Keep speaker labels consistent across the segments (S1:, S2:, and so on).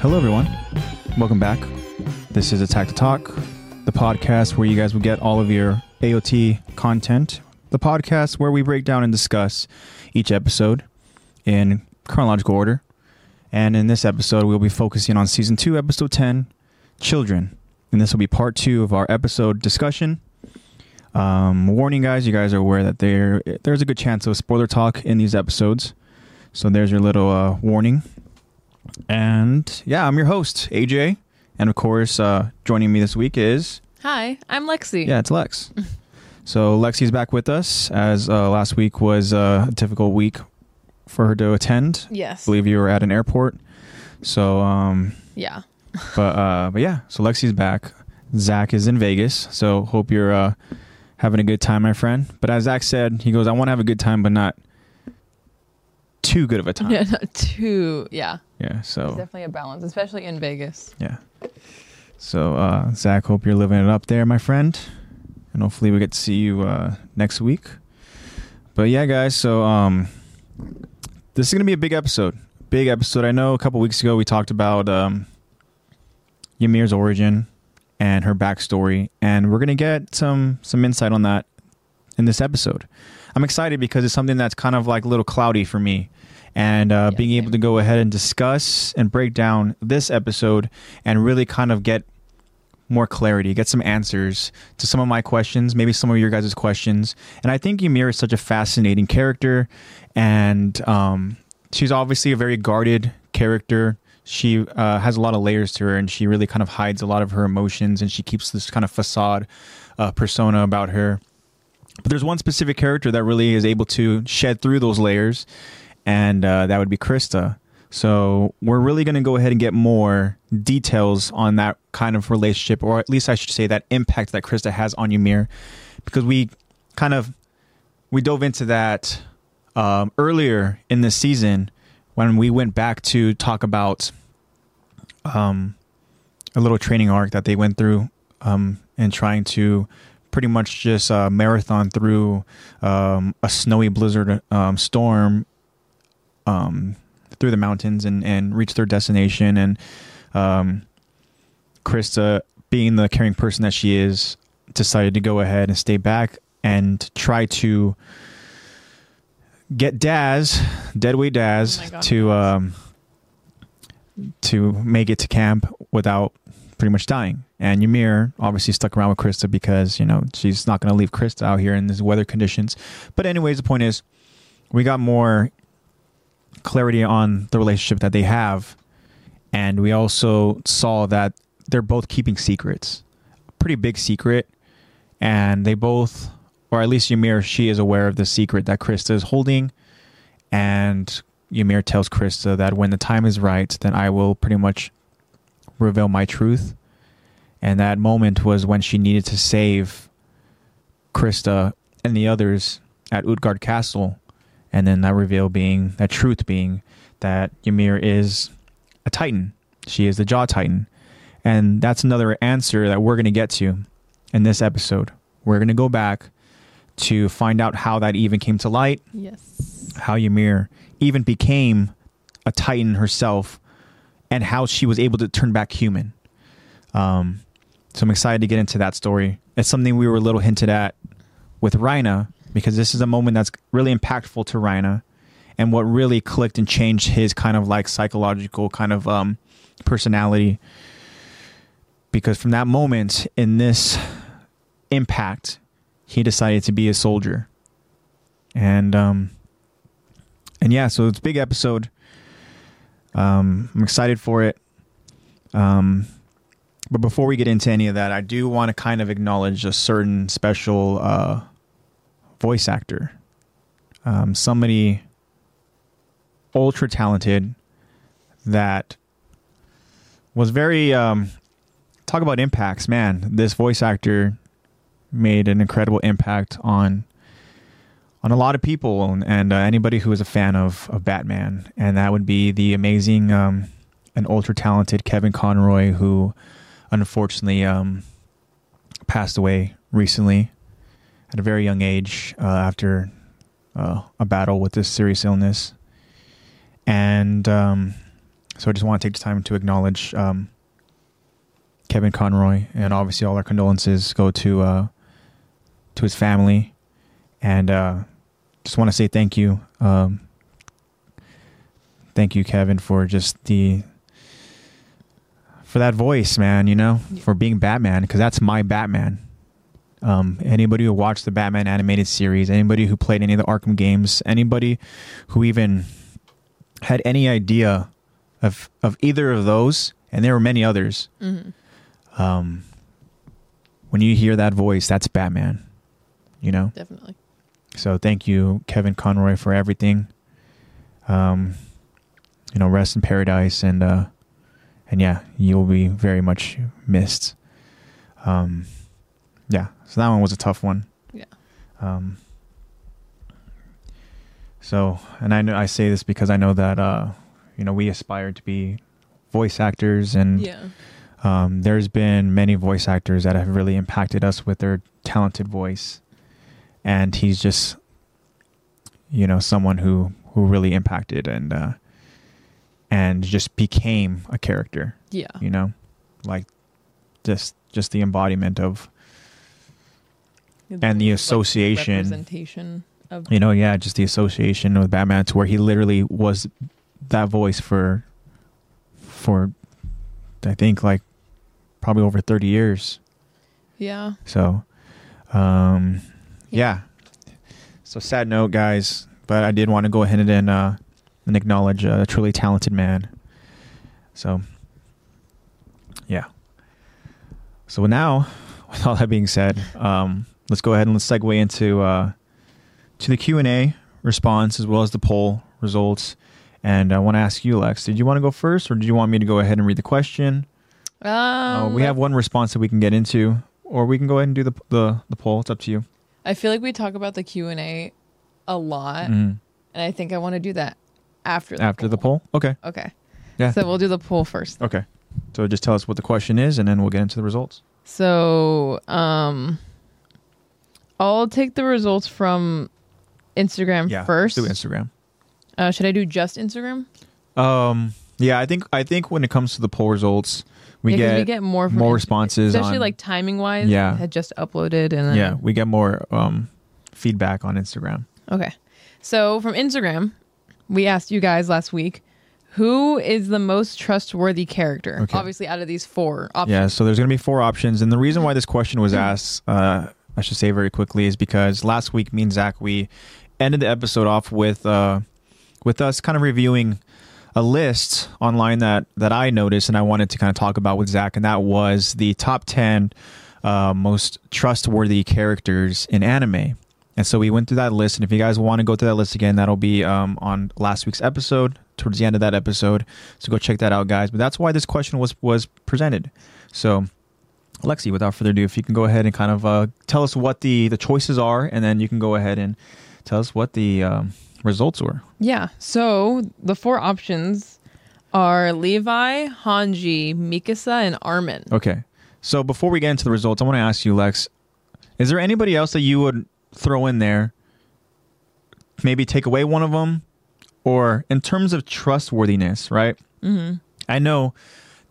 S1: Hello, everyone. Welcome back. This is Attack the Talk, the podcast where you guys will get all of your AOT content, the podcast where we break down and discuss each episode in chronological order. And in this episode, we'll be focusing on season two, episode 10, Children. And this will be part two of our episode discussion. Um, warning, guys, you guys are aware that there there's a good chance of spoiler talk in these episodes. So there's your little uh, warning. And yeah, I'm your host, AJ. And of course, uh, joining me this week is,
S2: Hi, I'm Lexi.
S1: yeah, it's Lex. so Lexi's back with us, as uh, last week was uh, a difficult week for her to attend. I
S2: Yes.
S1: believe you were at an airport. So, um,
S2: yeah.
S1: but uh, but yeah, so Lexi's back. Zach is in Vegas, so hope you're uh, having a good time, my friend. But as Zach said, he goes, "I want to have a good time, but not too good of a time."
S2: Yeah, not too. Yeah.
S1: Yeah,
S2: It's
S1: so
S2: definitely a balance, especially in Vegas.
S1: yeah, so uh, Zach, hope you're living it up there, my friend, and hopefully we get to see you uh, next week. But yeah, guys, so um, this is gonna be a big episode. Big episode. I know a couple weeks ago we talked about um, Ymir's origin and her backstory, and we're gonna get some some insight on that in this episode. I'm excited because it's something that's kind of like a little cloudy for me, and uh,
S2: Yeah,
S1: being able
S2: same.
S1: to go ahead and discuss and break down this episode and really kind of get more clarity, get some answers to some of my questions, maybe some of your guys' questions. And I think Ymir is such a fascinating character, and um, she's obviously a very guarded character. She uh, has a lot of layers to her, and she really kind of hides a lot of her emotions, and she keeps this kind of facade uh, persona about her. But there's one specific character that really is able to shed through those layers, and uh, that would be Krista. So we're really going to go ahead and get more details on that kind of relationship, or at least I should say that impact that Krista has on Ymir, because we kind of we dove into that um, earlier in the season when we went back to talk about um, a little training arc that they went through um, and trying to pretty much just uh, marathon through um, a snowy blizzard um, storm um, through the mountains and, and reach their destination. And um, Krista, being the caring person that she is, decided to go ahead and stay back and try to get Daz, Deadweight Daz,
S2: Oh my God.
S1: to um, to make it to camp without pretty much dying. And Ymir obviously stuck around with Krista because you know she's not going to leave Krista out here in these weather conditions. But anyways, the point is, we got more clarity on the relationship that they have, and we also saw that they're both keeping secrets, pretty big secret, and they both, or at least Ymir, she is aware of the secret that Krista is holding, and Ymir tells Krista that when the time is right, then I will pretty much reveal my truth. And that moment was when she needed to save Krista and the others at Utgard Castle. And then that reveal being, that truth being, that Ymir is a Titan. She is the Jaw Titan. And that's another answer that we're going to get to in this episode. We're going to go back to find out how that even came to light
S2: Yes.
S1: how Ymir even became a Titan herself and how she was able to turn back human. Um, so I'm excited to get into that story. It's something we were a little hinted at with Rhina because this is a moment that's really impactful to Rhina and what really clicked and changed his kind of like psychological kind of um, personality. Because from that moment in this impact, he decided to be a soldier. And um, and yeah, so it's a big episode. Um, I'm excited for it. Um, but before we get into any of that, I do want to kind of acknowledge a certain special uh, voice actor, um, somebody ultra talented that was very um, talk about impacts. Man, this voice actor made an incredible impact on on a lot of people and, and uh, anybody who is a fan of, of Batman. And that would be the amazing um, and ultra talented Kevin Conroy, who unfortunately um, passed away recently at a very young age uh, after uh, a battle with this serious illness. And um, so I just want to take the time to acknowledge um, Kevin Conroy, and obviously all our condolences go to uh, to his family, and uh, just want to say thank you, um, thank you, Kevin, for just the for that voice, man. You know,
S2: Yeah.
S1: for being Batman, because that's my Batman. Um, anybody who watched the Batman animated series, anybody who played any of the Arkham games, anybody who even had any idea of of either of those, and there were many others
S2: hmm
S1: um, when you hear that voice, that's Batman, you know?
S2: Definitely.
S1: So thank you, Kevin Conroy, for everything. Um, you know, rest in paradise, and uh, and yeah, you'll be very much missed. Um, yeah, so that one was a tough one.
S2: Yeah.
S1: Um. So, and I know I say this because I know that uh, you know, we aspire to be voice actors and
S2: Yeah.
S1: um, there's been many voice actors that have really impacted us with their talented voice, and he's just, you know, someone who who really impacted and uh, and just became a character.
S2: Yeah.
S1: You know, like just just the embodiment of and the association.
S2: representation of
S1: You know, yeah, just the association with Batman to where he literally was that voice for for I think like probably over thirty years.
S2: yeah.
S1: So, um, yeah.
S2: Yeah.
S1: So sad note, guys, but I did want to go ahead and uh, and acknowledge a truly talented man. So, yeah. So now, with all that being said, um, let's go ahead and let's segue into uh, to the Q and A response as well as the poll results. And I want to ask you, Lex, did you want to go first, or did you want me to go ahead and read the question?
S2: Um,
S1: Uh, we have one response that we can get into, or we can go ahead and do the the, the poll. It's up to you.
S2: I feel like we talk about the Q and A a lot,
S1: Mhm.
S2: and I think I want to do that after the
S1: After the poll, okay,
S2: Okay.
S1: Yeah.
S2: So we'll do the poll first.
S1: okay. So just tell us what the question is, and then we'll get into the results.
S2: So, um, I'll take the results from Instagram first.
S1: do Instagram.
S2: Uh, should I do just Instagram?
S1: Um, yeah, I think I think when it comes to the poll results, we,
S2: Yeah, 'cause
S1: get,
S2: we get more from
S1: more
S2: Instagram,
S1: responses,
S2: especially
S1: on-
S2: like timing wise.
S1: Yeah.
S2: I had just uploaded and then,
S1: yeah, we get more um feedback on Instagram.
S2: Okay. So from Instagram, we asked you guys last week who is the most trustworthy character?
S1: Okay.
S2: Obviously, out of these four options.
S1: Yeah, so there's gonna be four options, and the reason why this question was asked, uh, I should say very quickly, is because last week me and Zach we ended the episode off with uh, with us kind of reviewing a list online that that I noticed and I wanted to kind of talk about with Zach, and that was the top ten uh, most trustworthy characters in anime. And so we went through that list, and if you guys want to go through that list again, that'll be um, on last week's episode, towards the end of that episode. So go check that out, guys. But that's why this question was was presented. So, Lexi, without further ado, if you can go ahead and kind of uh, tell us what the the choices are, and then you can go ahead and tell us what the um, results were.
S2: Yeah. So the four options are Levi, Hanji, Mikasa, and Armin.
S1: Okay. So before we get into the results, I want to ask you, Lex, is there anybody else that you would throw in there? Maybe take away one of them, or in terms of trustworthiness, right? Mm-hmm. I know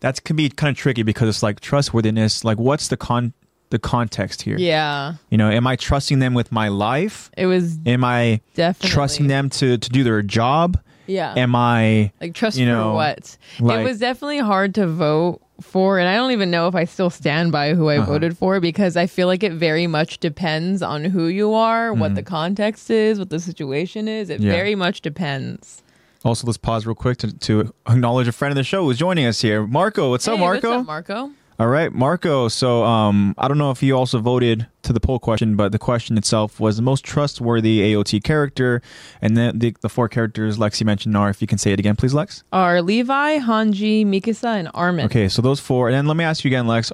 S1: that can be kind of tricky because it's like trustworthiness. Like, what's the con the context here?
S2: Yeah.
S1: You know, am I trusting them with my life?
S2: It was
S1: Am I
S2: definitely Oh.
S1: trusting them to to do their job?
S2: Yeah.
S1: Am I
S2: like trust
S1: you know,
S2: for what?
S1: like-
S2: it was definitely hard to vote for, and I don't even know if I still stand by who I
S1: Uh-huh.
S2: voted for because I feel like it very much depends on who you are, what the context is, what the situation is. It
S1: Mm-hmm. Yeah.
S2: very much depends.
S1: also? Let's pause real quick to, to acknowledge a friend of the show who's joining us here, Marco. What's up,
S2: Hey, what's
S1: Marco?
S2: up, Marco?
S1: All right, Marco. So um, I don't know if you also voted to the poll question, but the question itself was the most trustworthy AOT character, and then the, the four characters Lexi mentioned are. If you can say it again, please, Lex.
S2: Are Levi, Hanji, Mikasa, and Armin?
S1: Okay, so those four, and then let me ask you again, Lex.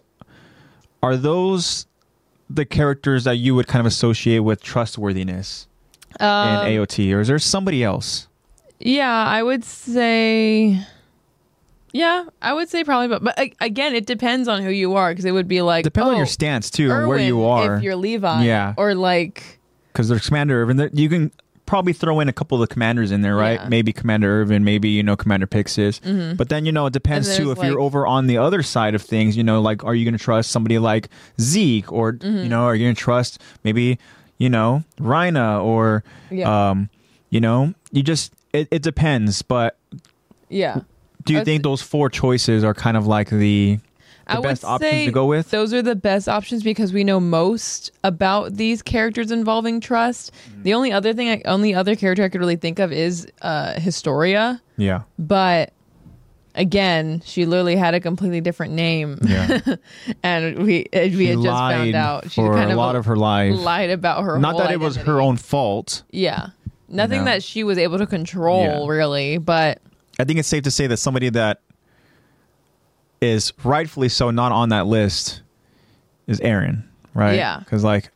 S1: Are those the characters that you would kind of associate with trustworthiness
S2: Um,
S1: in AOT, or is there somebody else?
S2: Yeah, I would say. Yeah, I would say probably, but but like, again, it depends on who you are because it would be like
S1: Depending on
S2: oh,
S1: your stance too, and where
S2: Irwin,
S1: you are,
S2: If you're Levi,
S1: Yeah.
S2: or like
S1: because they're Commander Irvin. they're- You can probably throw in a couple of the commanders in there, right?
S2: Yeah. Mm-hmm.
S1: Maybe Commander Irvin, maybe you know Commander Pixis. But then you know it depends
S2: And
S1: too
S2: there's,
S1: if you're
S2: like-
S1: over on the other side of things. You know, like are you going to trust somebody like Zeke, or
S2: Mm-hmm.
S1: you know, are you going to trust maybe you know Rhina, or
S2: Yeah.
S1: um, you know, you just it, it depends. But
S2: Yeah.
S1: do you
S2: I'd
S1: think
S2: s-
S1: those four choices are kind of like the
S2: I
S1: the
S2: would
S1: best options
S2: say
S1: to go with?
S2: Those are the best options because we know most about these characters involving trust.
S1: Mm-hmm.
S2: The only other thing, I, only other character I could really think of is uh, Historia,
S1: yeah,
S2: but again, she literally had a completely different name,
S1: yeah.
S2: and we we had just found out she
S1: for
S2: kind
S1: a
S2: of
S1: lot of her life.
S2: lied about her.
S1: Not
S2: whole
S1: that it was
S2: identity.
S1: her own fault.
S2: Yeah, nothing
S1: know?
S2: that she was able to control
S1: Yeah.
S2: really, but
S1: I think it's safe to say that somebody that is rightfully so not on that list is Aaron, right?
S2: Yeah.
S1: Because like,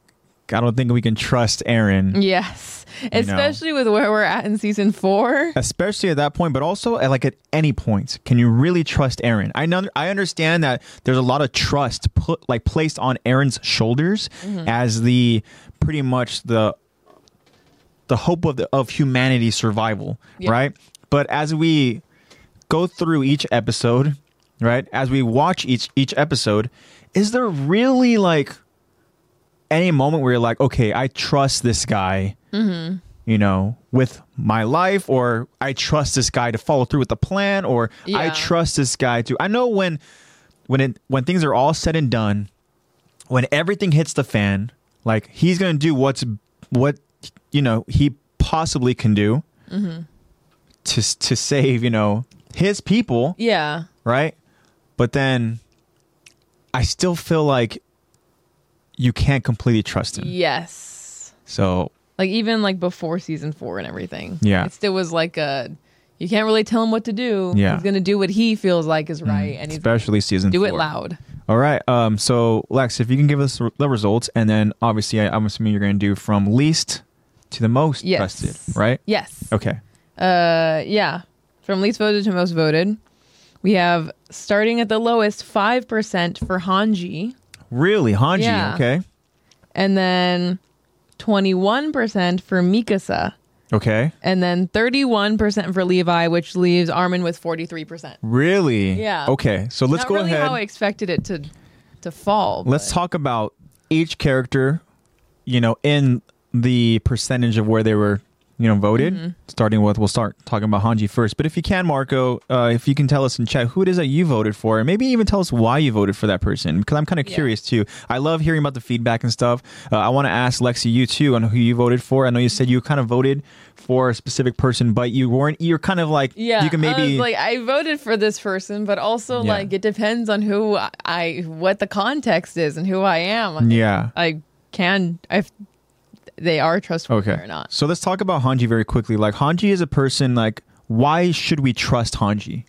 S1: I don't think we can trust Aaron,
S2: yes, especially with where we're at in season four.
S1: especially at that point. But also, at, like at any point, can you really trust Aaron? I know I understand that there's a lot of trust put like placed on Aaron's shoulders as the pretty much the the hope of the, of humanity's survival,
S2: Yeah.
S1: right? But as we go through each episode, right? As we watch each each episode, is there really like any moment where you're like, okay, I trust this guy, you know, with my life, or I trust this guy to follow through with the plan, or I
S2: Yeah.
S1: trust this guy to. I know when when it when things are all said and done, when everything hits the fan, like he's gonna do what's what you know he possibly can do to to save you know his people,
S2: Yeah,
S1: right? But then I still feel like you can't completely trust him.
S2: yes.
S1: So
S2: like even like before season four and everything.
S1: Yeah.
S2: it still was like a you can't really tell him what to do.
S1: Yeah. Mm.
S2: he's gonna do what he feels like is right, and he's gonna
S1: especially season
S2: do it
S1: four.
S2: loud.
S1: All right. Um. So Lex, if you can give us the results, and then obviously I, I'm assuming you're going to do from least to the most
S2: Yes.
S1: trusted, right?
S2: Yes.
S1: Okay.
S2: Uh, yeah. From least voted to most voted, we have starting at the lowest five percent for Hanji,
S1: Really, Hanji.
S2: Yeah.
S1: Okay.
S2: and then twenty one percent for Mikasa.
S1: Okay.
S2: And then 31% for Levi, which leaves Armin with 43%.
S1: Really.
S2: Yeah.
S1: Okay. So let's
S2: Not
S1: go
S2: really
S1: ahead.
S2: how I expected it to to fall.
S1: let's
S2: but-
S1: talk about each character. You know, in the percentage of where they were, you know, voted.
S2: Mm-hmm.
S1: Starting with, we'll start talking about Hanji first. But if you can, Marco, uh, if you can tell us in chat who it is that you voted for, and maybe even tell us why you voted for that person, because I'm kind of
S2: Yeah.
S1: curious too. I love hearing about the feedback and stuff. Uh, I want to ask Lexi you too on who you voted for. I know you said you kind of voted for a specific person, but you weren't. You're kind of like,
S2: Yeah,
S1: you can maybe
S2: I was like I voted for this person, but also
S1: Yeah.
S2: like it depends on who I- I, what the context is and who I am.
S1: yeah.
S2: I can if they are trustworthy
S1: Okay.
S2: or not.
S1: So let's talk about Hanji very quickly. Like Hanji is a person like why should we trust Hanji?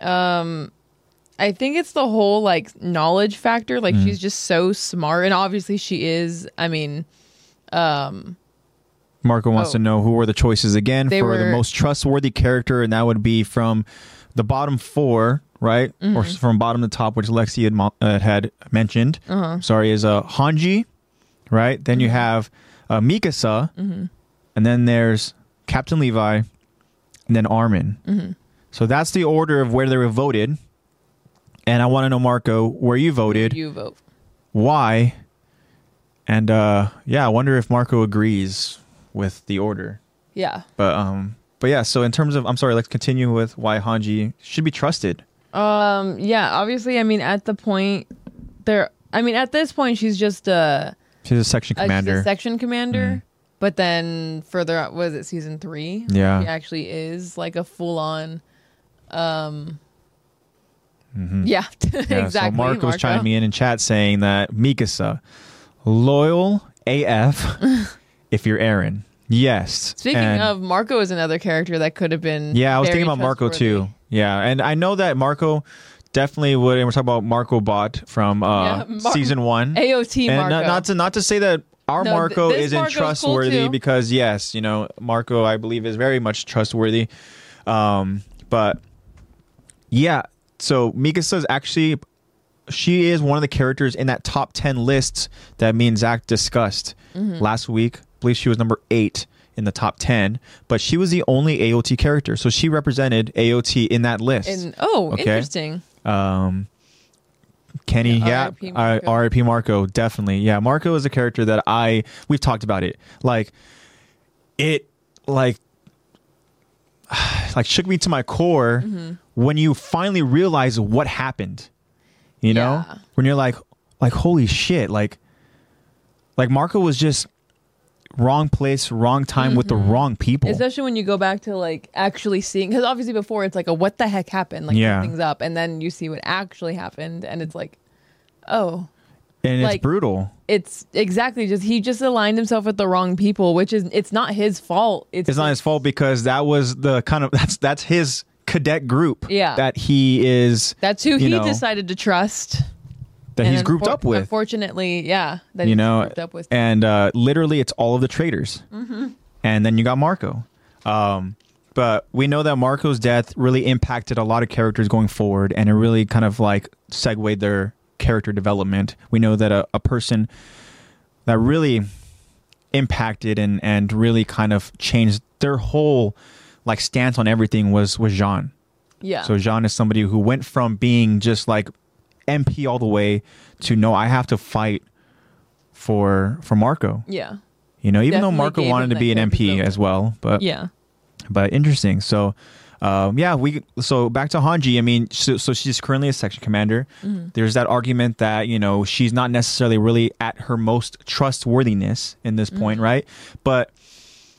S2: I think it's the whole like knowledge factor. Like
S1: Mm.
S2: she's just so smart, and obviously she is. I mean,
S1: Marco wants
S2: Oh.
S1: to know who were the choices again
S2: They
S1: for the
S2: were-
S1: most trustworthy character and that would be from the bottom 4, right? Or
S2: Mm-hmm.
S1: s- from bottom to top which Lexi had, mo- uh, had mentioned.
S2: Uh-huh.
S1: Sorry is uh, Hanji, right? Then you
S2: Mm-hmm.
S1: have uh, Mikasa. And then there's Captain Levi and then Armin.
S2: Mm-hmm.
S1: So that's the order of where they were voted. And I want to know, Marco, where you voted.
S2: you vote.
S1: why and uh yeah i wonder if marco agrees with the order
S2: Yeah.
S1: but um but yeah so in terms of i'm sorry let's continue with why hanji should be trusted
S2: Um. Yeah. Obviously, I mean, at the point there. I mean, at this point, she's just a,
S1: she's a section
S2: a, she's a
S1: commander Mm-hmm.
S2: section commander. But then further, out- was it season three?
S1: Yeah.
S2: she actually is like a full on. Um, Yeah,
S1: Mm-hmm. Yeah, so
S2: exactly.
S1: marco's
S2: Marco.
S1: chiming in in chat saying that mikasa loyal af if you're aaron yes
S2: Speaking
S1: And-
S2: of, Marco is another character that could have been.
S1: Yeah, I was
S2: very
S1: thinking about Marco too.
S2: trustworthy.
S1: Yeah, and I know that Marco definitely would. And we're talking about Marco Bot from uh,
S2: Yeah, Mar-
S1: season one.
S2: AOT
S1: and
S2: Marco.
S1: Not, not to not to say that our
S2: No, th-
S1: Marco
S2: this
S1: isn't
S2: Marco's cool
S1: trustworthy
S2: too.
S1: because yes, you know Marco I believe is very much trustworthy, um, but yeah. So Mikasa is actually she is one of the characters in that
S2: Mm-hmm.
S1: top ten list that me and Zach discussed last week. I believe she was number eight in the top 10, but she was the only AOT character. So she represented AOT in that list.
S2: And oh,
S1: Okay.
S2: interesting.
S1: um, Kenny,
S2: Yeah,
S1: yeah,
S2: R.I.P.
S1: I-
S2: Marco.
S1: R.I.P. Marco, definitely. Yeah, Marco is a character that I we've talked about it. Like it like like shook me to my core
S2: Mm-hmm.
S1: when you finally realize what happened. You know?
S2: Yeah.
S1: When you're like like holy shit, like like Marco was just wrong place, wrong time with
S2: Mm-hmm.
S1: the wrong people.
S2: Especially when you go back to like actually seeing, because obviously before it's like a what the heck happened, like
S1: Yeah.
S2: something's up, and then you see what actually happened, and it's like, oh,
S1: and
S2: like-
S1: it's brutal.
S2: it's exactly just he just aligned himself with the wrong people, which is it's not his fault. It's,
S1: it's not his
S2: just-
S1: fault because that was the kind of that's that's his cadet group
S2: Yeah.
S1: that he is
S2: That's who
S1: you
S2: he
S1: know,
S2: decided to trust.
S1: that
S2: and
S1: he's grouped
S2: unfor-
S1: up with
S2: Unfortunately, yeah, that
S1: you
S2: he's
S1: know
S2: grouped up with.
S1: and uh literally it's all of the traitors
S2: Mm-hmm.
S1: and then you got marco um but we know that marco's death really impacted a lot of characters going forward and it really kind of like segued their character development we know that a, a person that really impacted and and really kind of changed their whole like stance on everything was was jean
S2: yeah,
S1: So Jean is somebody who went from being just like MP all the way to no, I have to fight for for Marco.
S2: yeah,
S1: You know, even though
S2: Definitely
S1: Marco
S2: gave
S1: wanted
S2: him
S1: to
S2: that
S1: be an
S2: character
S1: MP
S2: build.
S1: as well, but
S2: yeah,
S1: but interesting. So um, yeah, we so back to Hanji. I mean, so, so she's currently a section commander.
S2: Mm-hmm.
S1: There's that argument that you know she's not necessarily really at her most trustworthiness in this
S2: Mm-hmm.
S1: point, right? But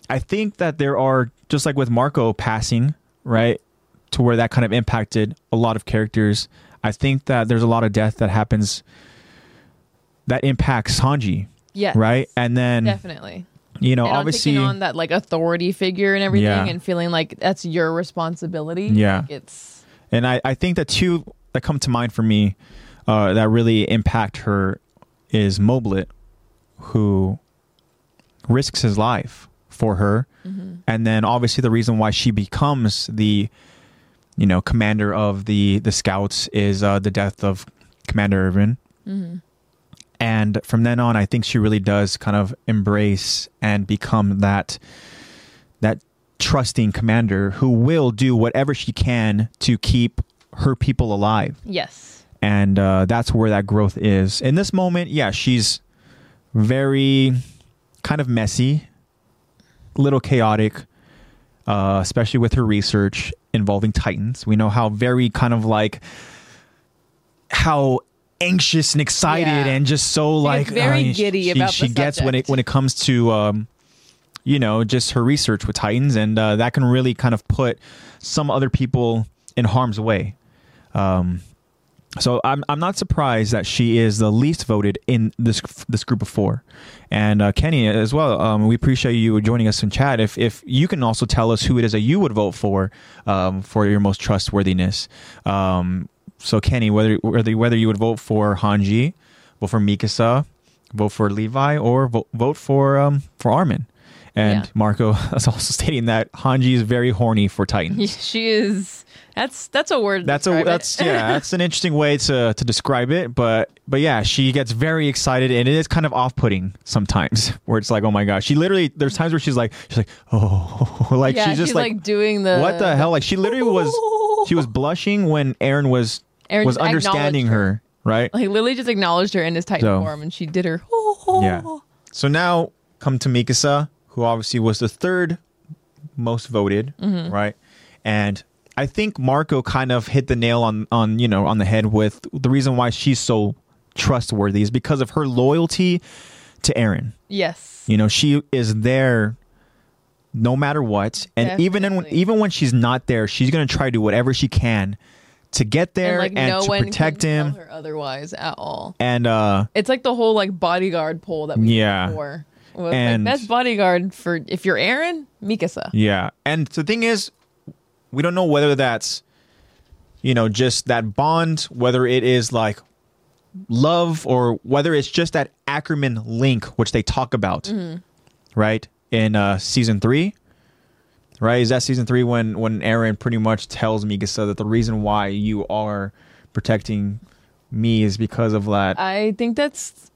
S1: I think that there are just like with Marco passing, right, to where that kind of impacted a lot of characters. I think that there's a lot of death that happens that impacts Hanji,
S2: yeah,
S1: right? And then
S2: definitely.
S1: you know,
S2: and
S1: obviously,
S2: on taking on that like authority figure and everything
S1: Yeah.
S2: and feeling like that's your responsibility
S1: Yeah.
S2: like, it's
S1: And I, I think the two that come to mind for me uh, that really impact her is Moblet, who risks his life for her. And then obviously the reason why she becomes the, you know, commander of the, the scouts is uh, the death of Commander Irvin.
S2: mm-hmm,
S1: And from then on, I think she really does kind of embrace and become that that trusting commander who will do whatever she can to keep her people alive.
S2: yes
S1: And uh, that's where that growth is. In this moment, yeah, she's very kind of messy, a little chaotic, uh, especially with her research involving Titans. We know how very kind of like how anxious and excited
S2: Yeah.
S1: and just so like
S2: gets very
S1: uh,
S2: giddy
S1: she,
S2: about
S1: she
S2: the
S1: gets when it
S2: subject.
S1: when it comes to um, you know just her research with Titans, and uh, that can really kind of put some other people in harm's way. Um, so I'm I'm not surprised that she is the least voted in this this group of four, and uh, Kenny as well. Um, we appreciate you joining us in chat. If if you can also tell us who it is that you would vote for, um, for your most trustworthiness. Um, so Kenny, whether whether whether you would vote for Hanji, vote for Mikasa, vote for Levi, or vote vote for um for Armin, and
S2: Yeah.
S1: Marco is also stating that Hanji is very horny for Titan.
S2: she is that's that's a word to
S1: That's a
S2: describe it.
S1: that's yeah, that's an interesting way to to describe it, but but yeah, she gets very excited and it is kind of off-putting sometimes where it's like, "Oh my gosh." She literally there's times where she's like she's like, "Oh." like
S2: yeah, uh,
S1: she's just like,
S2: doing the
S1: "What the hell?" Like she literally was she was blushing when Aaron was
S2: Aaron
S1: was
S2: just acknowledged
S1: understanding her, right?
S2: like lily just acknowledged her in his titan
S1: So-
S2: form and she did her "Oh,
S1: Yeah. So now come to Mikasa, who obviously was the third most voted,
S2: Mm-hmm.
S1: right? And I think Marco kind of hit the nail on on you know on the head with the reason why she's so trustworthy is because of her loyalty to Aaron.
S2: yes
S1: You know, she is there no matter what, and even in,
S2: Definitely.
S1: even when she's not there, she's gonna try to do whatever she can to get there and,
S2: and like no
S1: to
S2: one
S1: protect
S2: can
S1: him.
S2: tell her otherwise at all
S1: And uh,
S2: it's like the whole like bodyguard poll that we did
S1: Yeah.
S2: before was
S1: And-
S2: like best bodyguard for if you're Aaron Mikasa
S1: Yeah. And the thing is, we don't know whether that's, you know, just that bond, whether it is like love or whether it's just that Ackerman link, which they talk about, right? In uh, season three. Right? Is that season three when when Aaron pretty much tells Mikasa that the reason why you are protecting me is because of that
S2: I think that's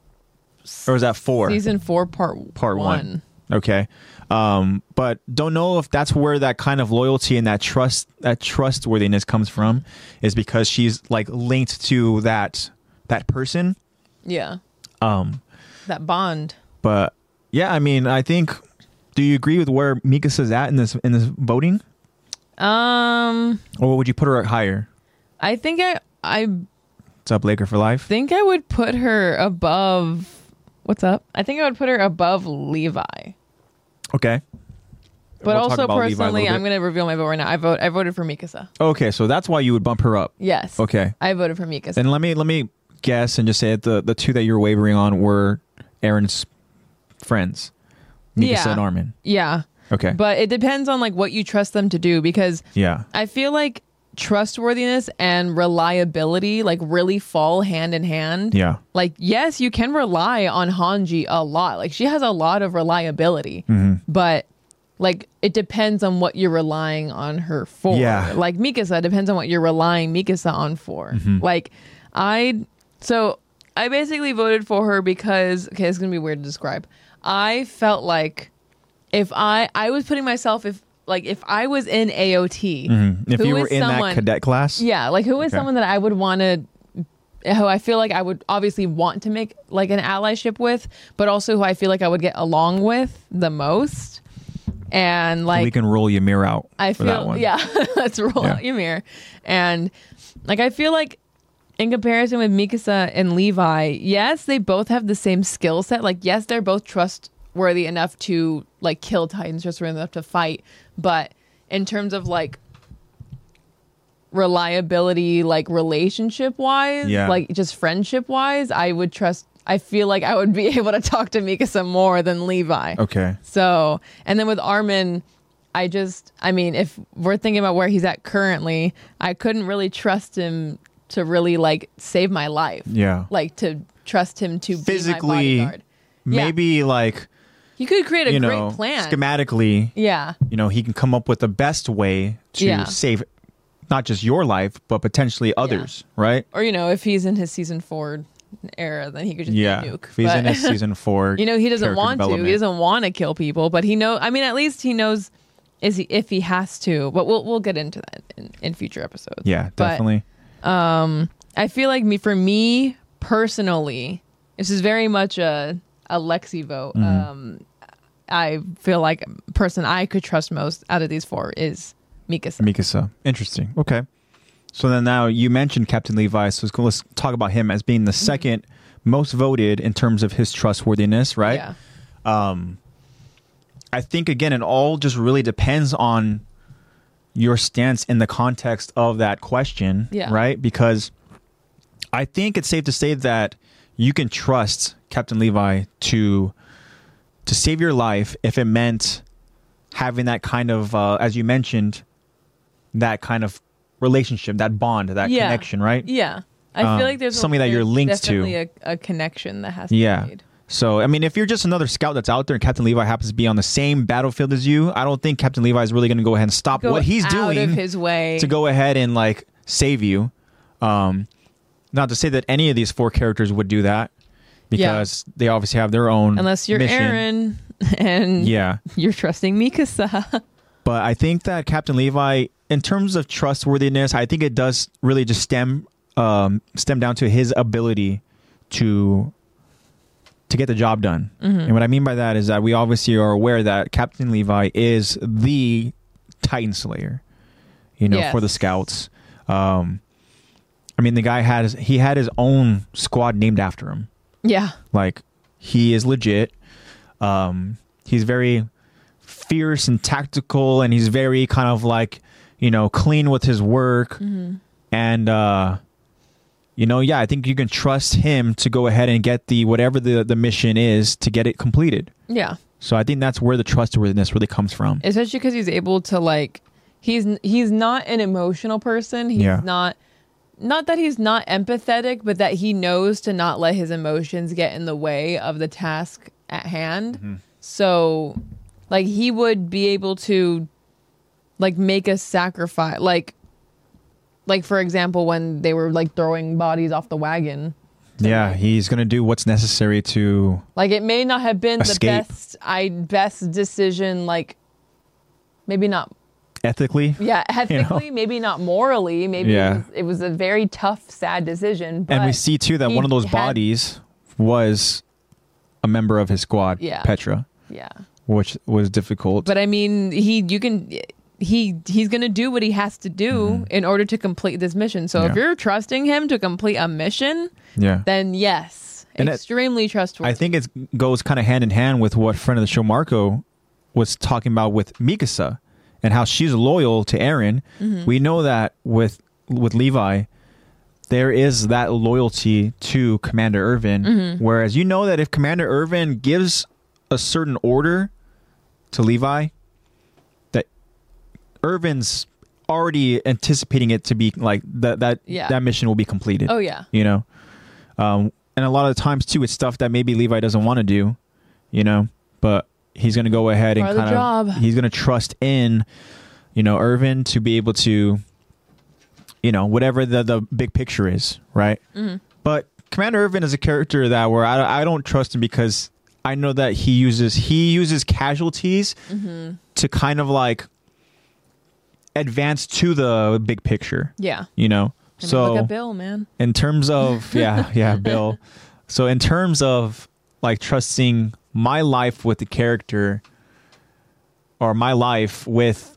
S1: or is that four?
S2: season four part
S1: Part one. Okay, um, but don't know if that's where that kind of loyalty and that trust, that trustworthiness comes from, is because she's like linked to that that person.
S2: Yeah.
S1: Um,
S2: That bond.
S1: but yeah, I mean, I think. Do you agree with where Mikasa's at in this in this voting,
S2: Um,
S1: or would you put her at higher?
S2: I think I I
S1: What's up, Laker for life?
S2: think I would put her above. What's up? I think I would put her above Levi.
S1: Okay.
S2: But
S1: We'll talk
S2: also
S1: about Levi a
S2: personally,
S1: little
S2: I'm
S1: bit.
S2: going to reveal my vote right now. I vote. I voted for Mikasa.
S1: Okay, so that's why you would bump her up.
S2: Yes.
S1: Okay.
S2: I voted for Mikasa.
S1: Then let me let me guess and just say that the the two that you're wavering on were Aaron's friends, Mikasa
S2: Yeah.
S1: and Armin.
S2: yeah.
S1: Okay.
S2: But it depends on like what you trust them to do because
S1: yeah.
S2: I feel like trustworthiness and reliability like really fall hand in hand.
S1: Yeah.
S2: Like yes, you can rely on Hanji a lot. Like she has a lot of reliability. But like it depends on what you're relying on her for.
S1: Yeah.
S2: Like Mikasa it depends on what you're relying Mikasa on for. Like I so I basically voted for her because okay, it's going to be weird to describe. I felt like if I I was putting myself if like if I was in AOT,
S1: If
S2: who
S1: you were
S2: is
S1: in
S2: someone-
S1: that cadet class,
S2: yeah, like who is
S1: Okay.
S2: someone that I would want to who I feel like I would obviously want to make like an allyship with, but also who I feel like I would get along with the most. And like
S1: we can roll your mirror out
S2: I
S1: for
S2: feel
S1: that one.
S2: yeah, let's roll
S1: Yeah.
S2: out your mirror. And like I feel like in comparison with Mikasa and Levi, yes, they both have the same skill set. Like yes, they're both trustworthy enough to like kill Titans, trustworthy enough to fight, but in terms of like reliability like relationship wise
S1: Yeah.
S2: like just friendship wise i would trust i feel like i would be able to talk to mikasa more than levi
S1: Okay.
S2: so, and then with Armin, I just, I mean, if we're thinking about where he's at currently, I couldn't really trust him to really like save my life.
S1: Yeah.
S2: Like to trust him to be my
S1: Physically,
S2: bodyguard. Yeah.
S1: Maybe like
S2: you could create a
S1: you
S2: great
S1: know,
S2: plan.
S1: schematically,
S2: yeah.
S1: you know, he can come up with the best way to
S2: Yeah.
S1: save not just your life but potentially others, right?
S2: Or, you know, if he's in his season four era, then he could just
S1: Yeah.
S2: be a nuke.
S1: If he's
S2: But-
S1: in his season four,
S2: You know, he doesn't
S1: character
S2: want to. He
S1: development.
S2: doesn't want to kill people, but he know. I mean, at least he knows is he if he has to. But we'll we'll get into that in, in future episodes.
S1: Yeah,
S2: But-
S1: definitely.
S2: I feel like me for me personally, this is very much a a Lexi vote.
S1: Mm-hmm.
S2: Um, I feel like person I could trust most out of these four is Mikasa.
S1: Mikasa. Interesting. Okay. So then now you mentioned Captain Levi, so let's- let's talk about him as being the 2nd most voted in terms of his trustworthiness, right?
S2: Yeah,
S1: I think again it all just really depends on your stance in the context of that question,
S2: Yeah.
S1: right? Because I think it's safe to say that you can trust Captain Levi to to save your life if it meant having that kind of uh, as you mentioned that kind of relationship, that bond, that
S2: Yeah.
S1: connection, right?
S2: yeah. I
S1: Um,
S2: feel like there's a-
S1: something that you're
S2: there's
S1: linked to.
S2: definitely A, a connection that has to
S1: Yeah.
S2: be made.
S1: So, I mean, if you're just another scout that's out there and Captain Levi happens to be on the same battlefield as you, I don't think Captain Levi is really going to go ahead and stop
S2: Go
S1: Uh, what he's
S2: out
S1: doing
S2: of his way
S1: to go ahead and like save you. Um, not to say that any of these four characters would do that because they obviously have their own
S2: unless you're
S1: mission.
S2: Aaron and
S1: Yeah.
S2: you're trusting Mikasa.
S1: But I think that Captain Levi, in terms of trustworthiness, I think it does really just stem um, stem down to his ability to to get the job done. And what I mean by that is that we obviously are aware that Captain Levi is the Titan Slayer, you know,
S2: Yes.
S1: for the Scouts. Um, I mean, the guy has he had his own squad named after him.
S2: yeah,
S1: Like he is legit. Um, he's very fierce and tactical, and he's very kind of like you know clean with his work.
S2: Mm-hmm.
S1: And uh, you know, yeah, I think you can trust him to go ahead and get the whatever the the mission is to get it completed.
S2: yeah.
S1: So I think that's where the trustworthiness really comes from.
S2: especially because he's able to like he's he's not an emotional person he's
S1: Yeah.
S2: not not that he's not empathetic but that he knows to not let his emotions get in the way of the task at hand
S1: Mm-hmm.
S2: so like he would be able to like make a sacrifice like like for example when they were like throwing bodies off the wagon
S1: Yeah, he's gonna do what's necessary to.
S2: Like it may not have been the
S1: Escape.
S2: best I best decision like maybe not
S1: ethically.
S2: yeah, ethically, maybe not morally, maybe
S1: Yeah.
S2: it, was, it was a very tough sad decision, but
S1: and we see too that
S2: he
S1: one of those
S2: had-
S1: bodies was a member of his squad,
S2: Yeah.
S1: Petra,
S2: yeah.
S1: which was difficult.
S2: But I mean, he you can he he's going to do what he has to do in order to complete this mission. So
S1: Mm-hmm. Yeah.
S2: if you're trusting him to complete a mission,
S1: yeah,
S2: then yes,
S1: And it-
S2: extremely trustworthy.
S1: I think it goes kind of hand in hand with what friend of the show Marco was talking about with Mikasa and how she's loyal to Aaron.
S2: Mm-hmm.
S1: We know that with with Levi, there is that loyalty to Commander Irvin.
S2: Mm-hmm.
S1: Whereas you know that if Commander Irvin gives a certain order to Levi, that Irvin's already anticipating it to be like that that
S2: Yeah.
S1: that mission will be completed
S2: oh yeah.
S1: you know um, and a lot of times too it's stuff that maybe levi doesn't want to do you know but he's going to go ahead and
S2: Part of the
S1: kind of
S2: job.
S1: he's going to trust in you know irvin to be able to you know whatever the, the big picture is right
S2: Mm-hmm.
S1: but commander irvin is a character that where I, I don't trust him because i know that he uses he uses casualties
S2: Mm-hmm.
S1: to kind of like advance to the big picture
S2: Yeah.
S1: you know
S2: I mean,
S1: so
S2: look at Bill, man.
S1: in terms of yeah yeah bill so in terms of like trusting my life with the character or my life with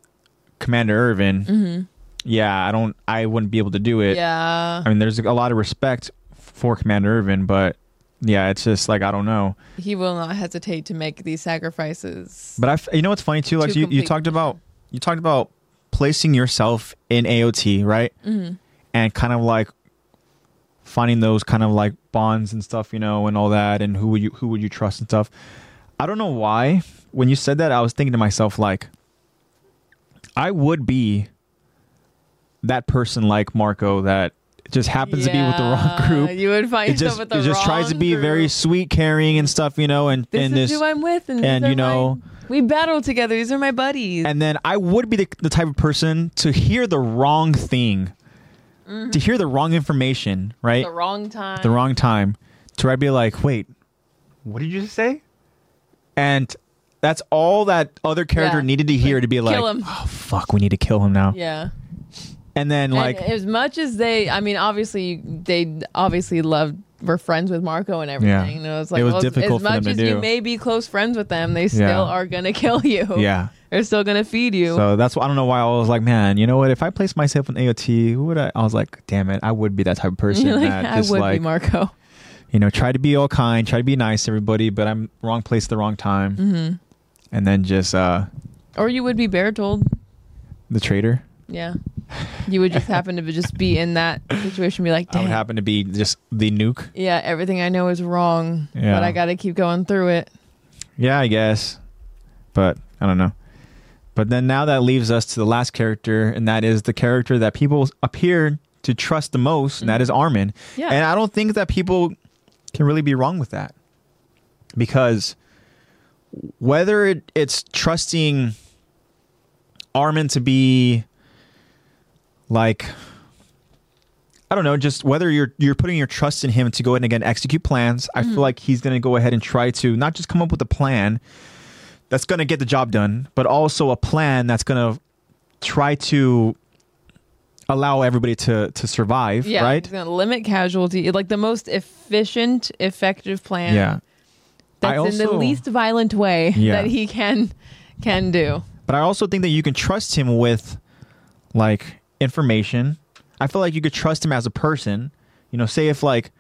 S1: commander irvin yeah i don't i wouldn't be able to do it
S2: Mm-hmm. yeah.
S1: i mean there's a lot of respect for commander irvin but yeah it's just like i don't know
S2: He will not hesitate to make these sacrifices.
S1: but i f- you know what's funny too like
S2: To
S1: you, you
S2: complete
S1: talked about you talked about placing yourself in aot right
S2: Mhm.
S1: and kind of like finding those kind of like bonds and stuff, you know, and all that, and who would you who would you trust and stuff. I don't know why when you said that I was thinking to myself like, I would be that person like Marco that just happens to be with the wrong
S2: Yeah,
S1: group.
S2: You would find
S1: It
S2: yourself
S1: just
S2: with the
S1: it just tries to
S2: wrong
S1: be very
S2: group.
S1: sweet, caring, and stuff, you know, and
S2: This
S1: and
S2: is
S1: this.
S2: who I'm with, and, these
S1: and, you
S2: are
S1: know-
S2: my- we battle together. These are my buddies.
S1: and then I would be the, the type of person to hear the wrong thing,
S2: Mm-hmm.
S1: to hear the wrong information, right?
S2: the wrong time.
S1: the wrong time to where I'd be like, wait, what did you just say? And that's all that other character
S2: Yeah.
S1: needed to hear to be like,
S2: him.
S1: oh, fuck, we need to kill him now.
S2: Yeah.
S1: And then, like,
S2: and as much as they, I mean, obviously they obviously loved were friends with Marco and everything. And it was like
S1: It was
S2: well, as-
S1: difficult
S2: as
S1: for them
S2: much
S1: to
S2: as
S1: do.
S2: you may be close friends with them, they still
S1: Yeah.
S2: are gonna kill you.
S1: yeah.
S2: they're still gonna feed you.
S1: So that's why I don't know why I was like, man, you know what? If I place myself in AOT, who would I? I was like, damn it, I would be that type of person
S2: You're like,
S1: that
S2: I
S1: just
S2: would
S1: like,
S2: be Marco.
S1: you know, try to be all kind, try to be nice to everybody, but I'm wrong place, at the wrong time,
S2: hmm
S1: and then just uh
S2: Or you would be Bertold.
S1: the traitor.
S2: Yeah, you would just happen to just be in that situation. and Be like,
S1: I
S2: damn.
S1: would happen to be just the nuke.
S2: Yeah, everything I know is wrong,
S1: Yeah.
S2: but I got to keep going through it.
S1: Yeah, I guess. But I don't know. But then now that leaves us to the last character, and that is the character that people appear to trust the most, and that is Armin.
S2: Yeah.
S1: And I don't think that people can really be wrong with that. Because whether it, it's trusting Armin to be like I don't know, just whether you're you're putting your trust in him to go ahead and again execute plans. I feel like he's going to go ahead and try to not just come up with a plan that's going to get the job done, but also a plan that's going to try to allow everybody to to survive,
S2: Yeah,
S1: right?
S2: It's going to limit casualty, like the most efficient, effective plan.
S1: Yeah.
S2: that's
S1: I
S2: in the
S1: also-
S2: least violent way
S1: Yeah.
S2: that he can can do.
S1: But I also think that you can trust him with like information. I feel like you could trust him as a person. You know, say if like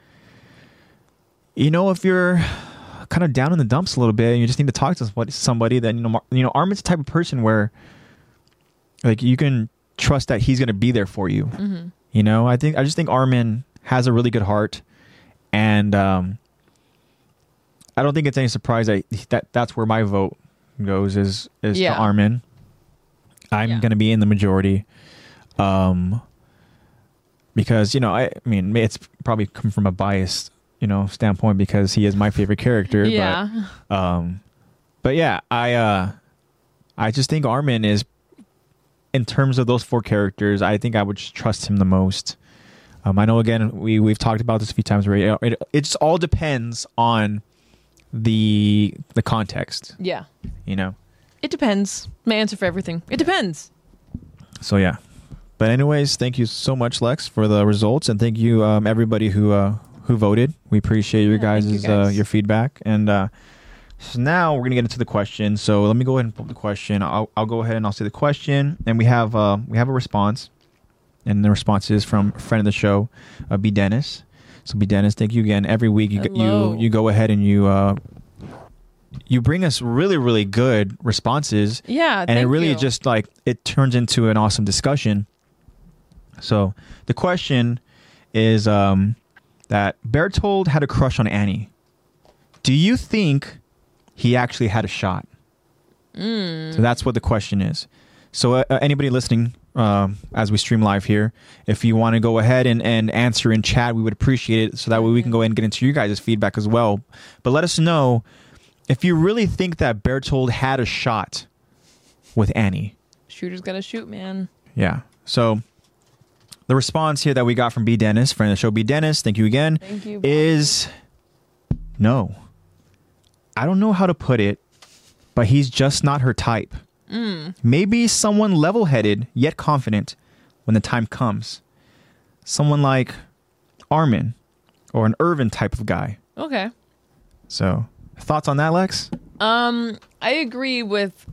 S1: you know if you're kind of down in the dumps a little bit and you just need to talk to somebody, somebody then you know Mar- you know Armin's the type of person where like you can trust that he's going to be there for you. You know, I think I just think Armin has a really good heart and um I don't think it's any surprise that that that's where my vote goes is is
S2: Yeah.
S1: to Armin. I'm
S2: Yeah.
S1: going to be in the majority. Um because, you know, I, I mean, it's probably come from a biased, you know, standpoint because he is my favorite character,
S2: Yeah,
S1: but um but yeah, I uh I just think Armin is in terms of those four characters, I think I would just trust him the most. Um, I know again we we've talked about this a few times. Where it, it, it just all depends on the the context,
S2: Yeah.
S1: you know.
S2: It depends. My answer for everything. It depends.
S1: So yeah. But anyways, thank you so much, Lex, for the results, and thank you um, everybody who uh, who voted. We appreciate your
S2: Yeah, thank you
S1: guys' Uh,
S2: guys.
S1: your feedback. And uh, so now we're gonna get into the question. So let me go ahead and pull up the question. I'll, I'll go ahead and I'll say the question, and we have uh, we have a response, and the response is from a friend of the show, uh, B Dennis. So B Dennis, thank you again. Every week you
S2: Hello.
S1: you you go ahead and you. Uh, you bring us really, really good responses
S2: Yeah.
S1: and it
S2: Uh, thank
S1: really
S2: you.
S1: just like it turns into an awesome discussion. So the question is um, that Bertold had a crush on Annie. Do you think he actually had a shot?
S2: Mm.
S1: So that's what the question is. So uh, uh, anybody listening, um, as we stream live here, if you want to go ahead and, and answer in chat, we would appreciate it. So that way
S2: Mm-hmm.
S1: we can go ahead and get into you guys' feedback as well. But let us know if you really think that Bertold had a shot with Annie.
S2: Shooter's gotta shoot, man.
S1: Yeah. So the response here that we got from B Dennis, friend of the show B Dennis, thank you again,
S2: Thank you.
S1: is no. I don't know how to put it, but he's just not her type. Maybe someone level headed yet confident when the time comes. Someone like Armin or an Irvin type of guy.
S2: okay.
S1: So, thoughts on that, Lex?
S2: Um, I agree with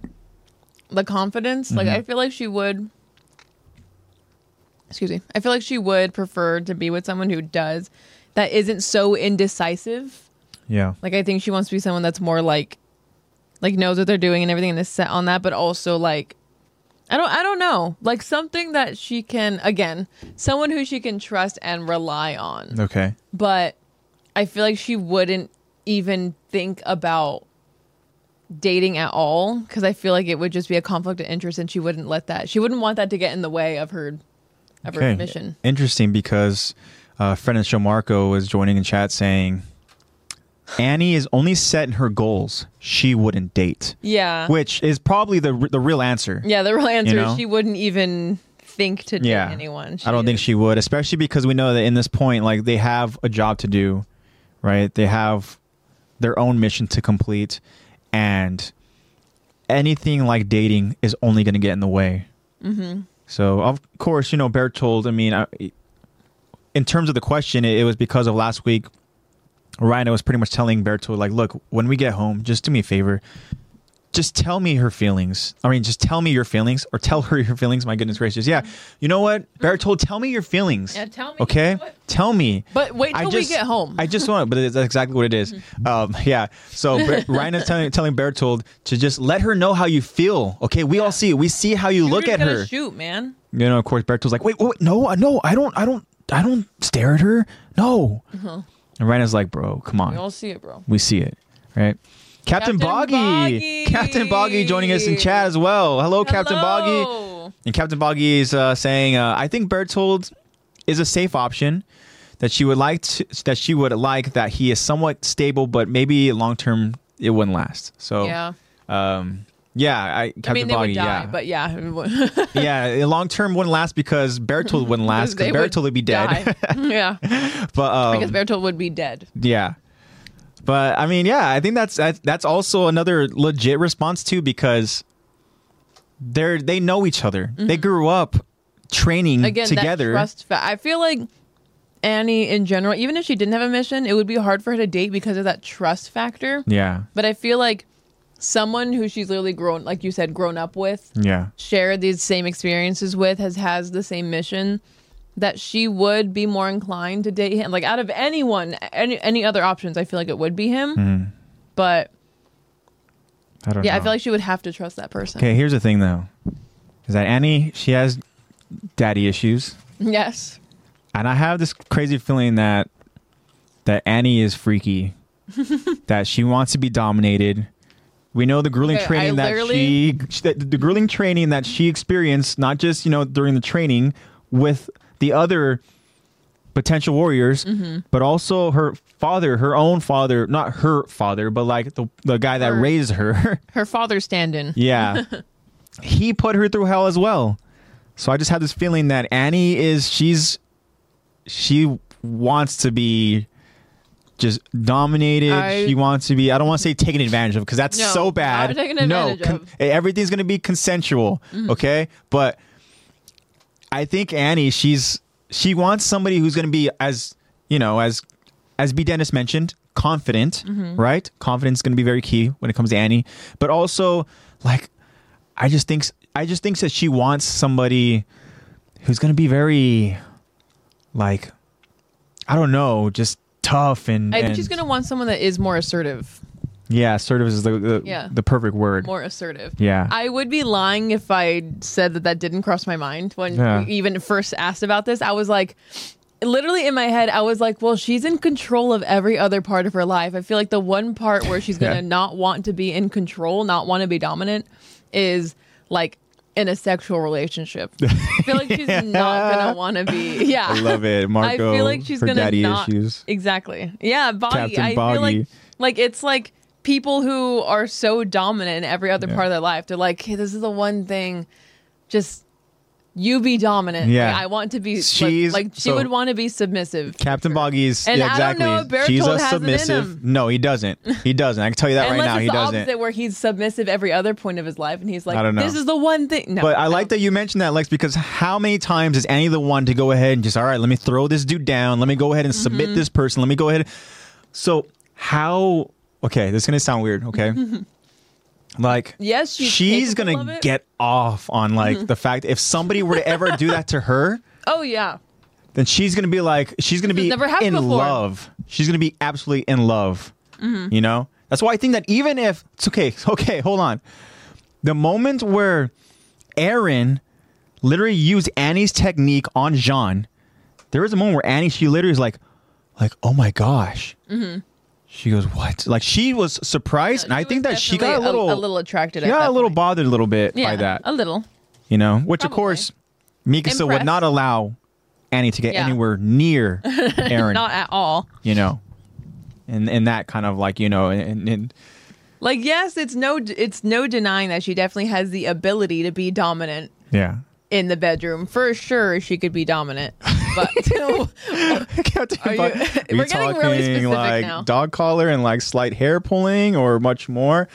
S2: the confidence. Like, I feel like she would. Excuse me. I feel like she would prefer to be with someone who does that isn't so indecisive.
S1: Yeah.
S2: Like, I think she wants to be someone that's more like, like knows what they're doing and everything and is set on that, but also like, I don't, I don't know, like something that she can again, someone who she can trust and rely on
S1: Okay.
S2: but I feel like she wouldn't even think about dating at all because I feel like it would just be a conflict of interest, and she wouldn't let that. She wouldn't want that to get in the way of her of her mission.
S1: Interesting because uh, friend of the show Marco was joining in chat saying Annie is only set in her goals. She wouldn't date,
S2: Yeah,
S1: which is probably the the real answer.
S2: Uh-huh. yeah. The real answer
S1: You
S2: is
S1: know?
S2: she wouldn't even think to date
S1: Yeah.
S2: anyone.
S1: I don't think she would, especially because we know that in this point, like they have a job to do, right? They have their own mission to complete, and anything like dating is only going to get in the way. So of course, you know, Bertold. I mean, I, in terms of the question, it, it was because of last week. Ryan was pretty much telling Bertold, like, look, when we get home, just do me a favor. Just tell me her feelings. I mean, just tell me your feelings, or tell her your feelings. My goodness gracious, yeah. You know what, Bertold, tell me your feelings.
S2: Yeah, tell me. You
S1: Okay,
S2: know what?
S1: tell me.
S2: But wait till we get home. Mm-hmm.
S1: I just want, but that's exactly what it is. Um, yeah. So Ber- Ryan is telling telling Bertold to just let her know how you feel. Okay, we all see it. We see how you
S2: You're
S1: look
S2: just
S1: at
S2: gonna
S1: her.
S2: Shoot, man.
S1: You know, of course, Berto's like, wait, wait, no, I- no, I don't, I don't, I don't stare at her. No. And Rana's like, bro, come
S2: Uh-huh. We all
S1: on.
S2: see it, bro.
S1: We see it, right? Captain,
S2: Captain
S1: Boggy.
S2: Boggy!
S1: Captain Boggy joining us in chat as well. Hello, Captain Boggy.
S2: Hello.
S1: And Captain Boggy is uh, saying, uh, I think Bertold is a safe option. That she would like to, that she would like that he is somewhat stable, but maybe long term it wouldn't last. So,
S2: Yeah.
S1: um, yeah, I Oh. Captain
S2: I mean, they
S1: Boggy,
S2: would die,
S1: yeah,
S2: but yeah,
S1: yeah, long term wouldn't last because Bertold wouldn't last because
S2: They would
S1: Bertold would be dead.
S2: die. yeah,
S1: but um,
S2: because Bertolt would be dead.
S1: yeah, but I mean, yeah, I think that's that's that's also another legit response too because they're they know each other. They grew up training
S2: Mm-hmm. again
S1: Mm-hmm. together.
S2: that trust fa- i feel like annie in general even if she didn't have a mission it would be hard for her to date because of that trust factor
S1: yeah,
S2: but i feel like someone who she's literally grown like you said grown up with
S1: yeah,
S2: shared these same experiences with has has the same mission that she would be more inclined to date him like out of anyone any any other options i feel like it would be him but
S1: I Mm-hmm. don't
S2: yeah
S1: know.
S2: i feel like she would have to trust that person
S1: okay, here's the thing though, is that Annie she has daddy issues,
S2: yes
S1: and I have this crazy feeling that that Annie is freaky, that she wants to be dominated. We know the grueling
S2: Okay, I
S1: training that she,
S2: literally-
S1: that the grueling training that she experienced, not just you know during the training with the other potential warriors,
S2: Mm-hmm.
S1: but also her father, her own father, not her father, but like the the guy that
S2: Her.
S1: raised her.
S2: her father's stand-in
S1: yeah, he put her through hell as well. So I just have this feeling that Annie is she's she wants to be just dominated.
S2: I-
S1: she wants to be. I don't want to say taken advantage of because that's
S2: No,
S1: so
S2: not
S1: bad.
S2: taken
S1: no, eh,
S2: advantage of. Mm-hmm.
S1: everything's gonna be consensual. Okay, but I think Annie, she's she wants somebody who's gonna be as you know as as B Dennis mentioned, confident.
S2: Mm-hmm.
S1: Right, confidence is gonna be very key when it comes to Annie, but also like I just think I just think that she wants somebody who's gonna be very like I don't know, just tough and
S2: I think
S1: and-
S2: she's gonna want someone that is more assertive.
S1: yeah, assertive is the the,
S2: Yeah.
S1: the perfect word.
S2: More assertive.
S1: yeah,
S2: I would be lying if I said that that didn't cross my mind when
S1: Yeah.
S2: you even first asked about this. I was like, literally in my head, I was like, well, she's in control of every other part of her life. I feel like the one part where she's going to
S1: Yeah.
S2: not want to be in control, not want to be dominant, is like in a sexual relationship. I feel like she's not going to want to be. Yeah.
S1: I love it, Marco.
S2: I feel like she's
S1: her
S2: gonna
S1: daddy
S2: not
S1: issues.
S2: exactly. Yeah, body.
S1: Captain
S2: I
S1: Boggy.
S2: feel like like it's like people who are so dominant in every other
S1: Yeah.
S2: part of their life. They're like, hey, this is the one thing. Just you be dominant.
S1: Yeah.
S2: Like, I want to be.
S1: She's-
S2: She's, like she
S1: so-
S2: would want to be submissive.
S1: Captain Boggy's
S2: And
S1: yeah,
S2: I don't
S1: exactly.
S2: know if
S1: she's
S2: Berchtold
S1: a
S2: has it in
S1: submissive.
S2: him.
S1: No, he doesn't. He doesn't. I can tell you that right
S2: Unless
S1: now.
S2: it's
S1: He
S2: the
S1: doesn't.
S2: opposite, where he's submissive every other point of his life, and he's like,
S1: I don't know.
S2: "This is the one thing." No,
S1: But I like that you mentioned that, Lex, because how many times is Annie the one to go ahead and just, all right, let me throw this dude down. Let me go ahead and
S2: Mm-hmm.
S1: submit this person. Let me go ahead. So, how, okay, this is going to sound weird, okay? like,
S2: Yes, she's capable
S1: gonna
S2: of it. Mm-hmm.
S1: get off on like the fact if somebody were to ever do that to her,
S2: Oh yeah,
S1: then she's going to be like, she's going to
S2: This
S1: be
S2: has never
S1: in
S2: happened before. Mm-hmm.
S1: love. She's going to be absolutely in love, you know? That's why I think that even if, it's okay, okay, hold on. The moment where Aaron literally used Annie's technique on Jean, there was a moment where Annie she literally was like, like, oh my gosh.
S2: Mm-hmm.
S1: She goes, what? Like she was surprised, and I think that she got a
S2: Definitely
S1: little,
S2: a, little attracted.
S1: she
S2: at
S1: got
S2: that
S1: a little
S2: point.
S1: bothered a little bit
S2: yeah,
S1: by that,
S2: A little.
S1: you know. Which of
S2: Probably.
S1: course, Mikasa would
S2: Impressed.
S1: not allow Annie to get
S2: Yeah.
S1: anywhere near Aaron,
S2: Not at all.
S1: you know, and and that kind of like you know, and, and
S2: Like yes, it's no it's no denying that she definitely has the ability to be dominant
S1: yeah.
S2: in the bedroom. For sure she could be dominant. But
S1: Captain
S2: Are you-
S1: Bug- are you
S2: We're getting really specific
S1: like
S2: now.
S1: dog collar and like slight hair pulling or much more.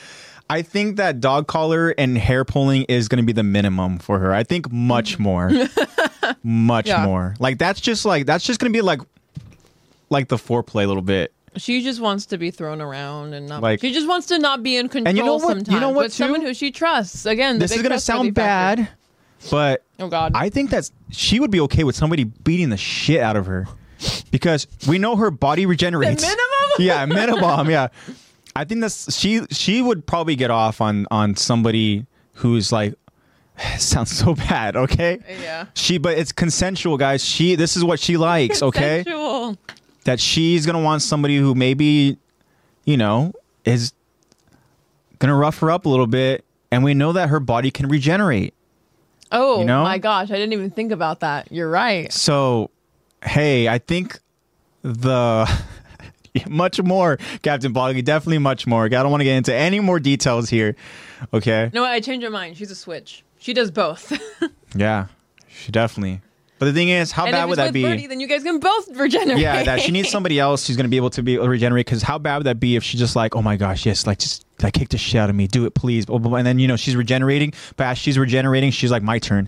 S1: I think that dog collar and hair pulling is going to be the minimum for her. I think much more, much
S2: Yeah.
S1: more. Like that's just like that's just going to be like like the foreplay a little bit.
S2: she just wants to be thrown around and not
S1: Like-
S2: like, she just wants to not be in control
S1: know what- you
S2: sometimes.
S1: know what,
S2: with someone
S1: too?
S2: who she trusts. Again, the
S1: This
S2: big
S1: is going to
S2: trustworthy
S1: sound
S2: factor.
S1: bad, but
S2: Oh god.
S1: I think that's she would be okay with somebody beating the shit out of her because we know her body regenerates.
S2: minimum?
S1: yeah, minimum. Yeah, I think that's she. She would probably get off on on somebody who's like sounds so bad. Okay.
S2: yeah.
S1: She, but it's consensual, guys. She, this is what she likes. Okay,
S2: Sexual.
S1: that she's gonna want somebody who maybe, you know, is gonna rough her up a little bit, and we know that her body can regenerate.
S2: Oh
S1: You know?
S2: my gosh, I didn't even think about that. You're right.
S1: So, hey, I think the much more Captain Boggy, definitely much more. I don't want to get into any more details here. Okay.
S2: No, I changed my mind. She's a switch. She does both.
S1: Yeah, she definitely. But the thing is, how
S2: and
S1: bad
S2: if
S1: would
S2: it's
S1: that
S2: with
S1: be?
S2: Birdie, then you guys can both regenerate.
S1: yeah, that she needs somebody else who's gonna be able to be regenerate. Because how bad would that be if she just like, oh my gosh, yes, like just like kick the shit out of me, do it, please. blah, blah, blah. And then you know she's regenerating, but as she's regenerating, she's like, my turn,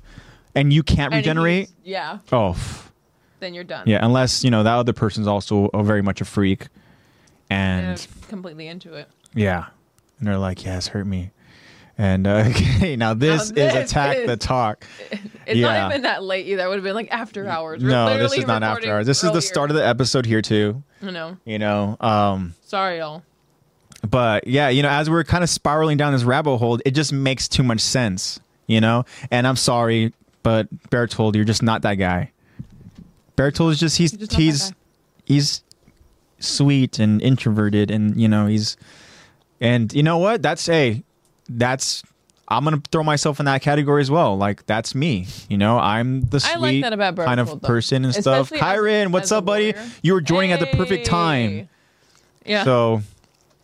S1: and you can't
S2: And if he's-
S1: regenerate.
S2: Yeah.
S1: Oh, pff.
S2: Then you're done.
S1: yeah, unless you know that other person's also a, very much a freak, and
S2: completely into it.
S1: Yeah. And they're like, yes, hurt me. And uh, okay, now this,
S2: Now
S1: is
S2: this
S1: attack
S2: is-
S1: the talk.
S2: It's
S1: Yeah.
S2: not even that late either. It would have been like after hours. We're
S1: No, this
S2: literally
S1: is not after
S2: recording
S1: hours. This is the
S2: earlier.
S1: start of the episode here too.
S2: I know.
S1: You know, um,
S2: Sorry, y'all.
S1: but yeah, you know, as we're kind of spiraling down this rabbit hole, it just makes too much sense. You know, and I'm sorry, but Bertold, you're just not that guy. Bertold is just he's
S2: He's just not that
S1: he's
S2: guy.
S1: he's sweet and introverted, and you know he's and you know what? That's a that's I'm gonna throw myself in that category as well. Like that's me. You know, I'm the
S2: I
S1: sweet
S2: like that about
S1: kind of
S2: Bertold, though.
S1: person and stuff.
S2: Especially as-
S1: Kyron, what's
S2: as a
S1: up, buddy?
S2: warrior.
S1: You were joining at the perfect time.
S2: Hey. Yeah.
S1: So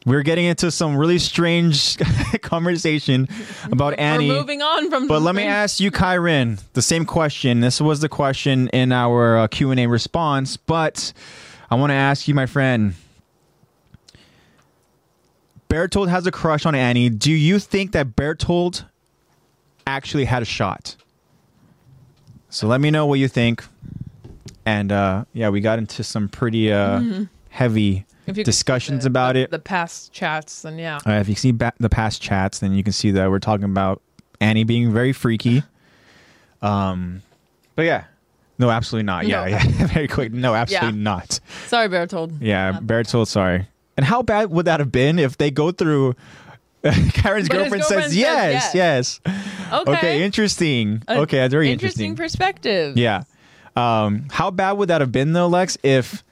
S1: We're getting into some really strange conversation about Annie.
S2: We're moving on from.
S1: But let me ask you, Kyren, the same question. This was the question in our uh, Q and A response, but I want to ask you, my friend. Bertold has a crush on Annie. Do you think that Bertold actually had a shot? So let me know what you think. And uh, yeah, we got into some pretty uh,
S2: Mm-hmm.
S1: heavy
S2: If you could see
S1: discussions
S2: the-
S1: about
S2: the-
S1: it.
S2: The past chats, then yeah.
S1: Uh, if you see ba- the past chats, then you can see that we're talking about Annie being very freaky. Um, but yeah, no, absolutely not. Yeah,
S2: No.
S1: yeah, very quick. No, absolutely not.
S2: Sorry, Bertold.
S1: Yeah, Bertold, sorry. And how bad would that have been if they go through? Karen's
S2: But his
S1: girlfriend, says,
S2: girlfriend says
S1: yes, yes,
S2: Okay.
S1: Okay, interesting.
S2: A-
S1: okay, that's very
S2: interesting
S1: interesting.
S2: perspective.
S1: Yeah. Um, how bad would that have been though, Lex, if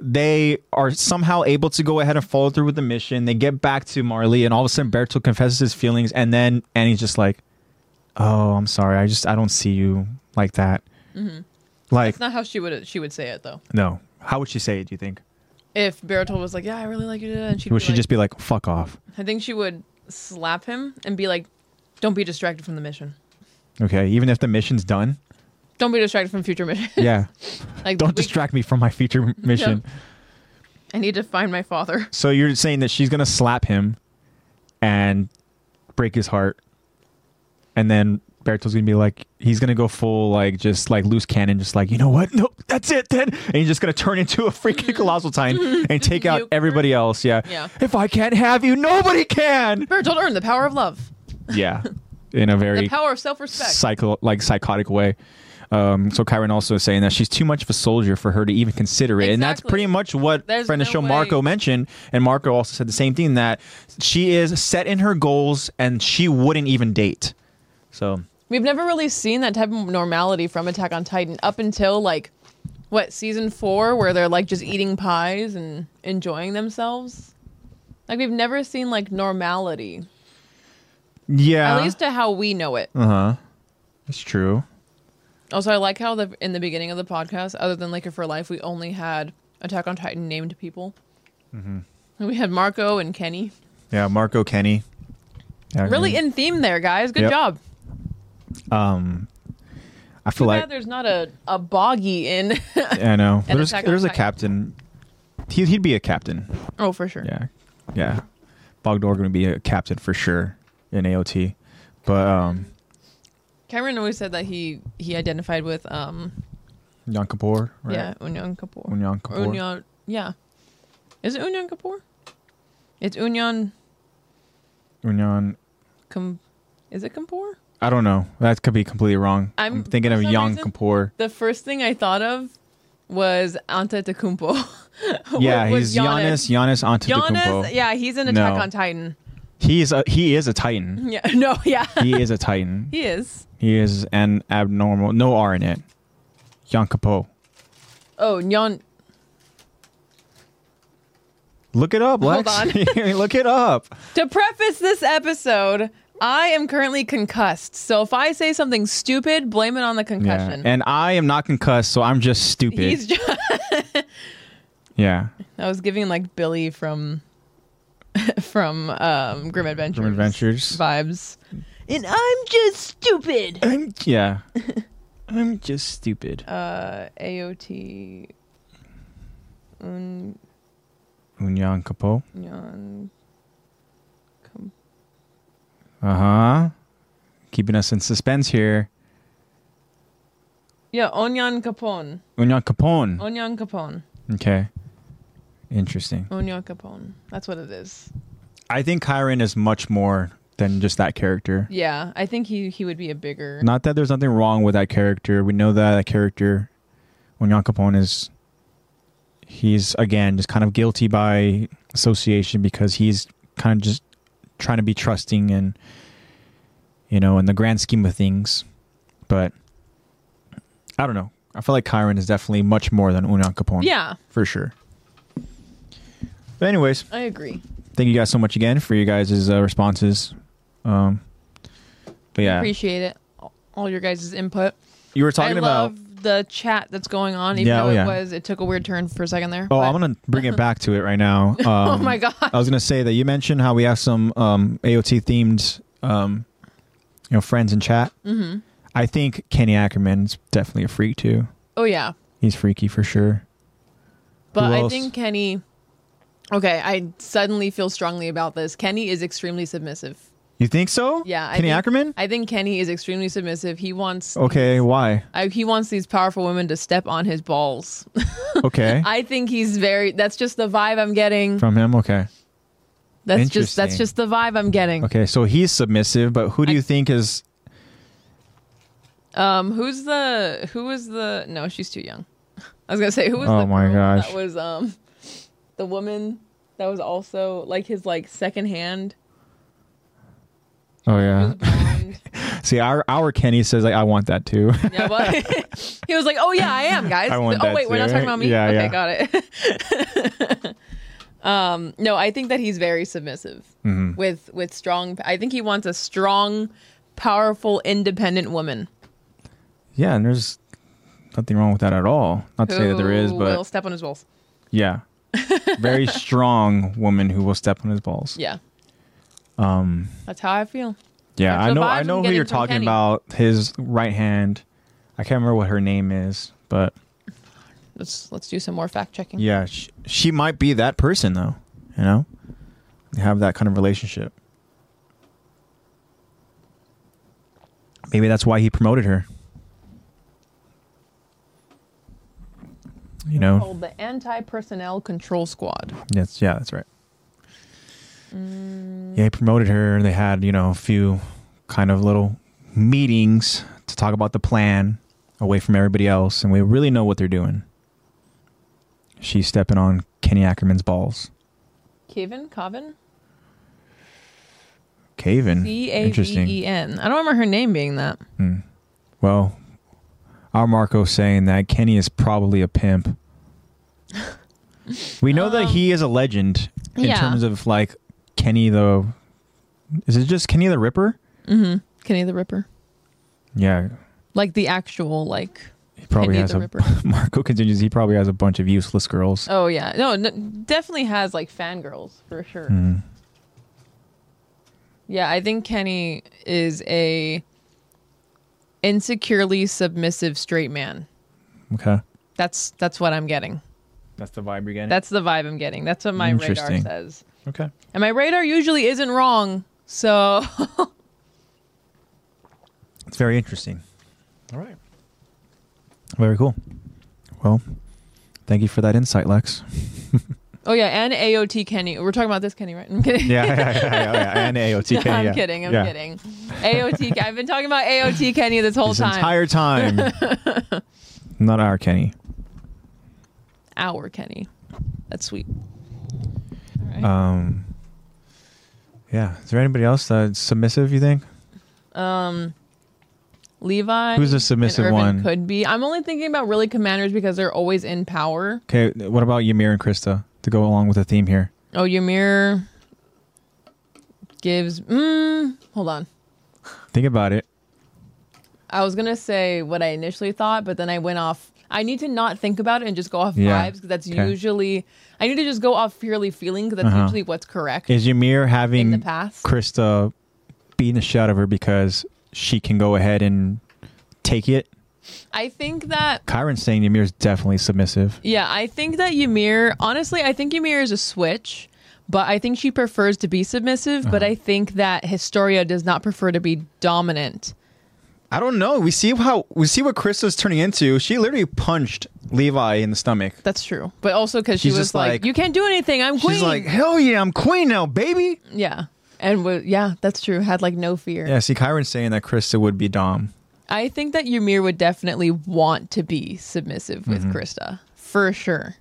S1: they are somehow able to go ahead and follow through with the mission? They get back to Marley, and all of a sudden Berto confesses his feelings, and then Annie's just like, "Oh, I'm sorry. I just I don't see you like that." Like,
S2: It's not how she would she would say it though.
S1: no. How would she say it? Do you think?
S2: If Bertold was like, "Yeah, I really like you," and she'd
S1: Would
S2: be
S1: she
S2: like,
S1: just be like, "Fuck off"?
S2: I think she would slap him and be like, "Don't be distracted from the mission.
S1: Okay, even if the mission's done.
S2: Don't be distracted from future mission.
S1: Yeah,
S2: like,
S1: don't
S2: we-
S1: distract me from my future mission.
S2: I need to find my father.
S1: So you're saying that she's gonna slap him and break his heart, and then Berto's gonna be like, he's gonna go full like just like loose cannon, just like you know what? No, that's it then, and he's just gonna turn into a freaking colossal titan and take out
S2: Nuke.
S1: everybody else. Yeah.
S2: Yeah.
S1: If I can't have you, nobody can.
S2: Bertold earned the power of love,
S1: Yeah. In a
S2: the
S1: very
S2: power of self-respect.
S1: psycho like psychotic way. Um, so Kyron also is saying that she's too much of a soldier for her to even consider it, and that's
S2: Exactly.
S1: pretty much what
S2: There's
S1: friend of
S2: no
S1: show
S2: way.
S1: Marco mentioned, and Marco also said the same thing that she is set in her goals and she wouldn't even date. So
S2: We've never really seen that type of normality from Attack on Titan up until like what season four, where they're like just eating pies and enjoying themselves. Like we've never seen like normality,
S1: yeah,
S2: at least to how we know it.
S1: uh huh, it's true.
S2: Also, I like how the in the beginning of the podcast, other than Laker for Life, we only had Attack on Titan named people. Mm-hmm. We had Marco and Kenny.
S1: Yeah, Marco Kenny. Yeah, I
S2: Really
S1: mean,
S2: in theme there, guys. Good
S1: Mm-hmm. Yep.
S2: job.
S1: um, I
S2: Too
S1: feel like
S2: bad there's not a, a boggy in.
S1: I know
S2: And
S1: there's
S2: Attack on
S1: there's a
S2: Titan.
S1: captain. He, he'd be a captain.
S2: oh, for sure.
S1: Yeah, yeah. Bogdor gonna be a captain for sure in AOT, but um,
S2: Cameron always said that he he identified with um
S1: Yon Kapoor, right?
S2: yeah Unyan Kapoor.
S1: Unyan
S2: Or
S1: Kapoor.
S2: Unyan- yeah. Is it Unyan Kapoor? It's Unyan
S1: Unyan.
S2: Kam. Is it Kapoor?
S1: I don't know. That could be completely wrong.
S2: I'm-
S1: I'm, thinking
S2: for
S1: of
S2: some
S1: Yon
S2: reason-
S1: Kapoor.
S2: The first thing I thought of was Antetokounmpo.
S1: Yeah,
S2: Was
S1: he's Giannis. Giannis Antetokounmpo.
S2: Giannis, yeah, he's in Attack
S1: No.
S2: on Titan.
S1: He is a he is a Titan.
S2: Yeah, no, yeah,
S1: He is a Titan.
S2: he is.
S1: he is an abnormal. No R in it. Yon Kapoor.
S2: Oh, Nyan.
S1: Look it up,
S2: Hold
S1: Lex. Look it up.
S2: To preface this episode, I am currently concussed, so if I say something stupid, blame it on the concussion.
S1: Yeah. And I am not concussed, so I'm just stupid.
S2: he's just.
S1: yeah.
S2: I was giving like Billy from from um, Grim Adventures.
S1: From Adventures.
S2: vibes. Uh, And I'm just stupid.
S1: I'm yeah. I'm just stupid.
S2: Uh, AOT. Un,
S1: Unyan Kapo.
S2: yon, com-
S1: Uh huh. Keeping us in suspense here.
S2: yeah, Onyan Capone.
S1: Unyan Capone.
S2: Onyan Capone.
S1: Okay. Interesting.
S2: Onyan Capone. That's what it is.
S1: I think Kyron is much more than just that character.
S2: Yeah, I think he he would be a bigger.
S1: Not that there's nothing wrong with that character. We know that that character, Unyan Capone, is. He's, again, just kind of guilty by association because he's kind of just trying to be trusting and, you know, in the grand scheme of things. But I don't know. I feel like Kyron is definitely much more than Unyan Capone.
S2: Yeah,
S1: for sure. But anyways,
S2: I agree.
S1: thank you guys so much again for your guys' uh, responses. Um, but yeah,
S2: Appreciate it. All your guys' input.
S1: you were talking
S2: I
S1: about
S2: love the chat that's going on, even
S1: Yeah, oh,
S2: though
S1: yeah.
S2: it was it took a weird turn for a second there.
S1: Oh,
S2: but-
S1: I'm gonna bring it back to it right now. Um,
S2: Oh my god.
S1: I was gonna say that you mentioned how we have some um, AOT themed, um, you know, friends in chat. Mm-hmm. I think Kenny Ackerman's definitely a freak too.
S2: Oh yeah.
S1: He's freaky for sure.
S2: But
S1: Who
S2: I
S1: else?
S2: think Kenny Okay, I suddenly feel strongly about this. Kenny is extremely submissive.
S1: You think so?
S2: Yeah, I
S1: Kenny
S2: think-
S1: Ackerman.
S2: I think Kenny is extremely submissive. He wants
S1: Okay, why?
S2: I, he wants these powerful women to step on his balls.
S1: Okay,
S2: I think he's very that's just the vibe I'm getting.
S1: from him. Okay,
S2: That's just that's
S1: Interesting.
S2: just the vibe I'm getting.
S1: okay. So he's submissive, but who do
S2: I-
S1: you think is?
S2: Um, who's the who was the no? She's too young. I was gonna say who was
S1: Oh
S2: the
S1: my
S2: girl
S1: gosh.
S2: that was um the woman that was also like his like second hand.
S1: Oh yeah.
S2: was blonde.
S1: See, our our Kenny says like, I want that too.
S2: yeah, but he was like, oh yeah, I am, guys.
S1: I want
S2: oh
S1: that
S2: wait, we're not
S1: too,
S2: talking about me.
S1: yeah,
S2: okay,
S1: yeah.
S2: got it. um, no, I think that he's very submissive
S1: Mm-hmm.
S2: with with strong. I think he wants a strong, powerful, independent woman.
S1: yeah, and there's nothing wrong with that at all. Not to say that there is,
S2: who
S1: but
S2: will step on his balls.
S1: yeah, very strong woman who will step on his balls. Um,
S2: Yeah. Um, that's how I feel.
S1: Yeah,
S2: That's
S1: I
S2: the
S1: know.
S2: vibe
S1: I
S2: I'm
S1: know who
S2: getting
S1: you're
S2: from
S1: talking
S2: Kenny.
S1: about. His right hand. I can't remember what her name is, but
S2: Let's let's do some more fact checking.
S1: yeah, she, she might be that person though. You know, They have that kind of relationship. Maybe that's why he promoted her. You know,
S2: Called the anti-personnel control squad.
S1: that's yeah, that's right. Yeah, he promoted her, and they had you know a few kind of little meetings to talk about the plan away from everybody else, and we really know what they're doing. She's stepping on Kenny Ackerman's balls.
S2: Caven, Caven,
S1: Caven.
S2: C A
S1: Hmm. Interesting. Hmm.
S2: V E N. I don't remember her name being that.
S1: Well, our Marco's saying that Kenny is probably a pimp. we know that he is a legend in
S2: yeah.
S1: terms of like Kenny the. Is it just Kenny the Ripper?
S2: Kenny the Ripper,
S1: Yeah,
S2: like the actual like.
S1: he probably
S2: Kenny
S1: has
S2: the
S1: a.
S2: Ripper.
S1: Marco continues. He probably has a bunch of useless girls.
S2: Oh yeah, no, n- definitely has like fangirls for sure.
S1: Hmm.
S2: Yeah, I think Kenny is a insecurely submissive straight man.
S1: Okay.
S2: That's that's what I'm getting.
S1: That's the vibe you're getting.
S2: That's the vibe I'm getting. That's what my radar
S1: Interesting.
S2: says.
S1: okay.
S2: And my radar usually isn't wrong. So
S1: It's very interesting. All right. Very cool. Well, thank you for that insight, Lex.
S2: Oh yeah, and AOT Kenny. We're talking about this Kenny, right? I'm kidding.
S1: Yeah, yeah, yeah, yeah, yeah. And AOT.
S2: I'm kidding. I'm kidding. AOT. I've been talking about AOT Kenny this whole
S1: This
S2: time.
S1: entire time. Not our Kenny.
S2: Our Kenny. That's sweet.
S1: Um, yeah. Is there anybody else that's submissive? You think?
S2: Levi.
S1: Who's the
S2: and
S1: submissive
S2: Irvin
S1: one?
S2: Could be. I'm only thinking about really commanders because they're always in power.
S1: Okay. What about Ymir and Krista to go along with the theme here?
S2: Oh, Ymir gives. Mm, hold on.
S1: Think about it.
S2: I was gonna say what I initially thought, but then I went off. I need to not think about it and just go off
S1: Yeah.
S2: vibes because that's
S1: Okay.
S2: usually. I need to just go off purely feeling because that's
S1: Uh-huh.
S2: usually what's correct.
S1: Is Ymir having
S2: In the past?
S1: Krista beating the shit out of her because she can go ahead and take it?
S2: I think that
S1: Kyron's saying Ymir's definitely submissive.
S2: yeah, I think that Ymir honestly, I think Ymir is a switch, but I think she prefers to be submissive, but
S1: Uh-huh.
S2: I think that Historia does not prefer to be dominant.
S1: I don't know. We see how we see what Krista's turning into. She literally punched Levi in the stomach.
S2: That's true. But also cuz she
S1: She's
S2: was
S1: just
S2: like,
S1: like-
S2: you can't do anything. I'm queen.
S1: She's like, hell yeah, I'm queen now, baby.
S2: yeah. And wa yeah, that's true. Had like no fear.
S1: Yeah, see, Kyron's saying that Krista would be Dom.
S2: I think that Ymir would definitely want to be submissive with
S1: Mm-hmm.
S2: Krista for sure.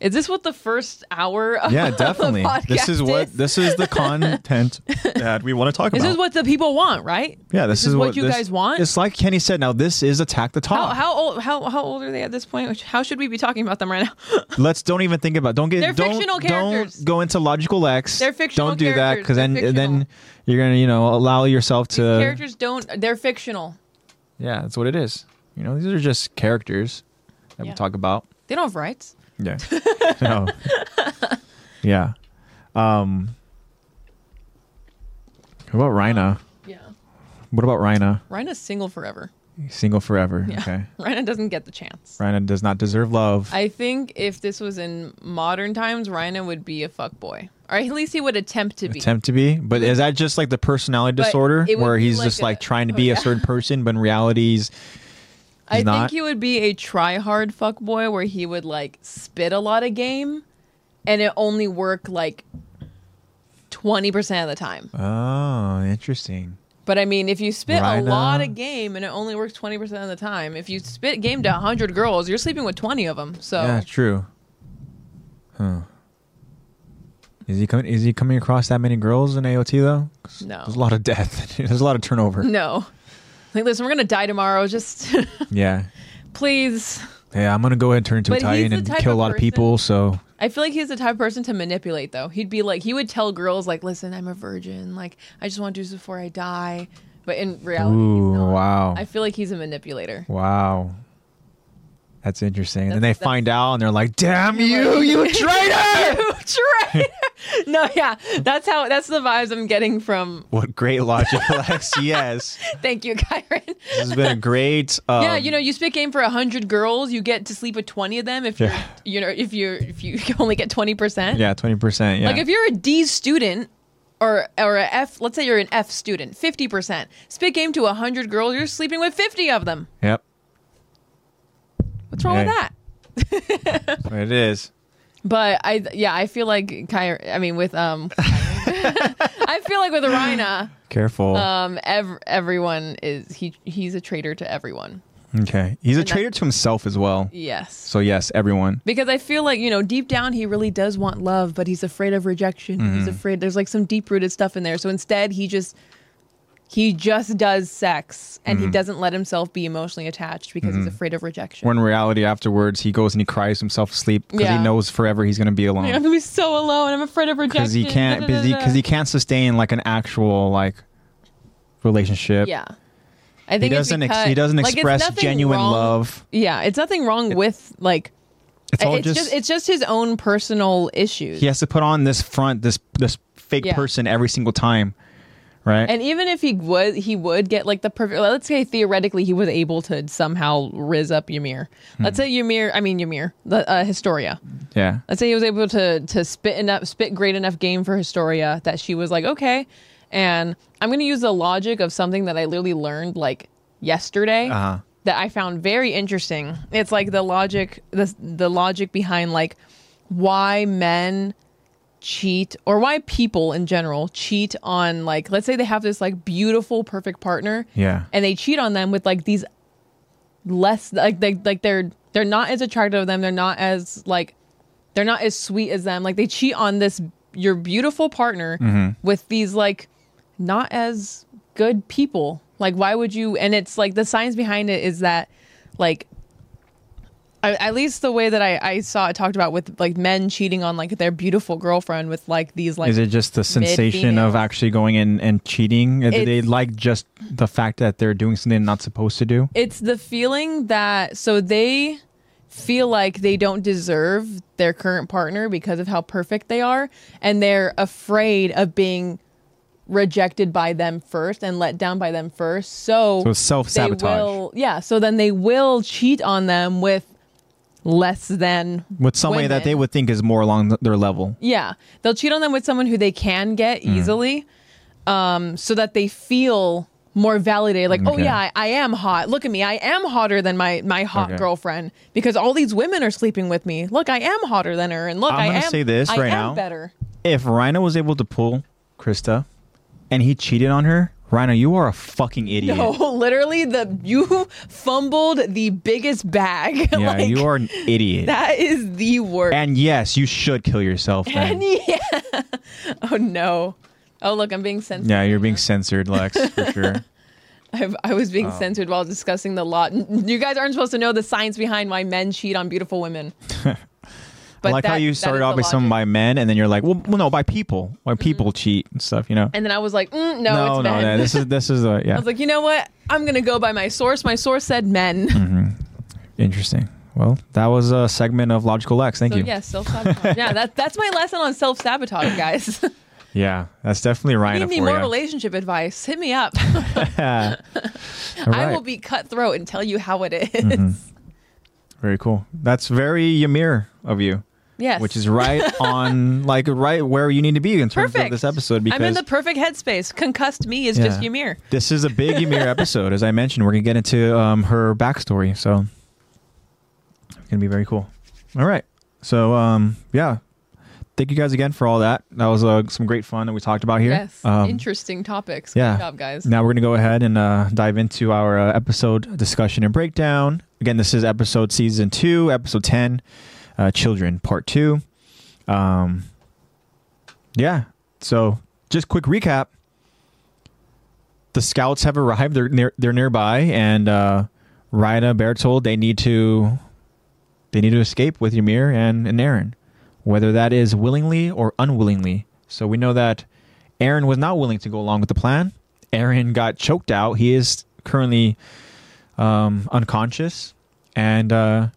S2: Is this what the first hour of
S1: Yeah,
S2: the
S1: definitely. this is
S2: podcast
S1: what this is the content that we want to talk
S2: This
S1: about.
S2: is what the people want, right?
S1: yeah, this,
S2: this is what you
S1: this-
S2: guys want?
S1: It's like Kenny said. Now this is attack the
S2: How,
S1: top.
S2: how old how how old are they at this point? Which- How should we be talking about them right now?
S1: Let's don't even think about. Don't get.
S2: They're
S1: don't,
S2: fictional characters.
S1: Don't go into logical X.
S2: They're fictional
S1: Don't do that
S2: characters.
S1: because then
S2: They're
S1: then you're gonna you know allow yourself to
S2: Characters don't they're fictional.
S1: Yeah, that's what it is. You know, these are just characters that
S2: Yeah.
S1: we talk about.
S2: They don't have rights.
S1: Yeah. so, yeah. Um, what about Rhina?
S2: Yeah.
S1: What about Rhina?
S2: Rhina's single forever.
S1: Single forever.
S2: Yeah.
S1: Okay.
S2: Rhina doesn't get the chance.
S1: Rhina does not deserve love.
S2: I think if this was in modern times, Rhina would be a fuck boy, Or at least he would attempt to be.
S1: Attempt to be, but is that just like the personality
S2: But
S1: disorder
S2: it would
S1: where
S2: be
S1: he's
S2: like
S1: just
S2: a-
S1: like trying to
S2: oh,
S1: be a
S2: yeah.
S1: certain person, but in reality, he's,
S2: I
S1: he's not?
S2: think he would be a try hard fuck boy, where he would like spit a lot of game and it only work like 20% of the time.
S1: oh, interesting.
S2: But I mean, if you spit
S1: Rhino.
S2: a lot of game and it only works 20% of the time, if you spit game to 100 girls, you're sleeping with 20 of them. So
S1: Yeah, true. Huh. Is he coming? Is he coming across that many girls in AOT though? 'Cause
S2: No.
S1: There's a lot of death. there's a lot of turnover.
S2: no. Like, listen, we're going to die tomorrow. Just
S1: Yeah.
S2: please.
S1: Yeah, I'm gonna go ahead and turn into a
S2: But he's
S1: Titan
S2: the
S1: and
S2: type
S1: kill a
S2: of
S1: lot of
S2: person-
S1: people. So
S2: I feel like he's the type of person to manipulate, though. He'd be like, he would tell girls, like, listen, I'm a virgin. Like, I just want to do this before I die. But in reality,
S1: Ooh,
S2: he's not.
S1: wow.
S2: I feel like he's a manipulator.
S1: wow, that's interesting. and then they
S2: That's-
S1: find out and they're like, "Damn you,
S2: like-
S1: you traitor!"
S2: Traitor! no, yeah, that's how. That's the vibes I'm getting from.
S1: what great logic, Lex. yes,
S2: Thank you, Kyron.
S1: this has been a great. Um,
S2: yeah, you know, you spit game for hundred girls, you get to sleep with twenty of them. If you're,
S1: Yeah.
S2: you know, if you're, if you only get twenty percent.
S1: Yeah, twenty percent. Yeah.
S2: Like if you're a D student or or a F, let's say you're an F student, fifty percent spit game to hundred girls, you're sleeping with fifty of them.
S1: yep.
S2: What's wrong with
S1: Hey.
S2: that?
S1: That's what it is.
S2: But I, yeah, I feel like Kyra. I mean, with um, I feel like with Rhina,
S1: Careful.
S2: um, ev- everyone is he he's a traitor to everyone.
S1: okay, he's a
S2: and that-
S1: traitor to himself as well.
S2: Yes.
S1: So yes, everyone.
S2: Because I feel like, you know, deep down he really does want love, but he's afraid of rejection.
S1: Mm-hmm.
S2: He's afraid there's like some deep rooted stuff in there. So instead he just he just does sex and
S1: Mm-hmm.
S2: he doesn't let himself be emotionally attached because he's afraid of rejection.
S1: Or in reality, afterwards, he goes and he cries himself to sleep because
S2: Yeah.
S1: he knows forever he's gonna be alone.
S2: I'm gonna be so alone. I'm afraid of rejection.
S1: because he can't because he, 'cause he can't sustain like an actual like relationship.
S2: Yeah. I think
S1: he
S2: it's
S1: doesn't ex-
S2: because-
S1: he doesn't
S2: like, it's
S1: express
S2: nothing
S1: genuine
S2: wrong-
S1: love.
S2: Yeah, it's nothing wrong with like
S1: It's all
S2: it's
S1: just,
S2: just, it's just his own personal issues.
S1: he has to put on this front, this this fake
S2: Yeah.
S1: person every single time, right?
S2: And even if he would, he would get like the perfect. Let's say theoretically he was able to somehow riz up Ymir. Let's say Ymir, I mean Ymir, the uh, Historia.
S1: yeah,
S2: Let's say he was able to to spit enough, spit great enough game for Historia that she was like, okay. And I'm gonna use the logic of something that I literally learned like yesterday
S1: Uh-huh.
S2: that I found very interesting. It's like the logic, the the logic behind like why men cheat or why people in general cheat on like let's say they have this like beautiful perfect partner
S1: yeah,
S2: and they cheat on them with like these less like they like they're they're not as attractive of them they're not as like they're not as sweet as them like they cheat on this your beautiful partner
S1: Mm-hmm.
S2: with these like not as good people like why would you and it's like the science behind it is that like I, at least the way that I, I saw it talked about with like men cheating on like their beautiful girlfriend with like these like
S1: Is it just the sensation of
S2: female.
S1: actually going in and cheating? Do they
S2: It's-
S1: like just the fact that they're doing something they're not supposed to do?
S2: it's the feeling that so they feel like they don't deserve their current partner because of how perfect they are and they're afraid of being rejected by them first and let down by them first so,
S1: So it's self-sabotage.
S2: they will yeah so then they will cheat on them with less than
S1: With some way that they
S2: women.
S1: would think is more along th- their level.
S2: yeah, they'll cheat on them with someone who they can get
S1: Mm-hmm.
S2: easily, um, so that they feel more validated. Like, oh
S1: Okay.
S2: yeah, I, I am hot. Look at me, I am hotter than my my hot
S1: Okay.
S2: girlfriend because all these women are sleeping with me. Look, I am hotter than her, and look,
S1: I'm
S2: I
S1: gonna
S2: am-
S1: say this
S2: I
S1: right
S2: am
S1: now.
S2: better.
S1: If Rhino was able to pull Krista, and he cheated on her, Rhino, you are a fucking idiot.
S2: No, literally, the you fumbled the biggest bag.
S1: Yeah,
S2: like,
S1: you are an idiot.
S2: That is the worst.
S1: and yes, you should kill yourself. Then.
S2: And yeah. oh no. Oh look, I'm being sensitive.
S1: yeah, you're being censored, Lex, for sure.
S2: I've, I was
S1: Oh.
S2: being censored while discussing the law. N- You guys aren't supposed to know the science behind why men cheat on beautiful women. But
S1: I like how
S2: that-
S1: you
S2: that
S1: started
S2: is
S1: off
S2: the
S1: by some
S2: logic.
S1: by men, and then you're like, well, well no, by people. Why people cheat and stuff, you know?
S2: And then I was like, mm, no,
S1: no,
S2: it's
S1: no,
S2: men.
S1: no, this is this is a yeah,
S2: I was like, you know what? I'm gonna go by my source. My source said men.
S1: Mm-hmm. interesting. Well, that was a segment of Logical Lex. Thank
S2: So
S1: you.
S2: yeah, self sabotage. yeah, that, that's my lesson on self sabotage, guys. If
S1: Yeah, that's definitely Ryan.
S2: you need
S1: for
S2: more
S1: ya.
S2: relationship advice, hit me up.
S1: All
S2: I will
S1: right. Mm-hmm.
S2: be cutthroat and tell you how it is.
S1: Very cool. That's very Ymir of you,
S2: Yes,
S1: which is right on, like right where you need to be in terms
S2: perfect.
S1: of this episode. Because
S2: I'm in the perfect headspace. Concussed me is just
S1: Yeah.
S2: Ymir.
S1: this is a big Ymir episode, as I mentioned. We're gonna get into um, her backstory, so it's gonna be very cool. All right, so um, yeah, thank you guys again for all that. That was uh, some great fun that we talked about here.
S2: Yes,
S1: Um,
S2: interesting topics.
S1: yeah.
S2: Good job, guys.
S1: Now we're going to go ahead and uh, dive into our uh, episode discussion and breakdown. Again, this is episode season two, episode 10, uh, Children, part two. Um, yeah. So just quick recap the scouts have arrived, they're, near, they're nearby, and uh, Rida Bertold, they need to. They need to escape with Ymir and, and Aaron, whether that is willingly or unwillingly. So we know that Aaron was not willing to go along with the plan. Aaron got choked out. He is currently um, unconscious, and uh,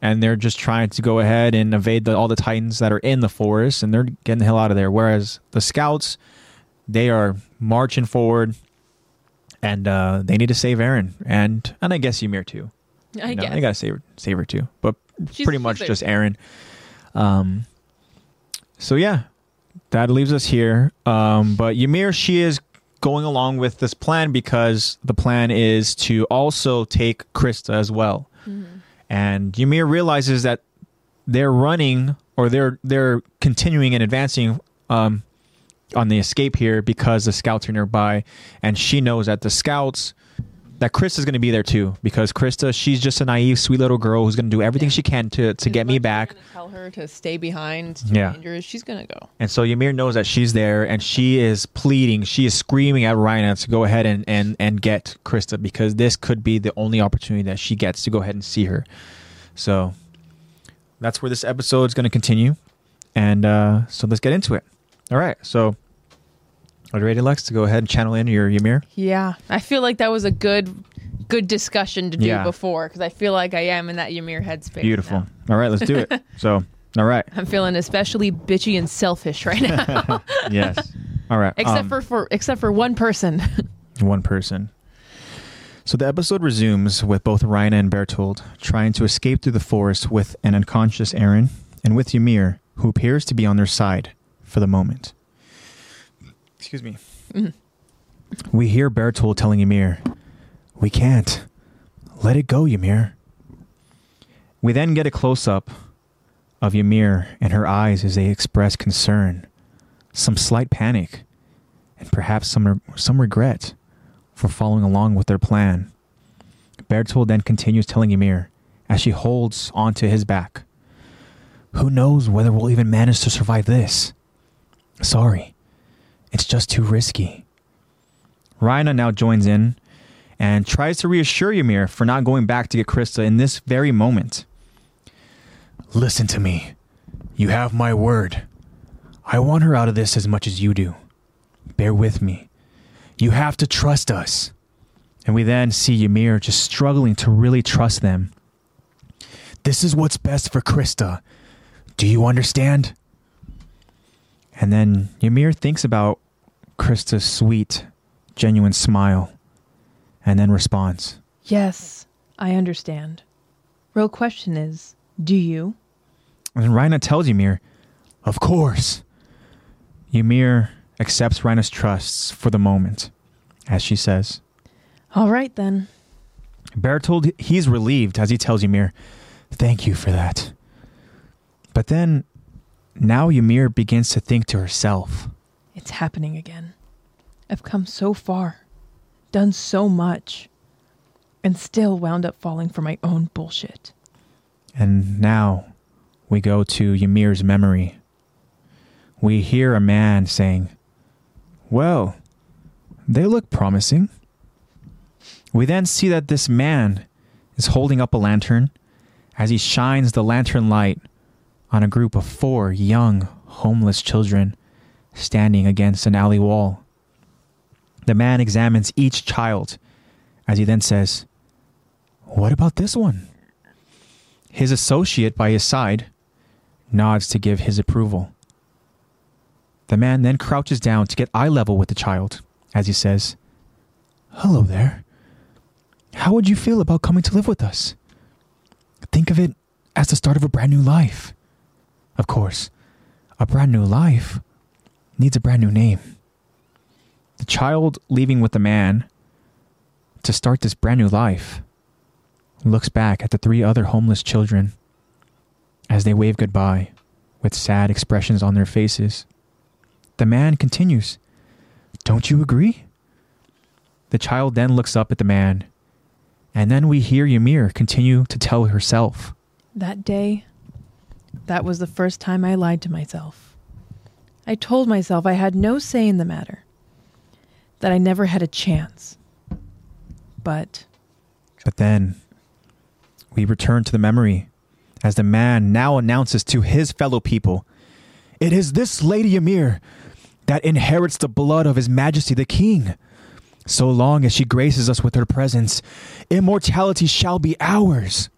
S1: and they're just trying to go ahead and evade the, all the titans that are in the forest, and they're getting the hell out of there. Whereas the scouts, they are marching forward, and uh, they need to save Aaron, and and I guess Ymir too.
S2: I
S1: You know,
S2: guess
S1: they gotta save her, save her too, but
S2: She's-
S1: pretty
S2: she's
S1: much
S2: there.
S1: just Aaron. Um, so yeah, that leaves us here. Um, but Ymir, she is going along with this plan because the plan is to also take Krista as well. And Ymir realizes that they're running or they're they're continuing and advancing um, on the escape here because the scouts are nearby, and she knows that the scouts that Krista's going to be there too because Krista, she's just a naive, sweet little girl who's going to do everything she can to to
S2: As
S1: get me
S2: much as
S1: back.
S2: I'm gonna Tell her to stay behind. To
S1: Yeah.
S2: yeah, injure, she's gonna go.
S1: And so Ymir knows that she's there and she is pleading, she is screaming at Rhina to go ahead and, and, and get Krista because this could be the only opportunity that she gets to go ahead and see her. So that's where this episode is going to continue. And uh, so let's get into it. All right. So are you ready, Lex, to go ahead and channel in your Ymir?
S2: Yeah, I feel like that was a good, good discussion to do
S1: Yeah.
S2: before because I feel like I am in that Ymir headspace.
S1: Beautiful.
S2: now.
S1: All right. Let's do it. So, all right.
S2: I'm feeling especially bitchy and selfish right now,
S1: Yes. All right.
S2: except
S1: um,
S2: for for except for one person.
S1: one person. So the episode resumes with both Rhina and Bertold trying to escape through the forest with an unconscious Aaron and with Ymir, who appears to be on their side for the moment. Excuse me. We hear Bertold telling Ymir, We can't. Let it go, Ymir. We then get a close up of Ymir and her eyes as they express concern, some slight panic, and perhaps some, some regret for following along with their plan. Bertold then continues telling Ymir as she holds onto his back. Who knows whether we'll even manage to survive this? Sorry, it's just too risky. Rhina now joins in and tries to reassure Ymir for not going back to get Krista in this very moment. Listen to me. You have my word. I want her out of this as much as you do. Bear with me. You have to trust us. And we then see Ymir just struggling to really trust them. This is what's best for Krista. Do you understand? And then Ymir thinks about Krista's sweet, genuine smile and then responds.
S2: yes, I understand. Real question is, do you?
S1: And Rhina tells Ymir, Of course. Ymir accepts Rhina's trusts for the moment, as she says.
S2: All right then.
S1: Bertold, he's relieved as he tells Ymir, Thank you for that. But then, now Ymir begins to think to herself.
S2: It's happening again. I've come so far, done so much, and still wound up falling for my own bullshit.
S1: And now we go to Ymir's memory. We hear a man saying, Well, they look promising. We then see that this man is holding up a lantern as he shines the lantern light on a group of four young, homeless children standing against an alley wall. The man examines each child as he then says, What about this one? His associate by his side nods to give his approval. The man then crouches down to get eye level with the child as he says, Hello there. How would you feel about coming to live with us? Think of it as the start of a brand new life. Of course, a brand new life needs a brand new name. The child leaving with the man to start this brand new life looks back at the three other homeless children as they wave goodbye with sad expressions on their faces. The man continues, Don't you agree? The child then looks up at the man, and then we hear Ymir continue to tell herself.
S2: That day, that was the first time I lied to myself. I told myself I had no say in the matter, that I never had a chance. But
S1: But then we return to the memory as the man now announces to his fellow people It is this Lady Ymir that inherits the blood of His Majesty the King. So long as she graces us with her presence, immortality shall be ours.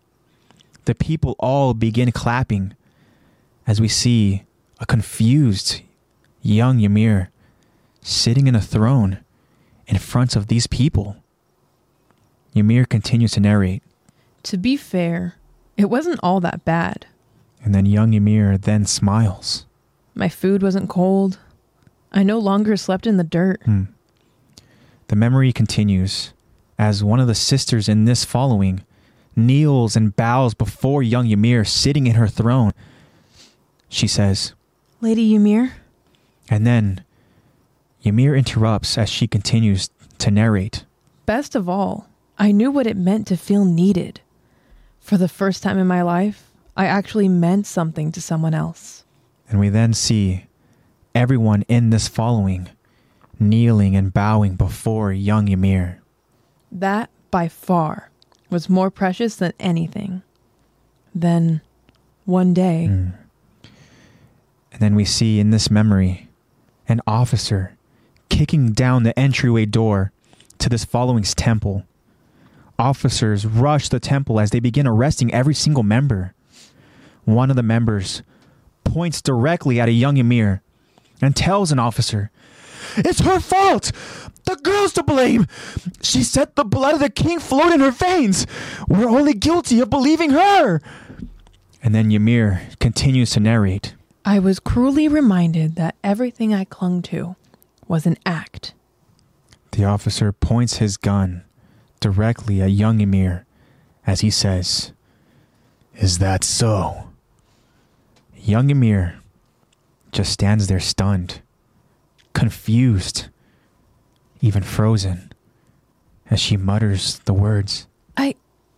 S1: The people all begin clapping as we see a confused young Ymir sitting in a throne in front of these people. Ymir continues to narrate.
S2: to be fair, it wasn't all that bad.
S1: And then young Ymir then smiles.
S2: My food wasn't cold. I no longer slept in the dirt.
S1: Hmm. The memory continues as one of the sisters in this following kneels and bows before young Ymir sitting in her throne. She says,
S2: Lady Ymir,
S1: and then Ymir interrupts as she continues to narrate.
S2: best of all, I knew what it meant to feel needed. For the first time in my life, I actually meant something to someone else.
S1: And we then see everyone in this following kneeling and bowing before young Ymir.
S2: That, by far, was more precious than anything. Then, one day,
S1: Mm. And then we see in this memory an officer kicking down the entryway door to this following's temple. Officers rush the temple as they begin arresting every single member. One of the members points directly at a young Emir and tells an officer, It's her fault! The girl's to blame! She said the blood of the king flowed in her veins! We're only guilty of believing her! And then Ymir continues to narrate.
S2: I was cruelly reminded that everything I clung to was an act.
S1: The officer points his gun directly at young Ymir as he says, Is that so? Young Ymir just stands there stunned, confused, even frozen, as she mutters the words.
S2: I.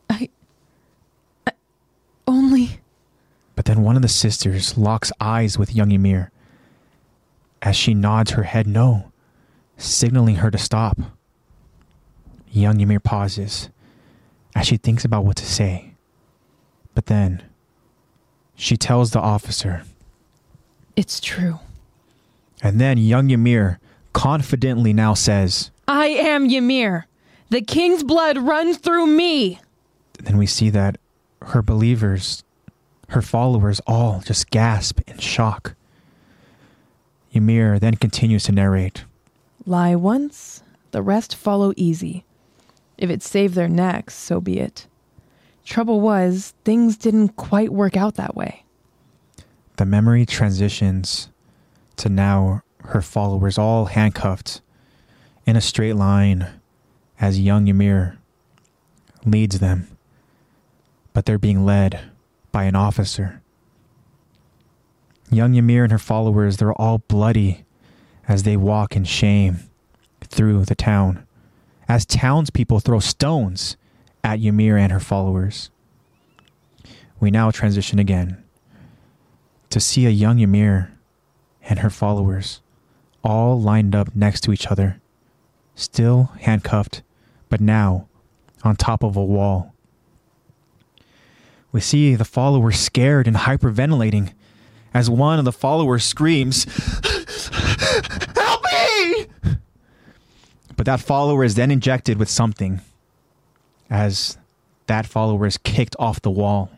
S2: I. I only.
S1: But then one of the sisters locks eyes with young Ymir as she nods her head no, signaling her to stop. Young Ymir pauses as she thinks about what to say. But then she tells the officer,
S2: It's true.
S1: and then young Ymir confidently now says,
S2: I am Ymir. The king's blood runs through me.
S1: then we see that her believers, her followers all just gasp in shock. Ymir then continues to narrate.
S2: Lie once, the rest follow easy. If it saved their necks, so be it. Trouble was, things didn't quite work out that way.
S1: The memory transitions to now her followers all handcuffed in a straight line as young Ymir leads them, but they're being led by an officer. Young Ymir and her followers, they're all bloody as they walk in shame through the town, as townspeople throw stones at Ymir and her followers. We now transition again to see a young Ymir and her followers all lined up next to each other, still handcuffed, but now on top of a wall. We see the followers scared and hyperventilating as one of the followers screams, Help me! But that follower is then injected with something as that follower is kicked off the wall.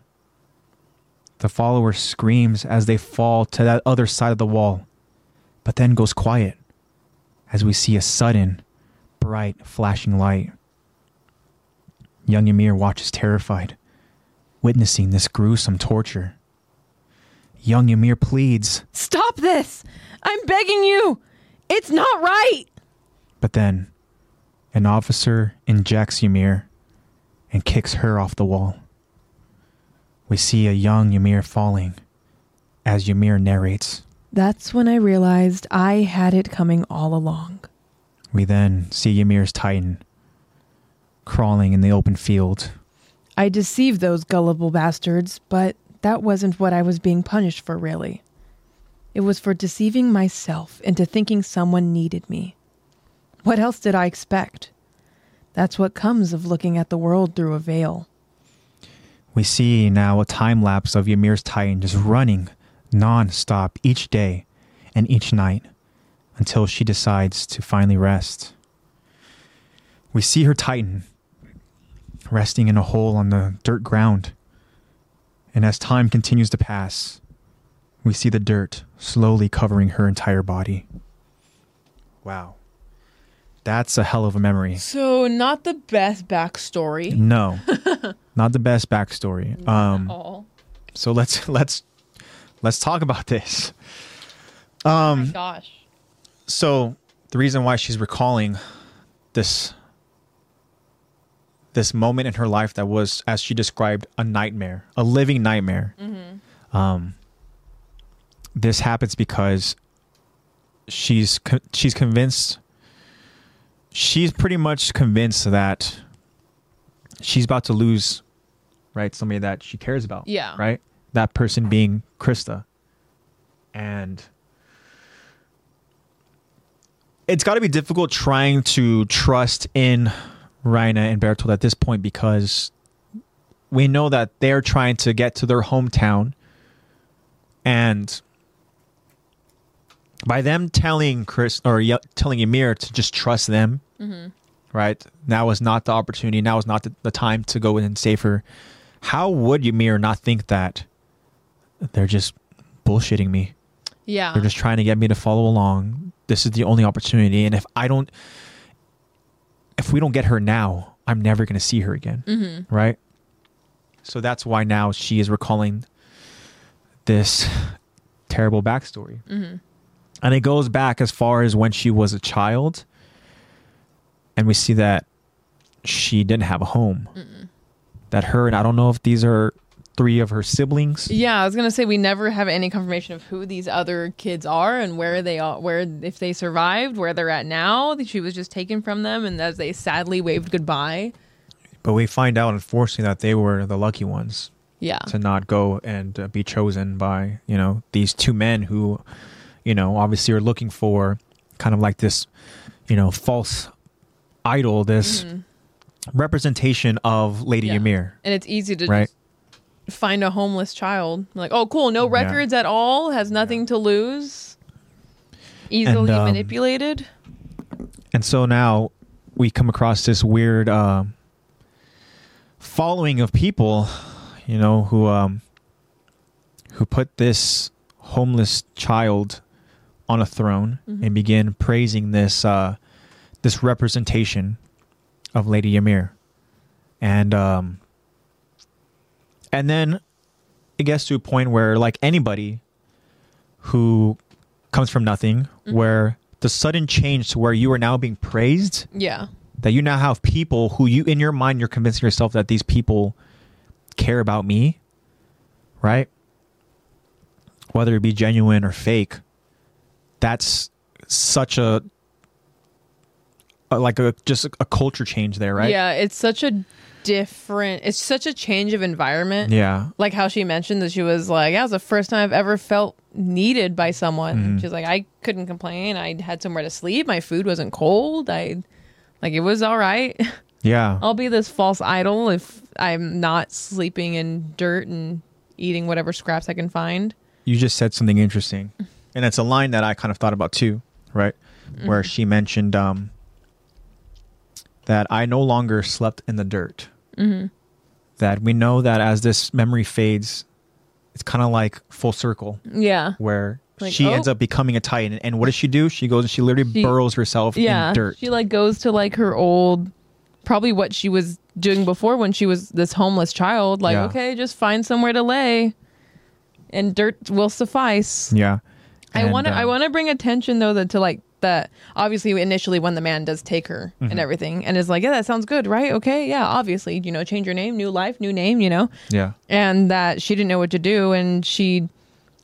S1: The follower screams as they fall to that other side of the wall, but then goes quiet as we see a sudden, bright, flashing light. Young Ymir watches terrified, witnessing this gruesome torture. Young Ymir pleads,
S2: Stop this! I'm begging you! It's not right!
S1: but then an officer injects Ymir and kicks her off the wall. We see a young Ymir falling as Ymir narrates.
S2: That's when I realized I had it coming all along.
S1: We then see Ymir's Titan crawling in the open field.
S2: I deceived those gullible bastards, but that wasn't what I was being punished for, really. It was for deceiving myself into thinking someone needed me. What else did I expect? That's what comes of looking at the world through a veil.
S1: We see now a time lapse of Ymir's Titan just running non stop each day and each night until she decides to finally rest. We see her Titan resting in a hole on the dirt ground. And as time continues to pass, we see the dirt slowly covering her entire body. Wow. That's a hell of a memory.
S2: So, not the best backstory.
S1: No. Not the best backstory. Um
S2: all.
S1: so let's let's let's talk about this
S2: my
S1: Mm-hmm.
S2: gosh.
S1: so the reason why she's recalling this this moment in her life that was as she described a nightmare a living nightmare um, this happens because she's con- she's convinced she's pretty much convinced that she's about to lose right somebody that she cares about
S2: Yeah.
S1: right that person being krista and it's got to be difficult trying to trust in Reina and Bertold at this point because we know that they're trying to get to their hometown. And by them telling Chris or ye- telling Ymir to just trust them, right? Now is not the opportunity. Now is not the, the time to go in and save her. How would Ymir not think that they're just bullshitting me?
S2: Yeah.
S1: They're just trying to get me to follow along. This is the only opportunity. And if I don't, if we don't get her now, I'm never going to see her again.
S2: Mm-hmm.
S1: Right. So that's why now she is recalling this terrible backstory. And it goes back as far as when she was a child. And we see that she didn't have a home. That her, and I don't know if these are three of her siblings.
S2: Yeah, I was gonna say we never have any confirmation of who these other kids are and where they are, where if they survived, where they're at now. She was just taken from them, and as they sadly waved goodbye.
S1: But we find out, unfortunately, that they were the lucky ones.
S2: Yeah,
S1: to not go and uh, be chosen by you know these two men who you know obviously are looking for kind of like this you know false idol this representation of lady
S2: Yeah.
S1: ymir
S2: and it's easy to
S1: right
S2: just find a homeless child. Like, oh, cool, no records at all, has nothing to lose, easily
S1: um,
S2: manipulated.
S1: and so now we come across this weird um following of people you know who um who put this homeless child on a throne and begin praising this uh this representation of lady ymir and um and then it gets to a point where like anybody who comes from nothing where the sudden change to where you are now being praised
S2: Yeah,
S1: that you now have people who you in your mind you're convincing yourself that these people care about me right whether it be genuine or fake that's such a, a- like a just a, a culture change there right
S2: yeah, it's such a different. It's such a change of environment.
S1: yeah
S2: like how she mentioned that she was like, that was the first time I've ever felt needed by someone.
S1: Mm-hmm.
S2: She's like, I couldn't complain. I had somewhere to sleep. My food wasn't cold. I like it was all right.
S1: yeah
S2: I'll be this false idol if I'm not sleeping in dirt and eating whatever scraps I can find.
S1: you just said something interesting, and it's a line that I kind of thought about too, right?
S2: Mm-hmm.
S1: Where she mentioned um, that I no longer slept in the dirt.
S2: Mm-hmm.
S1: That we know that as this memory fades, it's kind of like full circle
S2: Yeah.
S1: where
S2: Like,
S1: she
S2: oh.
S1: ends up becoming a titan. And what does she do? She goes and she literally
S2: She-
S1: burrows herself
S2: Yeah.
S1: in dirt.
S2: She like goes to like her old probably what she was doing before when she was this homeless child like
S1: Yeah.
S2: okay, just find somewhere to lay and dirt will suffice.
S1: yeah.
S2: I
S1: And,
S2: want to
S1: uh,
S2: I want to bring attention though that to like that obviously initially when the man does take her
S1: Mm-hmm.
S2: and everything and is like, "Yeah, that sounds good, right? Okay, yeah, obviously, you know, change your name, new life, new name, you know."
S1: Yeah.
S2: and that she didn't know what to do and she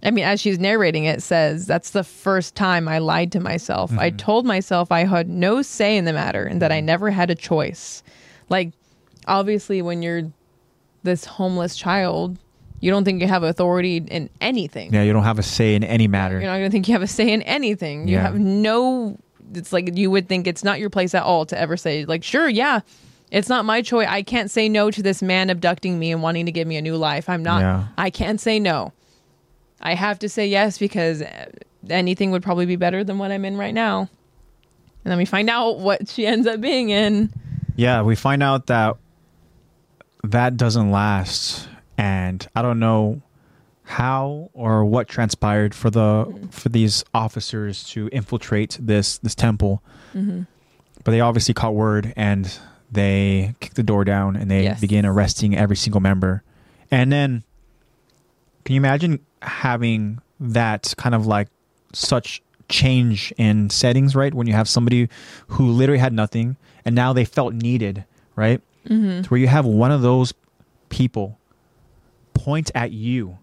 S2: i mean as she's narrating it says that's the first time i lied to myself i
S1: Mm-hmm.
S2: told myself i had no say in the matter and that i never had a choice like obviously when you're this homeless child you don't think you have authority in anything
S1: Yeah. You don't have a say in any matter.
S2: you're not going to think you have a say in anything you
S1: Yeah.
S2: have no it's like you would think it's not your place at all to ever say like sure yeah it's not my choice i can't say no to this man abducting me and wanting to give me a new life i'm not
S1: Yeah.
S2: i can't say no i have to say yes because uh, anything would probably be better than what i'm in right now and then we find out what she ends up being in
S1: Yeah, we find out that that doesn't last, and I don't know how or what transpired for the for these officers to infiltrate this this temple. But they obviously caught word, and they kick the door down, and they
S2: Yes.
S1: begin arresting every single member. And then, can you imagine having that kind of like such change in settings, right? When you have somebody who literally had nothing and now they felt needed, right? Mm-hmm. To where you have one of those people point at you,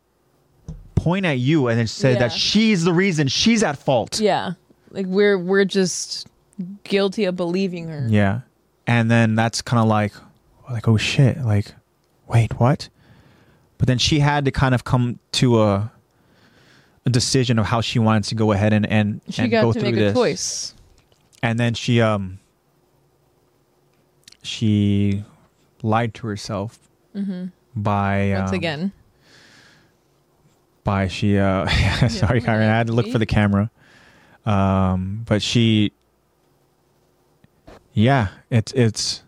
S1: point at you, and then say that
S2: Yeah.
S1: she's the reason, she's at fault.
S2: yeah like we're we're just guilty of believing her
S1: Yeah. And then that's kind of like, like, oh shit, like, wait, what? But then she had to kind of come to a, a decision of how she wanted to go ahead and and,
S2: she
S1: and go
S2: got to
S1: through
S2: make a
S1: this.
S2: choice
S1: And then she um she lied to herself by
S2: Mm-hmm. once
S1: um,
S2: again
S1: by she uh sorry Kyron, I had to look for the camera. Um but she Yeah, it's it's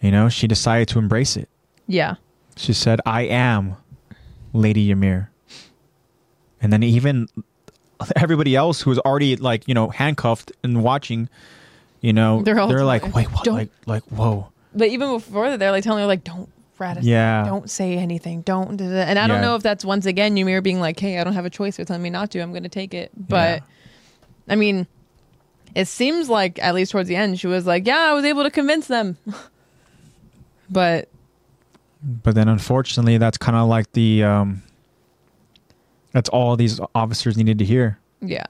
S1: you know, she decided to embrace it.
S2: yeah
S1: She said, I am Lady Ymir. And then even everybody else who was already like, you know, handcuffed and watching, you know,
S2: They're
S1: they're,
S2: all
S1: like,
S2: like,
S1: wait, what?
S2: "Don't-
S1: Like, like, whoa.
S2: but even before that, they're like telling her like, "Don't rat us.
S1: Yeah.
S2: out. Don't say anything. Don't." da- da- da." And I don't
S1: Yeah.
S2: know if that's once again Ymir being like, "Hey, I don't have a choice. They're telling me not to. I'm going to take it." But I mean, it seems like at least towards the end, she was like, "Yeah, I was able to convince them." but
S1: But then unfortunately, that's kind of like the, um, that's all these officers needed to hear.
S2: yeah,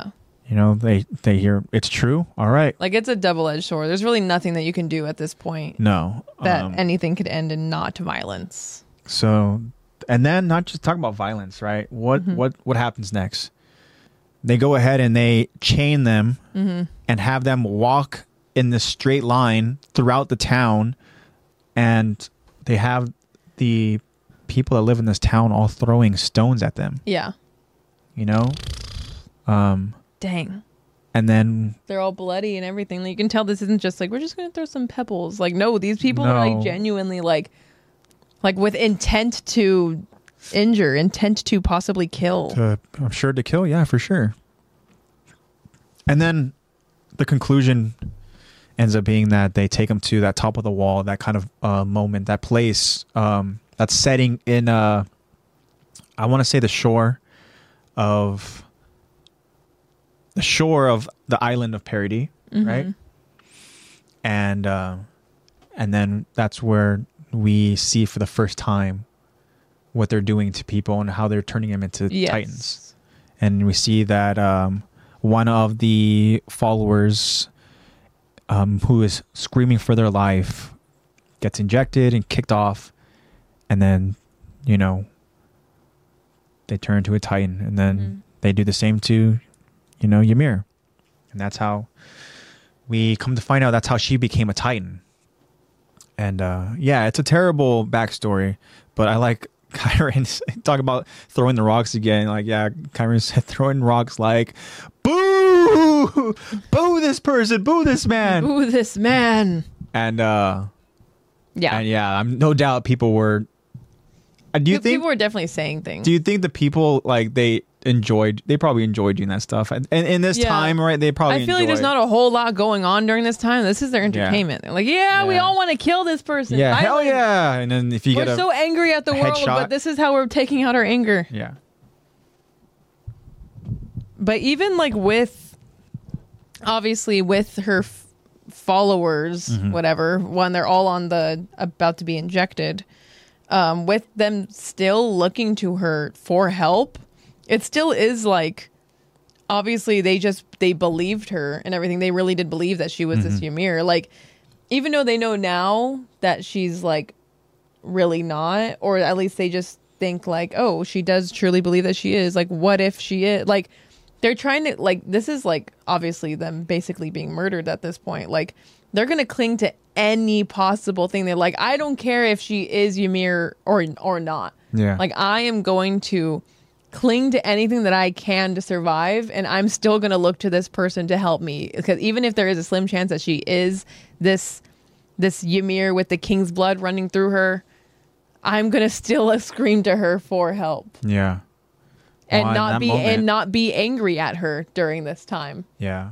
S1: You know, they, they hear it's true. All right.
S2: like it's a double-edged sword. There's really nothing that you can do at this point
S1: No.
S2: that
S1: Um,
S2: anything could end in not violence.
S1: So, and then not just talk about violence, right? What what what happens next? They go ahead and they chain them and have them walk in this straight line throughout the town, and they have the people that live in this town all throwing stones at them,
S2: Yeah,
S1: you know. Um,
S2: dang.
S1: and then
S2: they're all bloody and everything. Like, you can tell this isn't just like we're just gonna throw some pebbles. Like no, these people are
S1: No.
S2: like genuinely like, like with intent to injure, intent to possibly kill.
S1: to, I'm sure to kill, yeah, for sure. And then the conclusion ends up being that they take him to that top of the wall, that kind of uh, moment, that place, um, that setting in, uh, I want to say the shore of the shore of the island of Parody,
S2: Mm-hmm.
S1: right? And uh, and then that's where we see for the first time what they're doing to people and how they're turning them into
S2: Yes.
S1: titans and we see that um, one of the followers um, who is screaming for their life gets injected and kicked off and then you know they turn to a titan and then
S2: Mhm.
S1: they do the same to you know ymir and that's how we come to find out that's how she became a titan and uh, yeah it's a terrible backstory but i like Kyron talk about throwing the rocks again. Like, yeah, Kyron said throwing rocks like boo boo this person, boo this man.
S2: Ooh, this man.
S1: And uh
S2: Yeah.
S1: and yeah, I'm no doubt people were Uh, do you
S2: Pe-
S1: think
S2: people were definitely saying things.
S1: do you think the people like they enjoyed they probably enjoyed doing that stuff and in, in this
S2: Yeah.
S1: time right they probably
S2: I feel like there's
S1: enjoyed-
S2: not a whole lot going on during this time. This is their
S1: Yeah.
S2: entertainment. They're like, yeah, we
S1: Yeah.
S2: all want to kill this person.
S1: yeah hell
S2: Violence.
S1: yeah and then if you
S2: We're
S1: get a
S2: so angry at the world,
S1: headshot.
S2: but this is how we're taking out our anger.
S1: yeah
S2: But even like with, obviously with her f- followers, whatever, when they're all on the about to be injected, um, with them still looking to her for help, it still is like, obviously they just they believed her and everything. They really did believe that she was this Ymir. Like, even though they know now that she's like really not, or at least they just think like, oh, she does truly believe that she is. Like, what if she is? Like, they're trying to like this is like obviously them basically being murdered at this point. Like, they're gonna cling to any possible thing. They're like, I don't care if she is Ymir or or not.
S1: yeah
S2: Like, I am going to cling to anything that I can to survive, and I'm still going to look to this person to help me. Because even if there is a slim chance that she is this this Ymir with the king's blood running through her, I'm going to still scream to her for help
S1: yeah
S2: and
S1: Well, in that
S2: not be
S1: moment-
S2: and not be angry at her during this time.
S1: Yeah.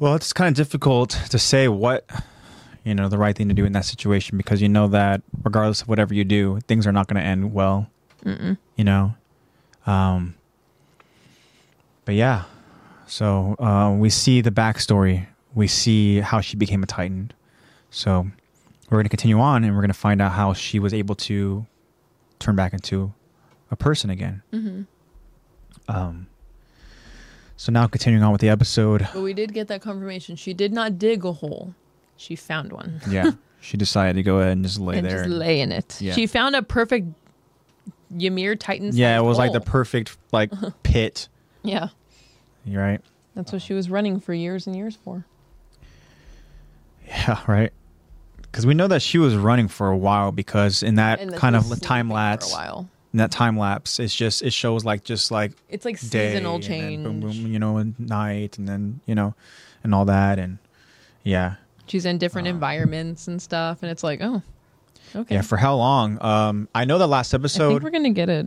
S1: Well, it's kind of difficult to say what you know the right thing to do in that situation because you know that regardless of whatever you do, things are not going to end well. You know. Um. But yeah, so uh, we see the backstory. We see how she became a Titan. So we're going to continue on, and we're going to find out how she was able to turn back into a person again. Um. So now continuing on with the episode,
S2: But we did get that confirmation. She did not dig a hole; she found one
S1: yeah, she decided to go ahead and just lay
S2: and
S1: there.
S2: just lay in it.
S1: Yeah.
S2: She found a perfect Ymir Titan.
S1: yeah, it was like the perfect like pit,
S2: Yeah.
S1: You're right?
S2: That's
S1: Uh,
S2: what she was running for years and years for.
S1: Yeah, right. Because we know that she was running for a while because in that
S2: And this
S1: kind
S2: was
S1: of time
S2: sleeping for
S1: lapse,
S2: a while.
S1: in that time lapse, it's just it shows like just like
S2: It's like
S1: day,
S2: seasonal
S1: and then
S2: change.
S1: boom, boom, you know, and night, and then you know, and all that, and yeah,
S2: She's in different environments and stuff, and it's like, oh, okay.
S1: Uh, yeah. For how long? Um, I know the last
S2: I
S1: episode.
S2: think we're gonna get it.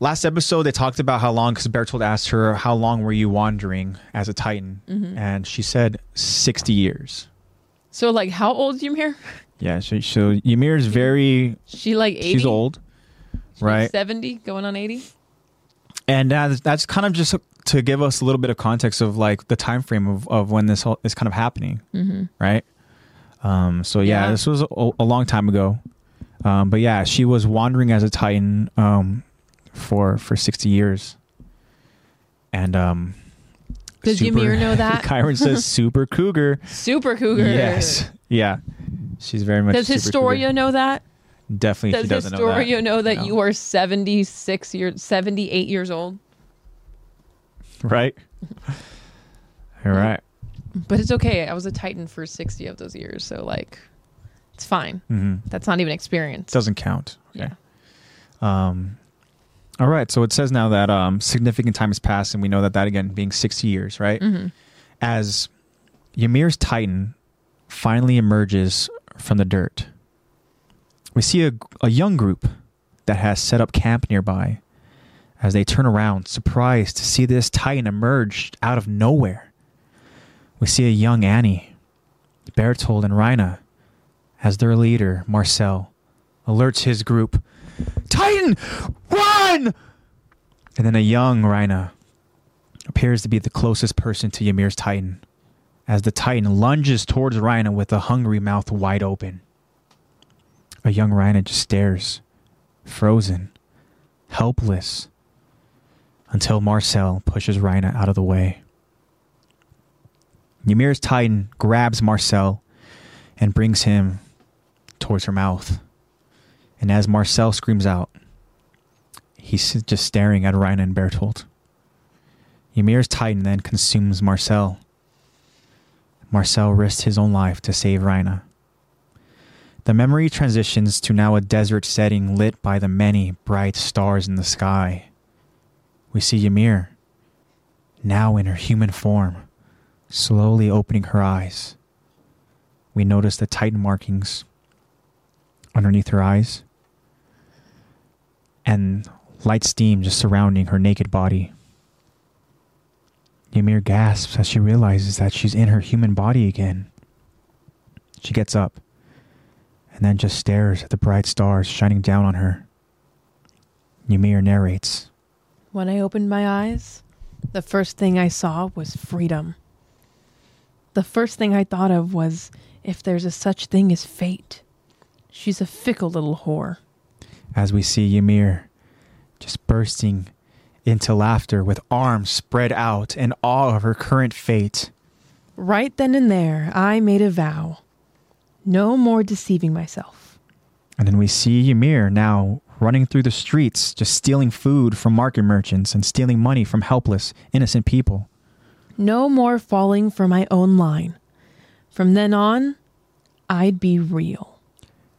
S1: last episode they talked about how long because bertold asked her how long were you wandering as a titan
S2: Mm-hmm.
S1: and she said 60 years
S2: So, like, how old you Ymir?
S1: yeah so, so ymir's very
S2: She like eighty.
S1: she's old right
S2: Seventy, going on eighty.
S1: and uh, that's- that's kind of just to give us a little bit of context of like the time frame of, of when this whole is kind of happening
S2: Mm-hmm.
S1: right um, so yeah,
S2: Yeah.
S1: this was a, a long time ago um, but yeah she was wandering as a titan um, for for 60 years and um
S2: Does Ymir know that?
S1: Kyron says super cougar.
S2: Super cougar.
S1: Yes. Yeah. She's very much
S2: Does
S1: super
S2: Historia know that?
S1: cougar. definitely
S2: Does
S1: she doesn't
S2: Historia
S1: know
S2: know that,
S1: No.
S2: you are seventy-six years, seventy-eight years old?
S1: that. Right?
S2: Mm-hmm.
S1: All right.
S2: But it's okay. I was a Titan for sixty of those years, so like, it's fine.
S1: Mhm.
S2: That's not even experience.
S1: Doesn't count.
S2: yeah.
S1: Um all right, so it says now that um, significant time has passed, and we know that that again being sixty years, right?
S2: Mm-hmm.
S1: As Ymir's Titan finally emerges from the dirt, we see a, a young group that has set up camp nearby. As they turn around, surprised to see this Titan emerge out of nowhere, we see a young Annie, Bertold, and Rhina as their leader, Marcel, alerts his group Titan, run! And then a young Rhina appears to be the closest person to Ymir's Titan, as the Titan lunges towards Rhina with a hungry mouth wide open. A young Rhina just stares, frozen, helpless, until Marcel pushes Rhina out of the way. Ymir's Titan grabs Marcel and brings him towards her mouth. And as Marcel screams out, he's just staring at Rhina and Bertolt. Ymir's Titan then consumes Marcel. Marcel risks his own life to save Rhina. The memory transitions to now a desert setting lit by the many bright stars in the sky. We see Ymir, now in her human form, slowly opening her eyes. We notice the Titan markings underneath her eyes and light steam just surrounding her naked body. Ymir gasps as she realizes that she's in her human body again. She gets up and then just stares at the bright stars shining down on her. Ymir narrates.
S2: When I opened my eyes, the first thing I saw was freedom. The first thing I thought of was if there's a such thing as fate. She's a fickle little whore.
S1: as we see Ymir just bursting into laughter with arms spread out in awe of her current fate.
S2: Right then and there, I made a vow no more deceiving myself.
S1: And then we see Ymir now running through the streets, just stealing food from market merchants and stealing money from helpless, innocent people.
S2: No more falling for my own line. From then on, I'd be real.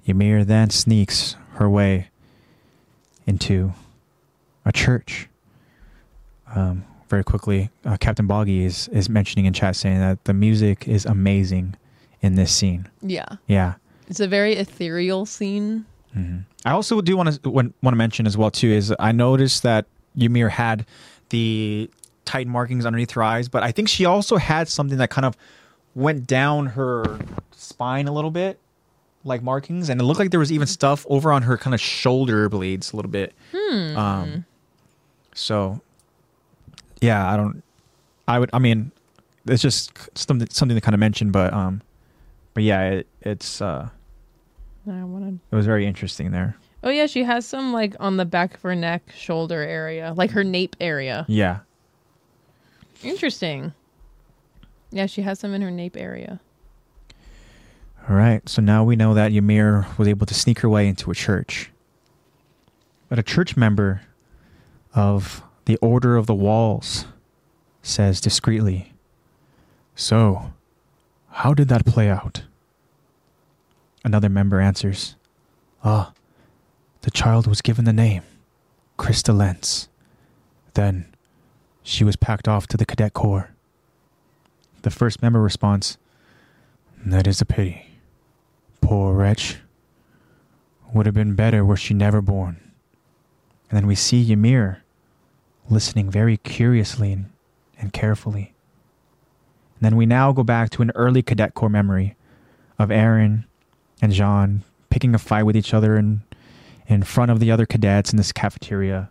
S1: Ymir then sneaks her way into a church. Um, very quickly, uh, Captain Boggy is, is mentioning in chat saying that the music is amazing in this scene.
S2: Yeah.
S1: Yeah.
S2: It's a very ethereal scene.
S1: I also do want to want to mention as well too is I noticed that Ymir had the tight markings underneath her eyes, but I think she also had something that kind of went down her spine a little bit, like markings, and it looked like there was even stuff over on her kind of shoulder blades a little bit. Um, so yeah, I don't. I would. I mean, it's just something something to kind of mention, but um, but yeah, it, it's uh,
S2: I wanna...
S1: it was very interesting there.
S2: Oh, yeah, she has some like on the back of her neck, shoulder area, like her nape area.
S1: Yeah.
S2: Interesting. Yeah, she has some in her nape area.
S1: All right, so now we know that Ymir was able to sneak her way into a church. But a church member of the Order of the Walls says discreetly, So, how did that play out? Another member answers, Ah, the child was given the name, Krista Lentz. Then, she was packed off to the cadet corps. The first member responds, That is a pity. Poor wretch. Would have been better were she never born. And then we see Ymir listening very curiously and, and carefully. And then we now go back to an early cadet corps memory of Aaron and Jean picking a fight with each other in, in front of the other cadets in this cafeteria.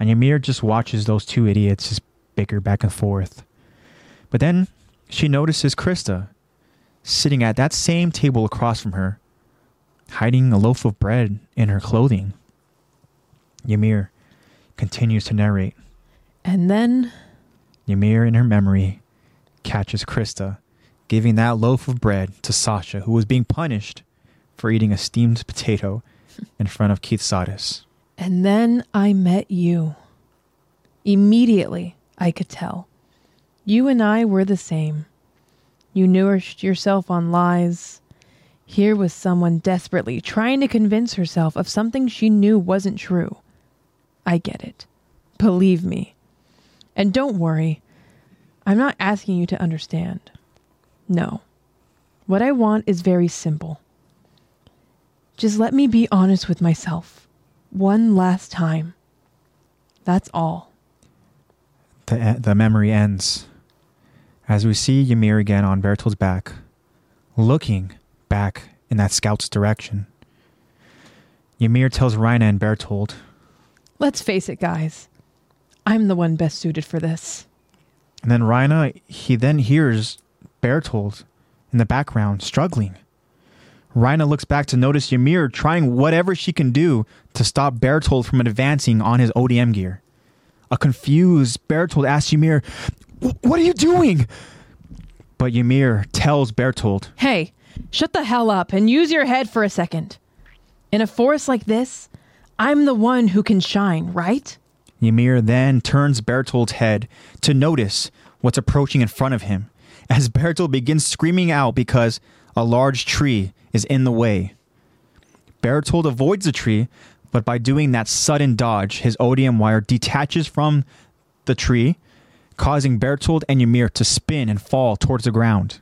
S1: And Ymir just watches those two idiots just bicker back and forth. But then she notices Krista sitting at that same table across from her, hiding a loaf of bread in her clothing. Ymir continues to narrate.
S2: And then
S1: Ymir, in her memory, catches Krista giving that loaf of bread to Sasha, who was being punished for eating a steamed potato in front of Keith Sardis.
S2: And then I met you. Immediately, I could tell. You and I were the same. You nourished yourself on lies. Here was someone desperately trying to convince herself of something she knew wasn't true. I get it. Believe me. And don't worry, I'm not asking you to understand. No. What I want is very simple. Just let me be honest with myself one last time. That's all.
S1: The, the memory ends as we see Ymir again on Vertol's back, looking back in that scout's direction. Ymir tells Reina and Bertold,
S2: Let's face it, guys. I'm the one best suited for this.
S1: and then Reina, he then hears Bertold in the background struggling. Reina looks back to notice Ymir trying whatever she can do to stop Bertold from advancing on his ODM gear. A confused Bertold asks Ymir, "Wh- What are you doing? But Ymir tells Bertold,
S2: Hey, shut the hell up and use your head for a second. In a forest like this, I'm the one who can shine, right?
S1: Ymir then turns Bertold's head to notice what's approaching in front of him as Bertold begins screaming out because a large tree is in the way. Bertold avoids the tree, but by doing that sudden dodge, his odium wire detaches from the tree, causing Bertold and Ymir to spin and fall towards the ground.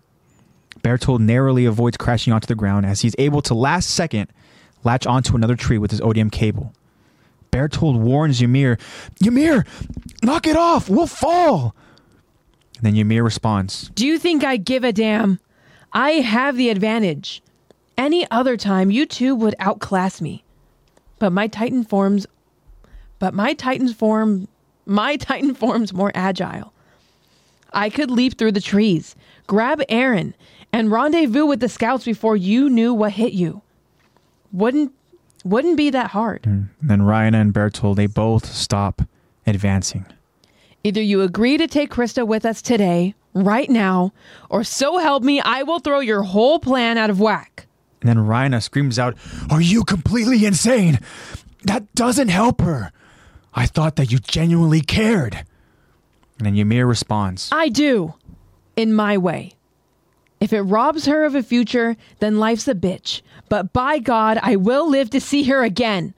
S1: Bertold narrowly avoids crashing onto the ground as he's able to last second latch onto another tree with his odium cable. Bertold warns Ymir, Ymir, knock it off, we'll fall. And then Ymir responds,
S2: Do you think I give a damn? I have the advantage. Any other time, you two would outclass me. But my Titan forms, but my Titan's form, my Titan form's more agile. I could leap through the trees, grab Aaron, and rendezvous with the scouts before you knew what hit you. Wouldn't wouldn't be that hard.
S1: And then Ryan and Bertold, they both stop advancing.
S2: Either you agree to take Krista with us today, right now, or so help me, I will throw your whole plan out of whack.
S1: And then Rhina screams out, Are you completely insane? That doesn't help her. I thought that you genuinely cared. And then Ymir responds,
S2: I do, in my way. If it robs her of a future, then life's a bitch. But by God, I will live to see her again.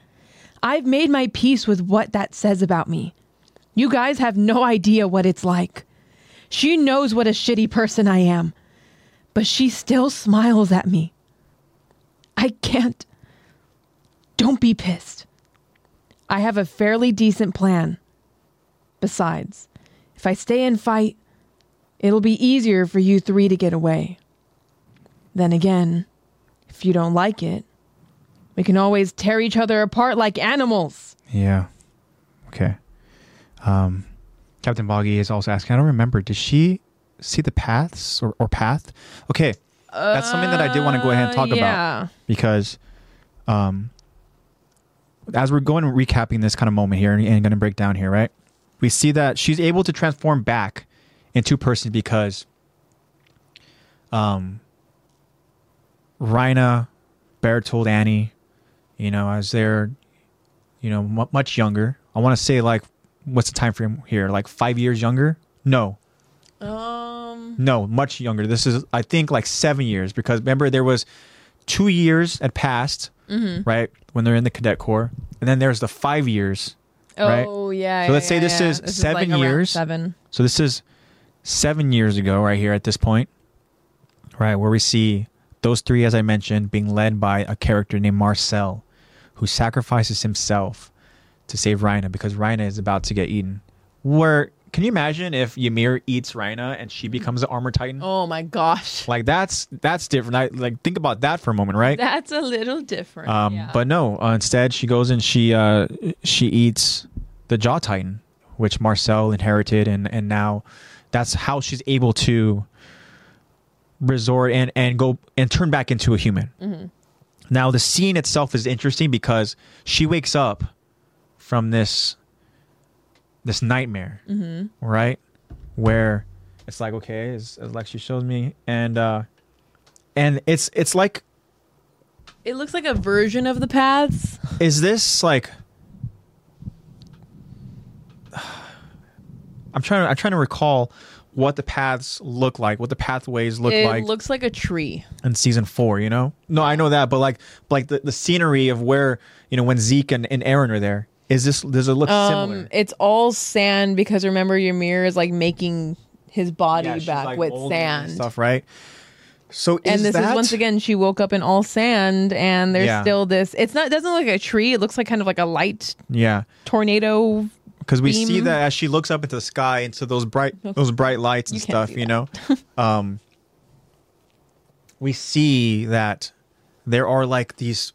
S2: I've made my peace with what that says about me. You guys have no idea what it's like. She knows what a shitty person I am, but she still smiles at me. I can't. Don't be pissed. I have a fairly decent plan. Besides, if I stay and fight, it'll be easier for you three to get away. Then again, if you don't like it, we can always tear each other apart like animals.
S1: Yeah. Okay. Um, Captain Boggy is also asking, I don't remember, did she see the paths or, or path? Okay. That's something that I did want to go ahead and
S2: Uh,
S1: talk about.
S2: yeah.
S1: because um as we're going recapping this kind of moment here and, and going to break down here right we see that she's able to transform back into person because um Rhina Bear told Annie you know as they're you know mu much younger I want to say like what's the time frame here like 5 years younger no
S2: Um.
S1: no, much younger. This is, I think, like seven years because remember there was two years had passed,
S2: Mm-hmm.
S1: right, when they're in the cadet corps, and then there's the five years. Right?
S2: Oh yeah.
S1: So let's
S2: yeah,
S1: say
S2: yeah,
S1: this
S2: yeah.
S1: is seven
S2: around
S1: years.
S2: Seven.
S1: So this is seven years ago, right here at this point, right where we see those three, as I mentioned, being led by a character named Marcel, who sacrifices himself to save Rhina because Rhina is about to get eaten. Where can you imagine if Ymir eats Rhina and she becomes an armor titan?
S2: Oh my gosh.
S1: Like that's that's different. I like think about that for a moment, right?
S2: That's a little different.
S1: Um,
S2: yeah.
S1: But no, uh, instead she goes and she uh, she eats the Jaw Titan, which Marcel inherited, and and now that's how she's able to resort and and go and turn back into a human. Now the scene itself is interesting because she wakes up from this this nightmare, right? Where it's like okay, as, as Lexi shows me, and uh, and it's it's like
S2: it looks like a version of the paths.
S1: is this like I'm trying to I'm trying to recall what the paths look like, what the pathways look
S2: it
S1: like
S2: looks like a tree.
S1: in season four, you know? No, I know that, but like like the, the scenery of where, you know, when Zeke and, and Aaron are there. Is this does it look
S2: Um,
S1: similar?
S2: it's all sand because remember your mirror is like making his body
S1: Yeah, she's,
S2: back
S1: like,
S2: with
S1: molding and
S2: sand.
S1: stuff, right? So is
S2: and this is
S1: that-
S2: once again she woke up in all sand and there's
S1: Yeah.
S2: still this it's not it doesn't look like a tree it looks like kind of like a light
S1: Yeah.
S2: tornado
S1: because we see
S2: beam.
S1: that as she looks up into the sky into those bright those bright lights and
S2: You
S1: stuff
S2: can't see
S1: you know um we see that there are like these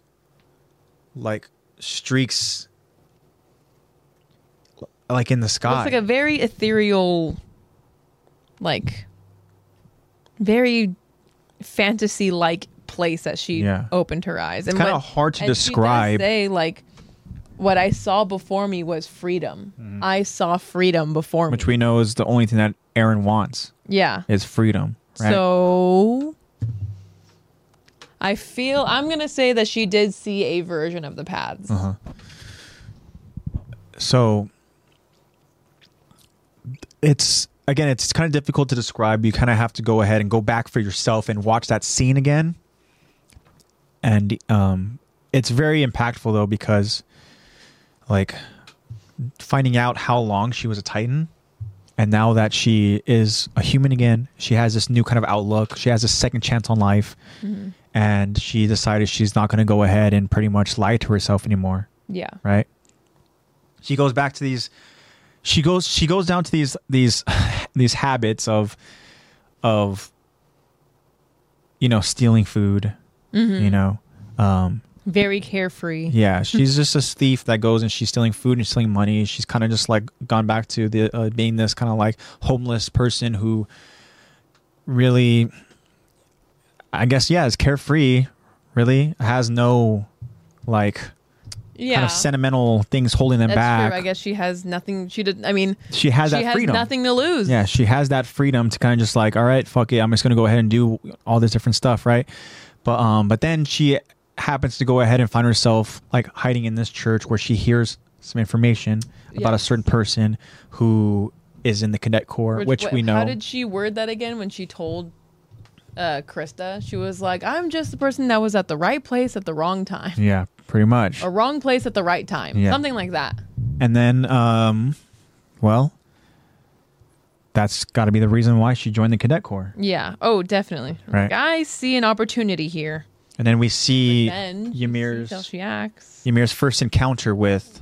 S1: like streaks like in the sky
S2: looks like a very ethereal like very fantasy like place that she
S1: Yeah.
S2: opened her eyes and
S1: kinda
S2: what-
S1: hard to
S2: and she does
S1: describe.
S2: say like what i saw before me was freedom i saw freedom before
S1: Mm-hmm. which
S2: me
S1: we know is the only thing that aaron wants
S2: yeah
S1: is freedom right
S2: So I feel I'm gonna say that she did see a version of the paths.
S1: Mm. Uh-huh. so it's again it's kind of difficult to describe you kind of have to go ahead and go back for yourself and watch that scene again and um it's very impactful though because like finding out how long she was a titan and now that she is a human again she has this new kind of outlook she has a second chance on life and she decided she's not going to go ahead and pretty much lie to herself anymore
S2: Yeah.
S1: right she goes back to these she goes she goes down to these these these habits of of you know stealing food
S2: Mm-hmm.
S1: you know um
S2: Very carefree.
S1: yeah, she's just this thief that goes and she's stealing food and stealing money. She's kind of just like gone back to the uh, being this kind of like homeless person who really, I guess, yeah, is carefree. Really has no like
S2: Yeah.
S1: kind of sentimental things holding them
S2: That's
S1: back.
S2: true. I guess she has nothing. She didn't. I mean,
S1: She has
S2: she
S1: that
S2: has
S1: freedom.
S2: nothing to lose.
S1: Yeah, she has that freedom to kind of just like, all right, fuck it, I'm just gonna go ahead and do all this different stuff, right? But um, but then she happens to go ahead and find herself like hiding in this church where she hears some information about a
S2: Yes.
S1: certain person who is in the cadet corps,
S2: Which-
S1: which,
S2: wh-
S1: we know.
S2: How did she word that again when she told uh, Krista? She was like, "I'm just the person that was at the right place at the wrong time,
S1: yeah, pretty much.
S2: or wrong place at the right time,
S1: Yeah.
S2: something like that."
S1: And then um, well, that's got to be the reason why she joined the cadet corps.
S2: Yeah. Oh, definitely. I'm
S1: Right.
S2: like, I see an opportunity here.
S1: And then we see
S2: Then you see how
S1: Ymir's
S2: she acts.
S1: Ymir's first encounter with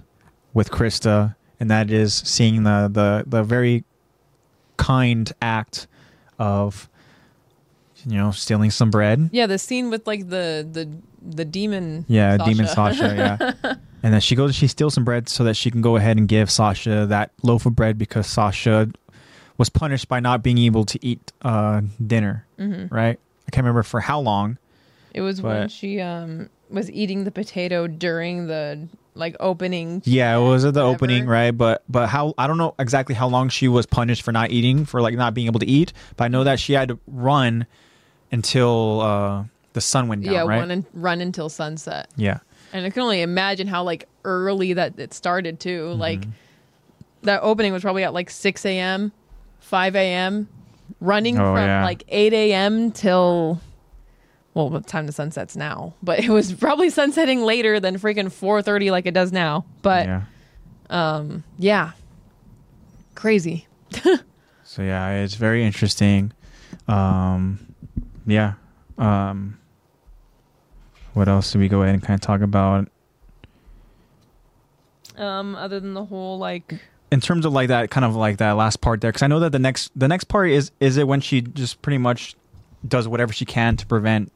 S1: with Krista, and that is seeing the the, the very kind act of you know stealing some bread.
S2: Yeah, the scene with like the the the demon.
S1: Yeah,
S2: Sasha.
S1: demon Sasha. Yeah, and then she goes and she steals some bread so that she can go ahead and give Sasha that loaf of bread because Sasha was punished by not being able to eat uh, dinner. Right? I can't remember for how long.
S2: It was when
S1: But-
S2: she um was eating the potato during the like opening.
S1: Yeah, it was at the opening,
S2: Whatever.
S1: right? But but how I don't know exactly how long she was punished for not eating, for like not being able to eat. But I know that she had to run until uh, the sun went down,
S2: Yeah,
S1: right?
S2: one and run until sunset.
S1: yeah,
S2: And I can only imagine how like early that it started too.
S1: Mm-hmm.
S2: Like that opening was probably at like six a.m., five a.m., running
S1: Oh,
S2: from
S1: yeah.
S2: like eight a.m. till well, what time the sunsets now? But it was probably sunsetting later than freaking four thirty like it does now. But yeah,
S1: yeah.
S2: crazy.
S1: So yeah, it's very interesting. Um, yeah. Um, what else do we go ahead and kind of talk about
S2: Um, other than the whole like
S1: in terms of like that kind of like that last part there? Because I know that the next the next part is is it when she just pretty much does whatever she can to prevent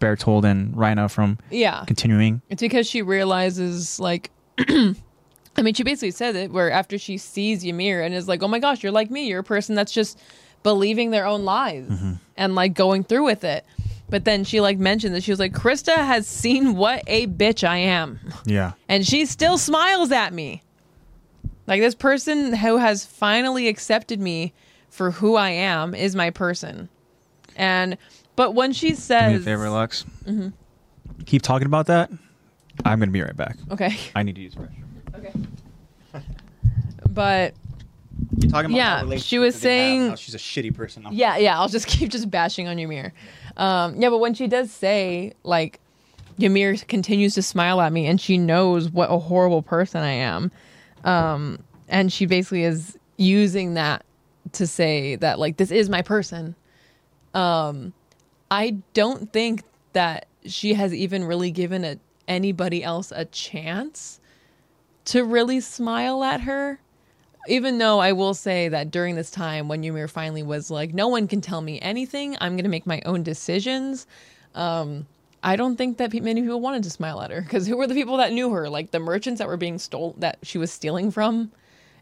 S1: Bertold and Rhino from
S2: yeah,
S1: continuing.
S2: It's because she realizes, like, I mean, she basically says it where after she sees Ymir and is like, oh my gosh, you're like me. You're a person that's just believing their own lies and like going through with it. But then she like mentioned that she was like, Krista has seen what a bitch I am.
S1: Yeah.
S2: And she still smiles at me. Like, this person who has finally accepted me for who I am is my person. And, but when she
S1: Do me a
S2: says,
S1: favor, Lux.
S2: Mm-hmm.
S1: Keep talking about that. I'm gonna be right back.
S2: okay,
S1: I need to use the restroom.
S2: but
S1: Keep talking about
S2: Yeah,
S1: that relationship
S2: she was
S1: that they have and
S2: saying-
S1: how she's a shitty person.
S2: Yeah, yeah. I'll just keep just bashing on Ymir. Um, yeah, but when she does say like Ymir continues to smile at me, and she knows what a horrible person I am, um, and she basically is using that to say that like this is my person. Um, I don't think that she has even really given a, anybody else a chance to really smile at her even though I will say that during this time when Ymir finally was like, no one can tell me anything, I'm going to make my own decisions. Um, I don't think that pe- many people wanted to smile at her because who were the people that knew her? Like the merchants that were being stole that she was stealing from,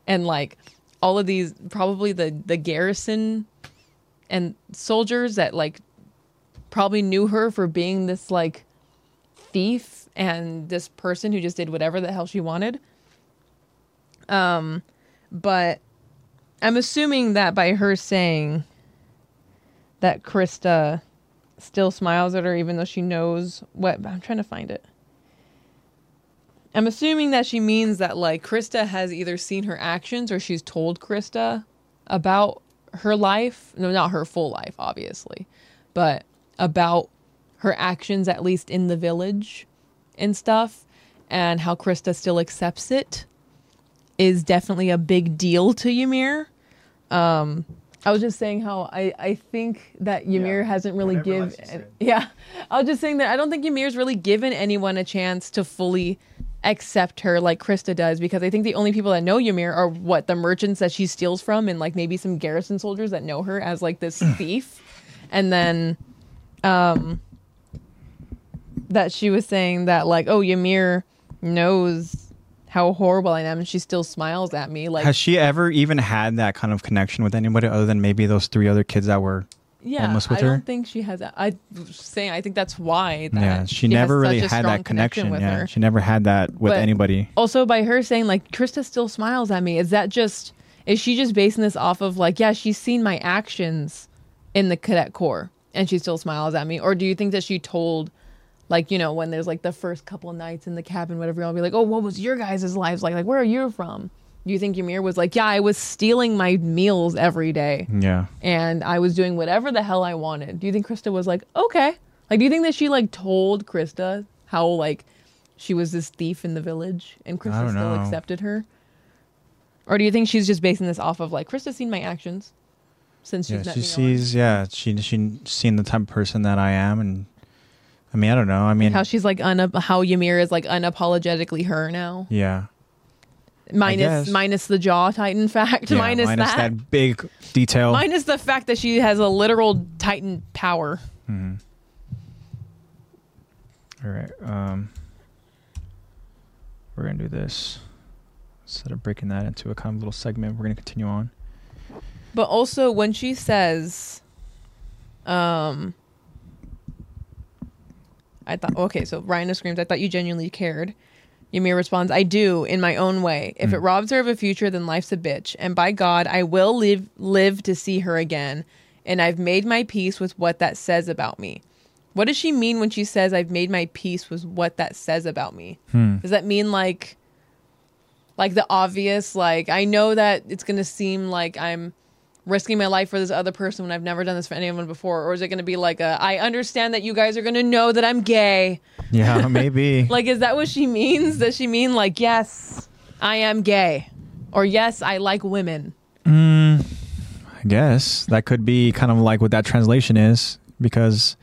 S2: and like all of these probably the the garrison and soldiers that like probably knew her for being this like thief and this person who just did whatever the hell she wanted but I'm assuming that by her saying that Krista still smiles at her, even though she knows what I'm trying to find it. I'm assuming that she means that like Krista has either seen her actions or she's told Krista about her life. No, not her full life, obviously, but about her actions, at least in the village and stuff and how Krista still accepts it is definitely a big deal to Ymir. Um, I was just saying how I, I think that Ymir
S1: Yeah.
S2: hasn't really
S1: Whenever
S2: given.
S1: Lexi said.
S2: Yeah. I was just saying that I don't think Ymir's really given anyone a chance to fully accept her like Krista does because I think the only people that know Ymir are what the merchants that she steals from and like maybe some garrison soldiers that know her as like this thief. And then um, that she was saying that like oh Ymir knows how horrible I am and she still smiles at me like
S1: Has she ever even had that kind of connection with anybody other than maybe those three other kids that were?
S2: yeah
S1: almost with
S2: I don't
S1: her?
S2: think she has that. I saying I think that's why that
S1: yeah, she,
S2: has
S1: never really
S2: such a
S1: had
S2: strong
S1: that connection.
S2: with
S1: yeah,
S2: her.
S1: she never had that with
S2: But-
S1: anybody.
S2: also by her saying like Krista still smiles at me is that just is she just basing this off of like yeah she's seen my actions in the cadet corps and she still smiles at me or do you think that she told like you know when there's like the first couple nights in the cabin whatever y'all be like oh what was your guys' lives like like where are you from do you think Ymir was like yeah I was stealing my meals every day
S1: Yeah,
S2: and I was doing whatever the hell I wanted. Do you think Krista was like, okay? Like, do you think that she like told Krista how like she was this thief in the village and Krista
S1: don't
S2: still
S1: know.
S2: accepted her? Or do you think she's just basing this off of like Krista's seen my actions since she's
S1: yeah.
S2: met
S1: She
S2: me on,
S1: sees. Yeah, she she seen the type of person that I am, and I mean, I don't know. I mean,
S2: how she's like un- how Ymir is like unapologetically her now
S1: yeah.
S2: minus
S1: guess.
S2: minus the jaw titan fact
S1: Yeah,
S2: minus,
S1: minus
S2: that,
S1: that big detail.
S2: minus the fact that she has a literal titan power
S1: Mm-hmm. All right. Um, we're gonna do this instead of breaking that into a kind of little segment. We're gonna continue on.
S2: But also when she says um I thought okay, so Rhino screams, I thought you genuinely cared. Ymir responds, I do, in my own way. If it robs her of a future, then life's a bitch. And by God, I will live live to see her again. And I've made my peace with what that says about me. What does she mean when she says I've made my peace with what that says about me? Does that mean like like the obvious like I know that it's going to seem like I'm risking my life for this other person when I've never done this for anyone before or is it going to be like a I understand that you guys are going to know that I'm gay?
S1: Yeah, maybe.
S2: Like is that what she means? Does she mean like yes, I am gay or yes, I like women?
S1: I guess that could be kind of like what that translation is, because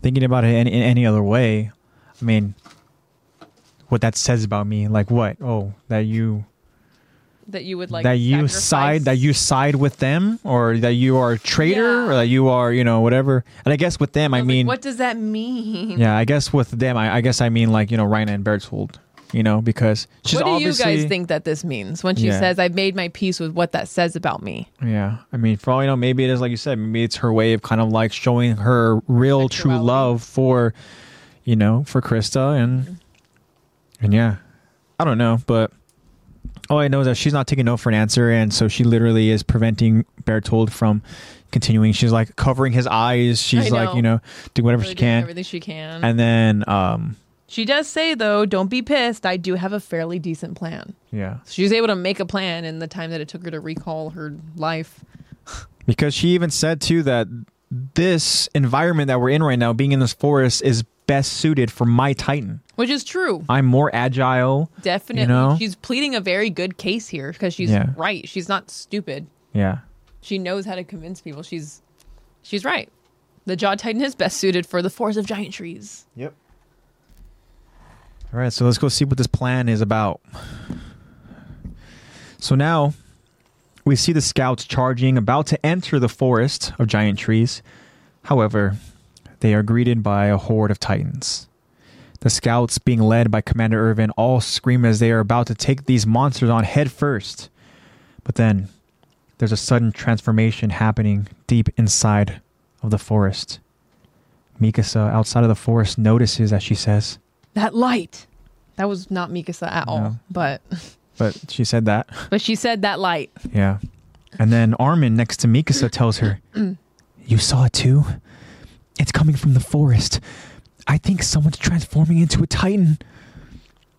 S1: thinking about it in, in any other way, I mean, what that says about me, like what? Oh, that you
S2: That you would like
S1: that you
S2: sacrifice-
S1: side that you side with them, or that you are a traitor,
S2: Yeah.
S1: or that you are you know whatever. And I guess with them, I,
S2: was like,
S1: mean,
S2: what does that mean?
S1: yeah, I guess with them, I, I guess I mean like you know Ryan and Berthold, you know, because she's
S2: what do you
S1: obviously-
S2: guys think that this means when she
S1: Yeah.
S2: says I've made my peace with what that says about me?
S1: Yeah, I mean, for all you know, maybe it is like you said. Maybe it's her way of kind of like showing her real, true
S2: Sexuality.
S1: love for, you know, for Krista and
S2: Mm-hmm.
S1: and yeah, I don't know, but all I know is that she's not taking no for an answer, and so she literally is preventing Bertold from continuing. She's like covering his eyes. She's
S2: know.
S1: like you know doing whatever
S2: Really
S1: she
S2: doing
S1: can,
S2: everything she can.
S1: and then um
S2: she does say though, don't be pissed. I do have a fairly decent plan.
S1: yeah,
S2: She was able to make a plan in the time that it took her to recall her life.
S1: because she even said too that this environment that we're in right now, being in this forest, is best suited for my Titan.
S2: Which is true.
S1: I'm more agile.
S2: Definitely.
S1: know?
S2: She's pleading a very good case here because she's
S1: Yeah.
S2: right. She's not stupid.
S1: Yeah.
S2: She knows how to convince people. She's she's right. The jaw titan is best suited for the force of giant trees.
S3: Yep.
S1: All right, so let's go see what this plan is about. So now we see the scouts charging, about to enter the forest of giant trees. However, they are greeted by a horde of titans. The scouts, being led by Commander Irvin, all scream as they are about to take these monsters on head first. But then there's a sudden transformation happening deep inside of the forest. Mikasa, outside of the forest, notices as she says,
S2: That light. That was not Mikasa at all.
S1: No.
S2: But
S1: But she said that.
S2: but she said that light.
S1: Yeah. And then Armin next to Mikasa tells her, You saw it too? It's coming from the forest. I think someone's transforming into a titan.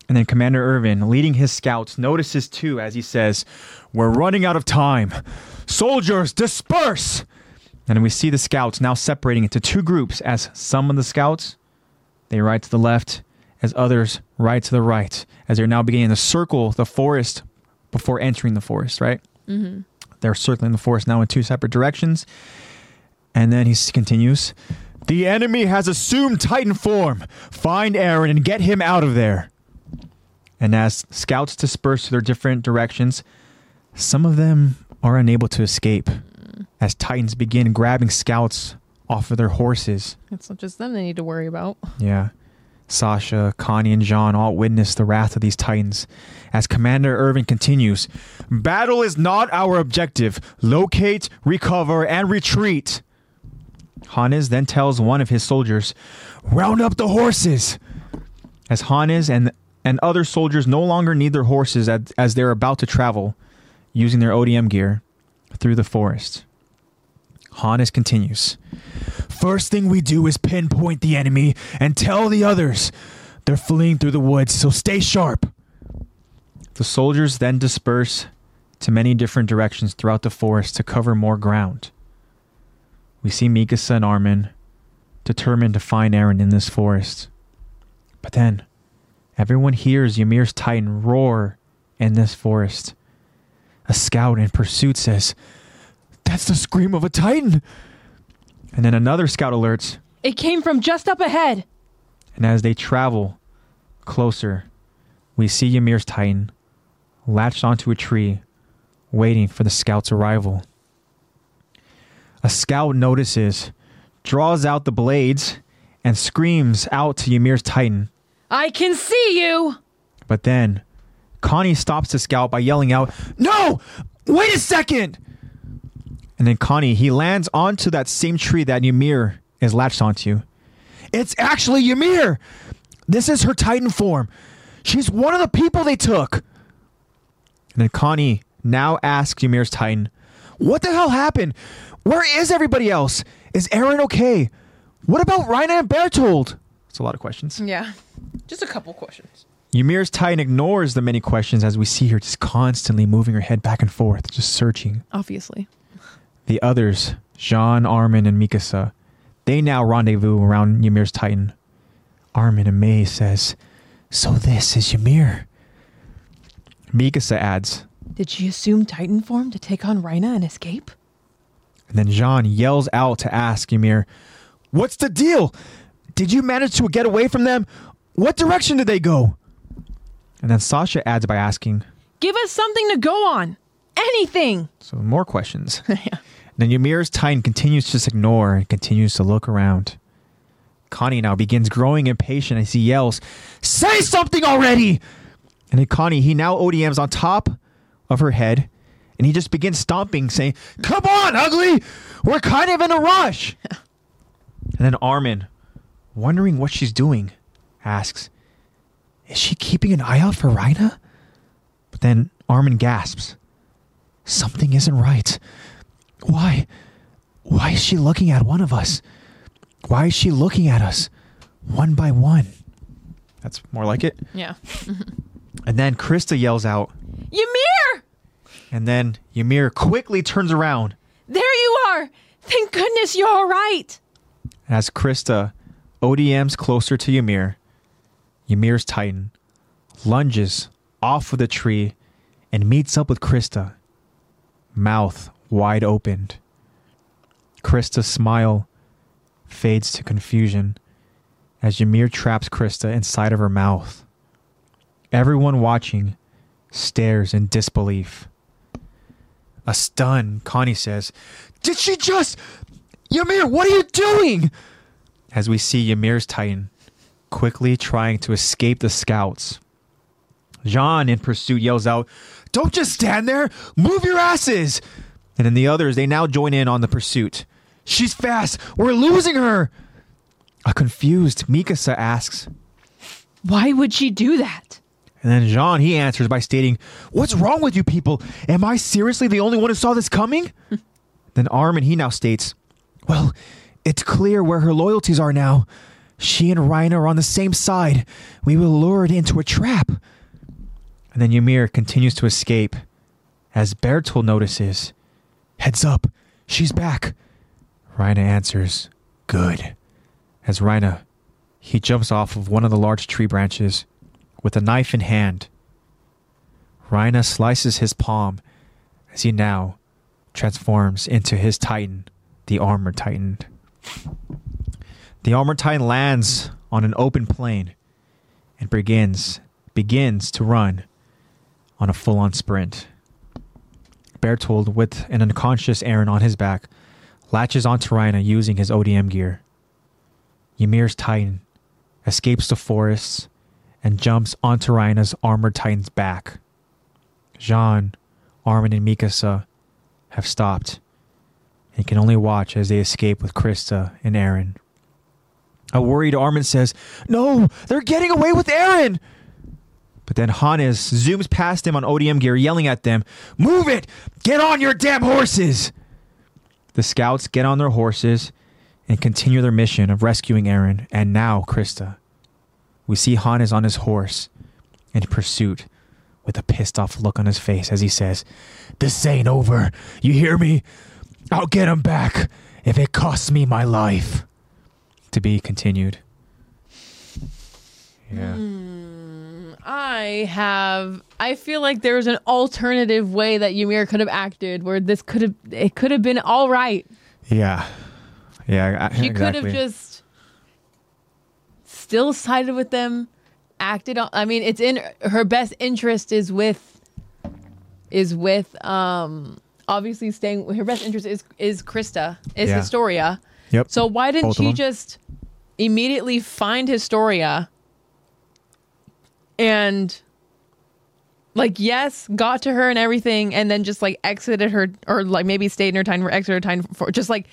S1: And then Commander Irvin, leading his scouts, notices too as he says, We're running out of time. Soldiers, disperse! And then we see the scouts now separating into two groups as some of the scouts, they ride to the left as others ride to the right, as they're now beginning to circle the forest before entering the forest, right?
S2: Mm-hmm.
S1: They're circling the forest now in two separate directions. And then he s- continues The enemy has assumed Titan form. Find Aaron and get him out of there. And as scouts disperse to their different directions, some of them are unable to escape as Titans begin grabbing scouts off of their horses.
S2: It's not just them they need to worry about.
S1: Yeah. Sasha, Connie, and John all witness the wrath of these titans. As Commander Irvin continues, battle is not our objective. Locate, recover, and retreat. Hannes then tells one of his soldiers, Round up the horses! As Hannes and, and other soldiers no longer need their horses as, as they're about to travel, using their ODM gear, through the forest. Hannes continues. First thing we do is pinpoint the enemy and tell the others. They're fleeing through the woods, so stay sharp. The soldiers then disperse to many different directions throughout the forest to cover more ground. We see Mikasa and Armin determined to find Eren in this forest. But then, everyone hears Ymir's titan roar in this forest. A scout in pursuit says, That's the scream of a titan! And then another scout alerts,
S2: It came from just up ahead.
S1: and as they travel closer, we see Ymir's Titan latched onto a tree, waiting for the scout's arrival. A scout notices, draws out the blades, and screams out to Ymir's Titan.
S2: I can see you.
S1: But then, Connie stops the scout by yelling out, No! Wait a second! And then Connie, he lands onto that same tree that Ymir is latched onto. It's actually Ymir! This is her Titan form. She's one of the people they took. And then Connie now asks Ymir's Titan, What the hell happened? Where is everybody else? Is Aaron okay? What about Rhina and Bertold? It's a lot of questions.
S2: Yeah. Just a couple questions.
S1: Ymir's Titan ignores the many questions as we see her just constantly moving her head back and forth, just searching.
S2: Obviously.
S1: The others, Jean, Armin, and Mikasa, they now rendezvous around Ymir's Titan. Armin amazed says, So this is Ymir. Mikasa adds,
S2: Did she assume Titan form to take on Rhina and escape?
S1: and then Jean yells out to ask Ymir, What's the deal? Did you manage to get away from them? What direction did they go? And then Sasha adds by asking,
S2: Give us something to go on. Anything.
S1: So more questions. Then Ymir's Titan continues to just ignore and continues to look around. Connie now begins growing impatient as he yells, Say something already! And then Connie, he now ODMs on top of her head and he just begins stomping, saying, Come on, ugly! We're kind of in a rush! and then Armin, wondering what she's doing, asks, Is she keeping an eye out for Rhina? But then Armin gasps, Something isn't right. Why? Why is she looking at one of us? Why is she looking at us one by one? That's more like it.
S2: Yeah.
S1: And then Krista yells out,
S2: Ymir!
S1: and then Ymir quickly turns around
S2: There you are! Thank goodness you're all right!
S1: as Krista ODMs closer to Ymir. Ymir's Titan lunges off of the tree and meets up with Krista, mouth wide opened. Krista's smile fades to confusion as Ymir traps Krista inside of her mouth. Everyone watching stares in disbelief. A stun, Connie says, Did she just. Ymir, what are you doing? As we see Ymir's Titan quickly trying to escape the scouts. Jean, in pursuit, yells out, Don't just stand there! Move your asses! And then the others, they now join in on the pursuit. She's fast! We're losing her! A confused Mikasa asks,
S2: Why would she do that?
S1: and then Jean, he answers by stating, What's wrong with you people? Am I seriously the only one who saw this coming? then Armin, he now states, Well, it's clear where her loyalties are now. She and Ryan are on the same side. We were lured into a trap. And then Ymir continues to escape as Bertold notices. Heads up, she's back. Rhina answers, Good. As Rhina He jumps off of one of the large tree branches with a knife in hand. Rhina slices his palm as he now transforms into his Titan, the Armored Titan. The Armored Titan lands on an open plain and begins begins to run on a full-on sprint. Bertold, with an unconscious Aaron on his back, latches onto Rhina using his ODM gear. Ymir's Titan escapes the forests and jumps onto Rhina's armored Titan's back. Jean, Armin, and Mikasa have stopped and can only watch as they escape with Krista and Aaron. A worried Armin says, No, they're getting away with Aaron! But then Hannes zooms past them on ODM gear, yelling at them, Move it! Get on your damn horses! The scouts get on their horses and continue their mission of rescuing Aaron and now Krista. We see Hannes on his horse in pursuit with a pissed off look on his face as he says, This ain't over. You hear me? I'll get him back if it costs me my life. To be continued. Yeah.
S2: I have. I feel like there was an alternative way that Ymir could have acted, where this could have. It could have been all right.
S1: Yeah. Yeah. I-
S2: She could
S1: exactly.
S2: have just still sided with them, acted on I mean, it's in her best interest is with is with um obviously staying her best interest is is Krista, is
S1: Yeah.
S2: Historia.
S1: Yep.
S2: So why didn't
S1: Both of
S2: she
S1: them.
S2: just immediately find Historia and like yes, got to her and everything, and then just like exited her, or like maybe stayed in her time for exited her time for just like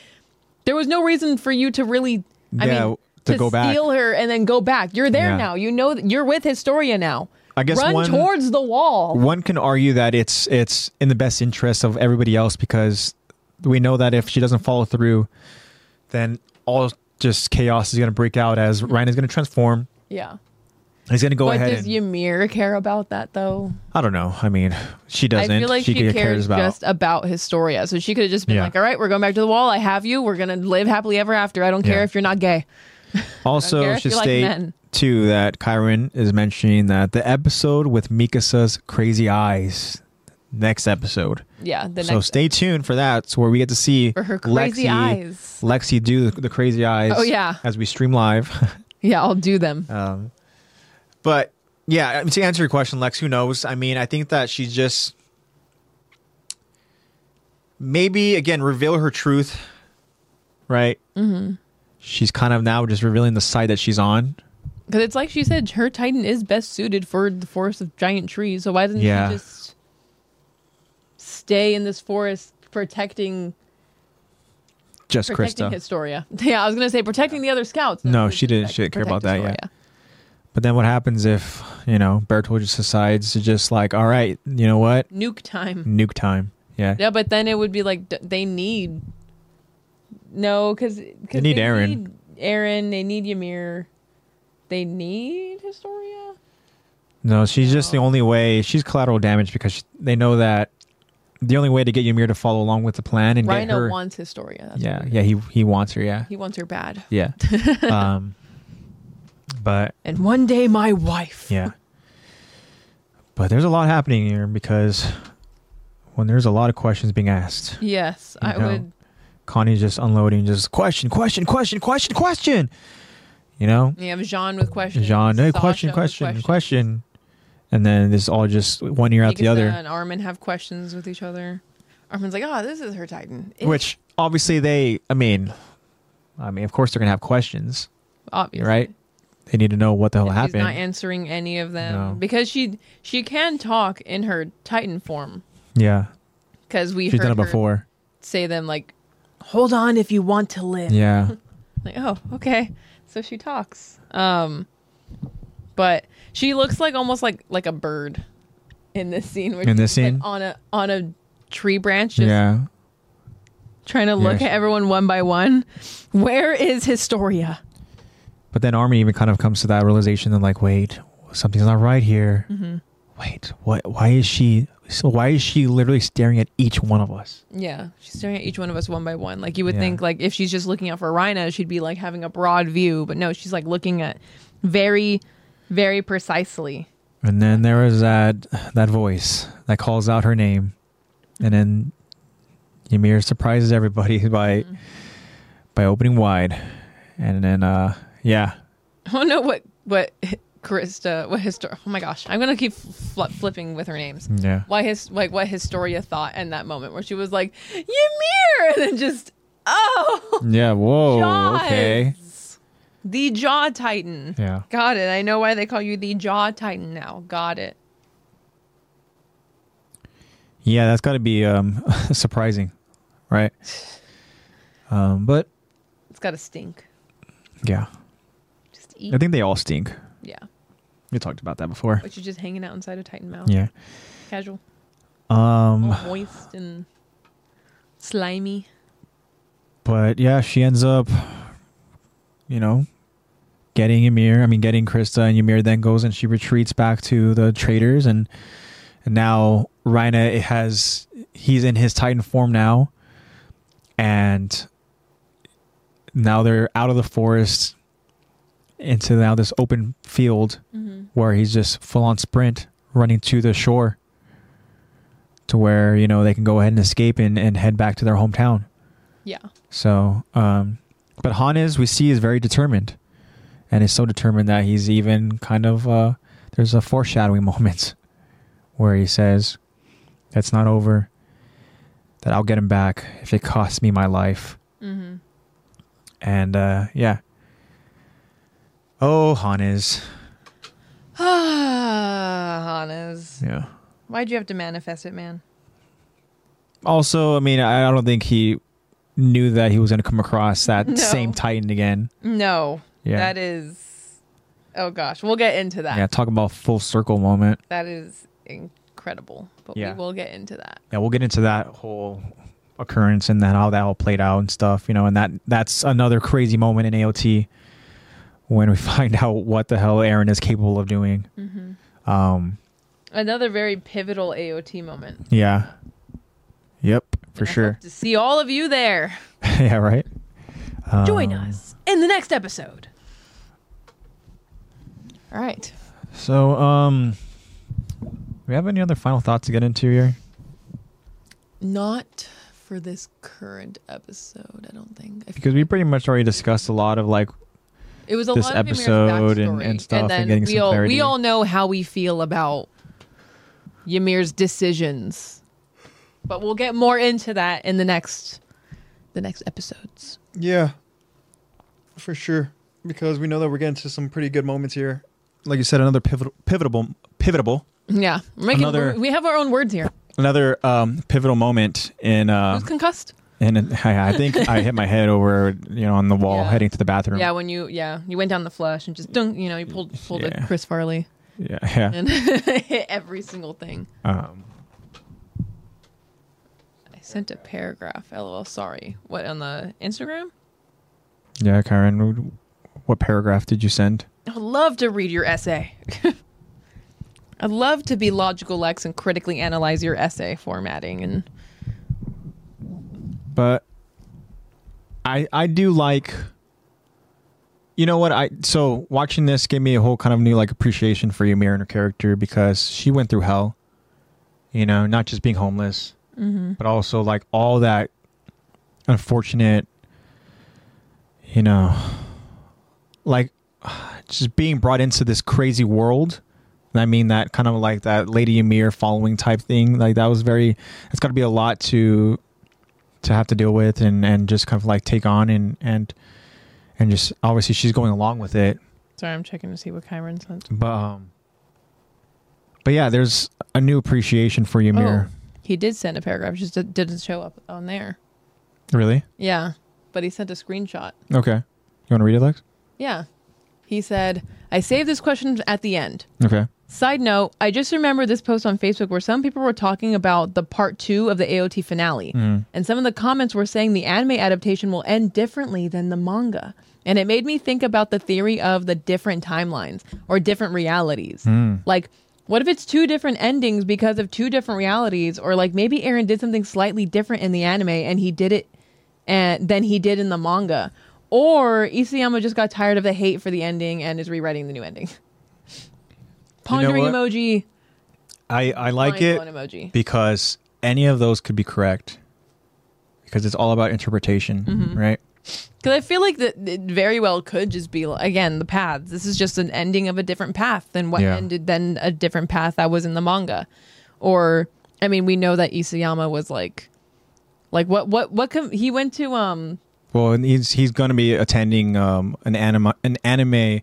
S2: there was no reason for you to really, I
S1: Yeah,
S2: mean,
S1: to go back.
S2: steal her and then go back. You're there
S1: Yeah.
S2: now. You know that you're with Historia now.
S1: I guess
S2: run
S1: one-
S2: towards the wall.
S1: one can argue that it's it's in the best interest of everybody else because we know that if she doesn't follow through, then all just chaos is going to break out as Ryan is going to transform.
S2: yeah,
S1: He's going to go
S2: but
S1: ahead.
S2: does
S1: And,
S2: Ymir care about that though?
S1: I don't know. I mean, she doesn't.
S2: I feel like she,
S1: ca-
S2: cares, just about Historia. So she could have just been
S1: Yeah.
S2: like, "All right, we're going back to the wall. I have you. We're gonna live happily ever after. I don't care
S1: Yeah.
S2: if you're not gay." care
S1: Also,
S2: if
S1: should
S2: you like
S1: state
S2: men.
S1: too that Kyron is mentioning that the episode with Mikasa's crazy eyes, next episode.
S2: Yeah. The
S1: so
S2: next
S1: stay tuned for that, so where we get to see
S2: for her crazy
S1: Lexi,
S2: eyes.
S1: Lexi do the, the crazy eyes.
S2: Oh, yeah.
S1: as we stream live.
S2: Yeah, I'll do them.
S1: Um, but yeah, I mean, to answer your question, Lex, who knows? I mean, I think that she's just maybe again reveal her truth, right? Mm-hmm. She's kind of now just revealing the side that she's on.
S2: Because it's like she said, her Titan is best suited for the forest of giant trees. So why doesn't
S1: Yeah.
S2: she just stay in this forest protecting
S1: Just
S2: protecting
S1: Krista.
S2: Historia? Yeah, I was gonna say protecting the other scouts.
S1: No, she didn't- she didn't care about that, yeah.
S2: Historia.
S1: but then what happens if you know Bertold just decides to just like, all right, you know what,
S2: Nuke time.
S1: nuke time. Yeah,
S2: Yeah, but then it would be like d- they need no because
S1: They need Aaron.
S2: Aaron, they need Ymir, they need Historia.
S1: No, she's just the only way. She's collateral damage because she, they know that the only way to get Ymir to follow along with the plan and get
S2: Rhino
S1: her.
S2: wants Historia. That's
S1: yeah,
S2: what it
S1: yeah, he he wants her. Yeah,
S2: is. he wants her bad.
S1: yeah. um, but
S2: And one day, my wife.
S1: yeah, but there's a lot happening here because when there's a lot of questions being asked,
S2: Yes,
S1: You
S2: I
S1: know.
S2: would.
S1: Connie's just unloading, just question, question, question, question, question. You know,
S2: You have Jean with questions.
S1: Jean, hey,
S2: Sasha
S1: question,
S2: with
S1: question, question,
S2: questions.
S1: and then this is all just one ear out the
S2: Mikasa
S1: other.
S2: And Armin have questions with each other. Armin's like, oh, this is her Titan. It-
S1: which obviously they i mean i mean of course they're gonna have questions
S2: obviously,
S1: right they need to know what the hell
S2: She's
S1: happened
S2: not answering any of them
S1: No.
S2: because she she can talk in her Titan form
S1: yeah
S2: because we
S1: she's
S2: heard
S1: done it
S2: her
S1: before
S2: say them like, hold on if you want to live.
S1: yeah
S2: Like, oh, okay. So she talks. Um, but she looks like almost like like a bird in this scene. Where
S1: In this
S2: she's just, like,
S1: scene?
S2: on a on a tree branch, just
S1: yeah
S2: trying to look
S1: she-
S2: at everyone one by one. Where is Historia?
S1: but then army even kind of comes to that realization and like wait something's not right here wait what why is she so why is she literally staring at each one of us?
S2: Yeah, she's staring at each one of us one by one. Like you would
S1: Yeah.
S2: think, like if she's just looking out for Rhina, she'd be like having a broad view, but no, she's like looking at very, very precisely.
S1: And then there is that that voice that calls out her name, and then Ymir surprises everybody by by opening wide, and then uh yeah,
S2: I don't know what what Krista, what Histor. Oh my gosh, I'm gonna keep fl- flipping with her names.
S1: yeah,
S2: Why his like what Historia thought in that moment where she was like Ymir, and then just oh,
S1: yeah. Whoa,
S2: Jaws!
S1: okay,
S2: the Jaw Titan.
S1: yeah.
S2: Got it. I know why they call you the Jaw Titan now. Got it.
S1: Yeah, that's got to be um, surprising, right? Um, but
S2: It's gotta stink.
S1: yeah,
S2: Just eat.
S1: I think they all stink.
S2: yeah.
S1: We talked about that before.
S2: But you're just hanging out inside a Titan mouth.
S1: Yeah.
S2: Casual.
S1: Um,
S2: all moist and slimy.
S1: but yeah, she ends up, you know, getting Ymir. I mean, getting Krista, and Ymir then goes and she retreats back to the traders, and and now Reina has he's in his Titan form now, and now they're out of the forest into now this open field where he's just full on sprint running to the shore to where you know they can go ahead and escape and, and head back to their hometown
S2: Yeah.
S1: so, um, but Hannes, we see, is very determined, and is so determined that he's even kind of uh, there's a foreshadowing moment where he says, "That's not over. That I'll get him back if it costs me my life."
S2: Mm-hmm.
S1: And uh, yeah. Oh, Hannes.
S2: Ah, Hannes.
S1: Yeah.
S2: Why'd you have to manifest it, man?
S1: Also, I mean, I I don't think he knew that he was going to come across that
S2: No.
S1: same Titan again.
S2: No.
S1: Yeah.
S2: That is. Oh gosh, we'll get into that.
S1: yeah. Talk about full circle moment.
S2: That is incredible, but
S1: Yeah.
S2: we will get into that.
S1: yeah, we'll get into that whole occurrence and then how that all played out and stuff, you know, and that that's another crazy moment in AOT when we find out what the hell Aaron is capable of doing.
S2: Mm-hmm.
S1: Um,
S2: Another very pivotal AOT moment
S1: yeah. Yep, for
S2: I
S1: sure.
S2: hope To see all of you there,
S1: yeah, right.
S2: join
S1: Um,
S2: us in the next episode. All right.
S1: So, um we have any other final thoughts to get into here?
S2: Not for this current episode, I don't think. I
S1: Because we pretty much already discussed a lot of like
S2: It was a
S1: this
S2: lot of Ymir's
S1: episode and-
S2: backstory,
S1: and stuff and
S2: then
S1: getting
S2: we
S1: some
S2: all
S1: clarity.
S2: we all know how we feel about Ymir's decisions, but we'll get more into that in the next the next episodes.
S4: Yeah, for sure. Because we know that we're getting to some pretty good moments here.
S1: like you said another pivotal pivotable pivotable
S2: Yeah, we're making,
S1: Another-
S2: we have our own words here.
S1: another um pivotal moment in uh
S2: Who's concussed?
S1: And it, I, I think I hit my head over, you know, on the wall
S2: Yeah.
S1: heading to the bathroom.
S2: Yeah, when you yeah you went down the flush and just dunk, you know, you pulled pulled
S1: Yeah.
S2: a Chris Farley
S1: yeah, yeah.
S2: and hit every single thing.
S1: Um,
S2: I sent a paragraph. LOL. Sorry. What on the Instagram?
S1: yeah, Karen. What paragraph did you send?
S2: I'd love to read your essay. I'd love to be logical, Lex, and critically analyze your essay formatting. And
S1: But I I do like. You know what I so watching this gave me a whole kind of new like appreciation for Ymir and her character because she went through hell. You know, not just being homeless, but also like all that unfortunate. You know, like just being brought into this crazy world. And I mean that kind of like that Lady Ymir following type thing. Like that was very. It's got to be a lot to to have to deal with and and just kind of like take on and and and just obviously she's going along with it.
S2: sorry, I'm checking to see what Kyron sent.
S1: But um. But yeah, there's a new appreciation for Ymir.
S2: He did send a paragraph, it just di- didn't show up on there.
S1: Really?
S2: Yeah, but he sent a screenshot.
S1: Okay. You want to read it, Lex?
S2: Yeah. He said, I saved this question at the end.
S1: Okay.
S2: Side note, I just remember this post on Facebook where some people were talking about the part two of the AOT finale. And some of the comments were saying the anime adaptation will end differently than the manga. And it made me think about the theory of the different timelines or different realities. Like, What if it's two different endings because of two different realities, or like maybe Aaron did something slightly different in the anime and he did it, and than he did in the manga, or Isayama just got tired of the hate for the ending and is rewriting the new ending. Pondering
S1: what?
S2: emoji,
S1: I, I like
S2: mind
S1: it
S2: blown emoji.
S1: because any of those could be correct because it's all about interpretation, right?
S2: Because I feel like that it very well could just be like- again the paths. This is just an ending of a different path than what
S1: Yeah.
S2: ended than a different path that was in the manga, or I mean, we know that Isayama was like, like what what what com- he went to um
S1: Well, and he's he's going to be attending um, an anime an anime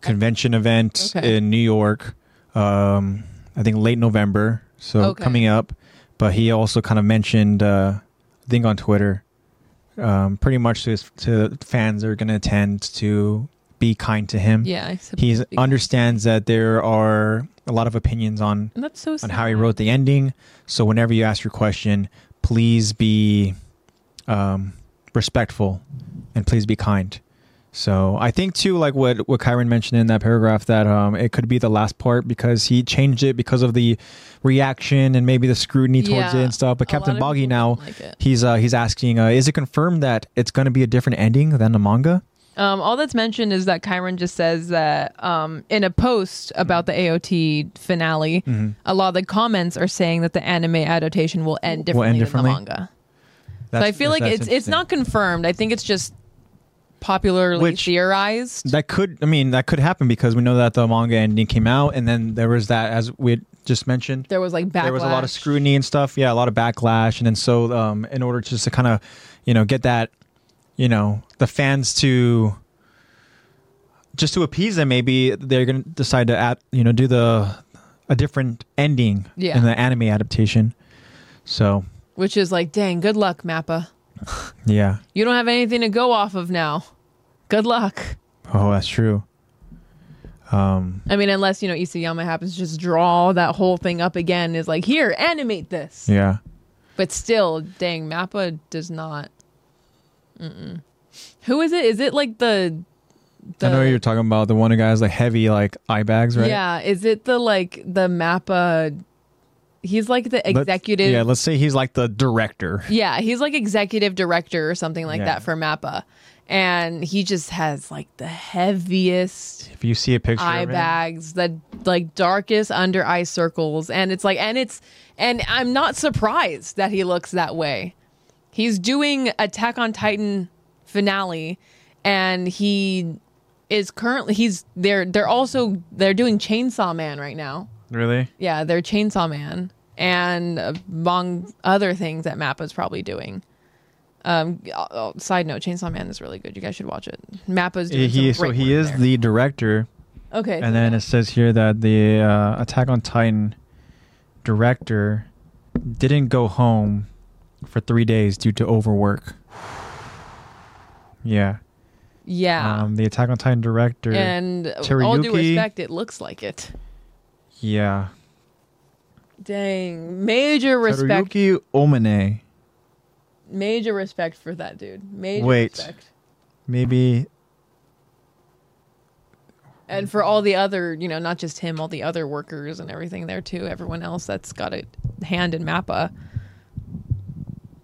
S1: convention event
S2: Okay.
S1: in New York. Um, I think late November, so
S2: Okay.
S1: coming up. But he also kind of mentioned, uh, I think on Twitter, um, pretty much to his to fans that are going to attend to be kind to him.
S2: yeah I suppose
S1: he
S2: be-
S1: understands that there are a lot of opinions on
S2: and that's so sad.
S1: on how he wrote the ending. So whenever you ask your question, please be um, respectful and please be kind. So I think too, like what what Kyron mentioned in that paragraph, that um, it could be the last part because he changed it because of the reaction and maybe the scrutiny towards
S2: Yeah,
S1: it and stuff. But
S2: A lot
S1: Captain
S2: of
S1: Boggy
S2: people
S1: now.
S2: don't like it.
S1: He's uh, he's asking, uh, is it confirmed that it's going to be a different ending than the manga?
S2: Um, all that's mentioned is that Kyron just says that um, in a post about the AOT finale, a lot of the comments are saying that the anime adaptation will end differently,
S1: Will end differently?
S2: than the manga. So
S1: That's-
S2: I feel like
S1: that's
S2: it's it's
S1: interesting.
S2: not confirmed. I think it's just popularly
S1: Which-
S2: theorized.
S1: That could, I mean, that could happen because we know that the manga ending came out, and then there was that, as we had just mentioned,
S2: there was like backlash.
S1: there was a lot of scrutiny and stuff. Yeah, a lot of backlash, and then so, um, in order just to kind of, you know, get that, you know, the fans to, just to appease them, maybe they're gonna decide to, add, you know, do the a different ending
S2: Yeah.
S1: in the anime adaptation. So
S2: which is like, dang, good luck, Mappa.
S1: yeah,
S2: You don't have anything to go off of now. Good luck.
S1: oh, that's true. Um,
S2: I mean, unless you know Isayama happens to just draw that whole thing up again, is like, here, animate this.
S1: yeah.
S2: But still, dang, Mappa does not. Mm-mm. Who is it? Is it like the? the
S1: I know you're talking about the one who has like heavy like eye bags, right?
S2: Yeah, is it the like the Mappa? He's like the
S1: Let's-
S2: executive.
S1: yeah, let's say he's like the director.
S2: yeah, he's like executive director or something like
S1: Yeah.
S2: that for Mappa, and he just has like the heaviest
S1: If you see a picture,
S2: eye
S1: of him-
S2: bags, the like darkest under eye circles, and it's like, and it's, and I'm not surprised that he looks that way. He's doing Attack on Titan finale, and he is currently he's they're they're also they're doing Chainsaw Man right now.
S1: really,
S2: Yeah, they're Chainsaw Man and uh, among other things that Mappa's probably doing. Um, oh, oh, side note, Chainsaw Man is really good. You guys should watch it. Mappa's doing
S1: he
S2: some
S1: so
S2: great
S1: he
S2: work
S1: is
S2: there.
S1: the director,
S2: okay, so
S1: and then
S2: yeah.
S1: it says here that the uh, Attack on Titan director didn't go home for three days due to overwork. Yeah,
S2: yeah.
S1: um, the Attack on Titan director.
S2: and all due
S1: Teriyuki.
S2: respect, it looks like it.
S1: yeah,
S2: Dang, major respect,
S1: Teruyuki Omine.
S2: major respect for that dude. Major
S1: Wait.
S2: respect,
S1: Maybe
S2: and for all the other, you know, not just him, all the other workers and everything there too. Everyone else that's got a hand in Mappa,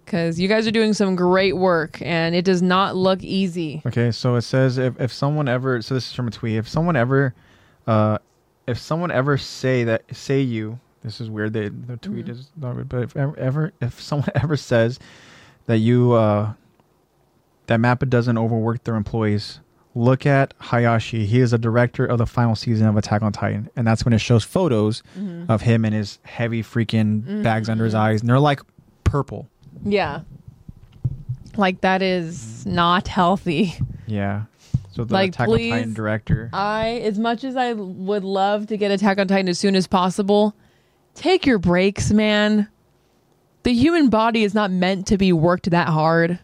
S2: because you guys are doing some great work, and it does not look easy.
S1: Okay, so it says if, if someone ever so this is from a tweet. If someone ever, uh, if someone ever say that say you this is weird. They, the tweet
S2: Mm-hmm.
S1: is not good, but if ever- ever if someone ever says that you uh, that Mappa doesn't overwork their employees, look at Hayashi. He is the director of the final season of Attack on Titan, and that's when it shows photos
S2: Mm-hmm.
S1: of him and his heavy freaking bags under his eyes, and they're like purple.
S2: Yeah, like that is not healthy.
S1: Yeah. So the
S2: Like,
S1: Attack on Titan
S2: please-
S1: director.
S2: I, as much as I would love to get Attack on Titan as soon as possible, take your breaks, man. The human body is not meant to be worked that hard.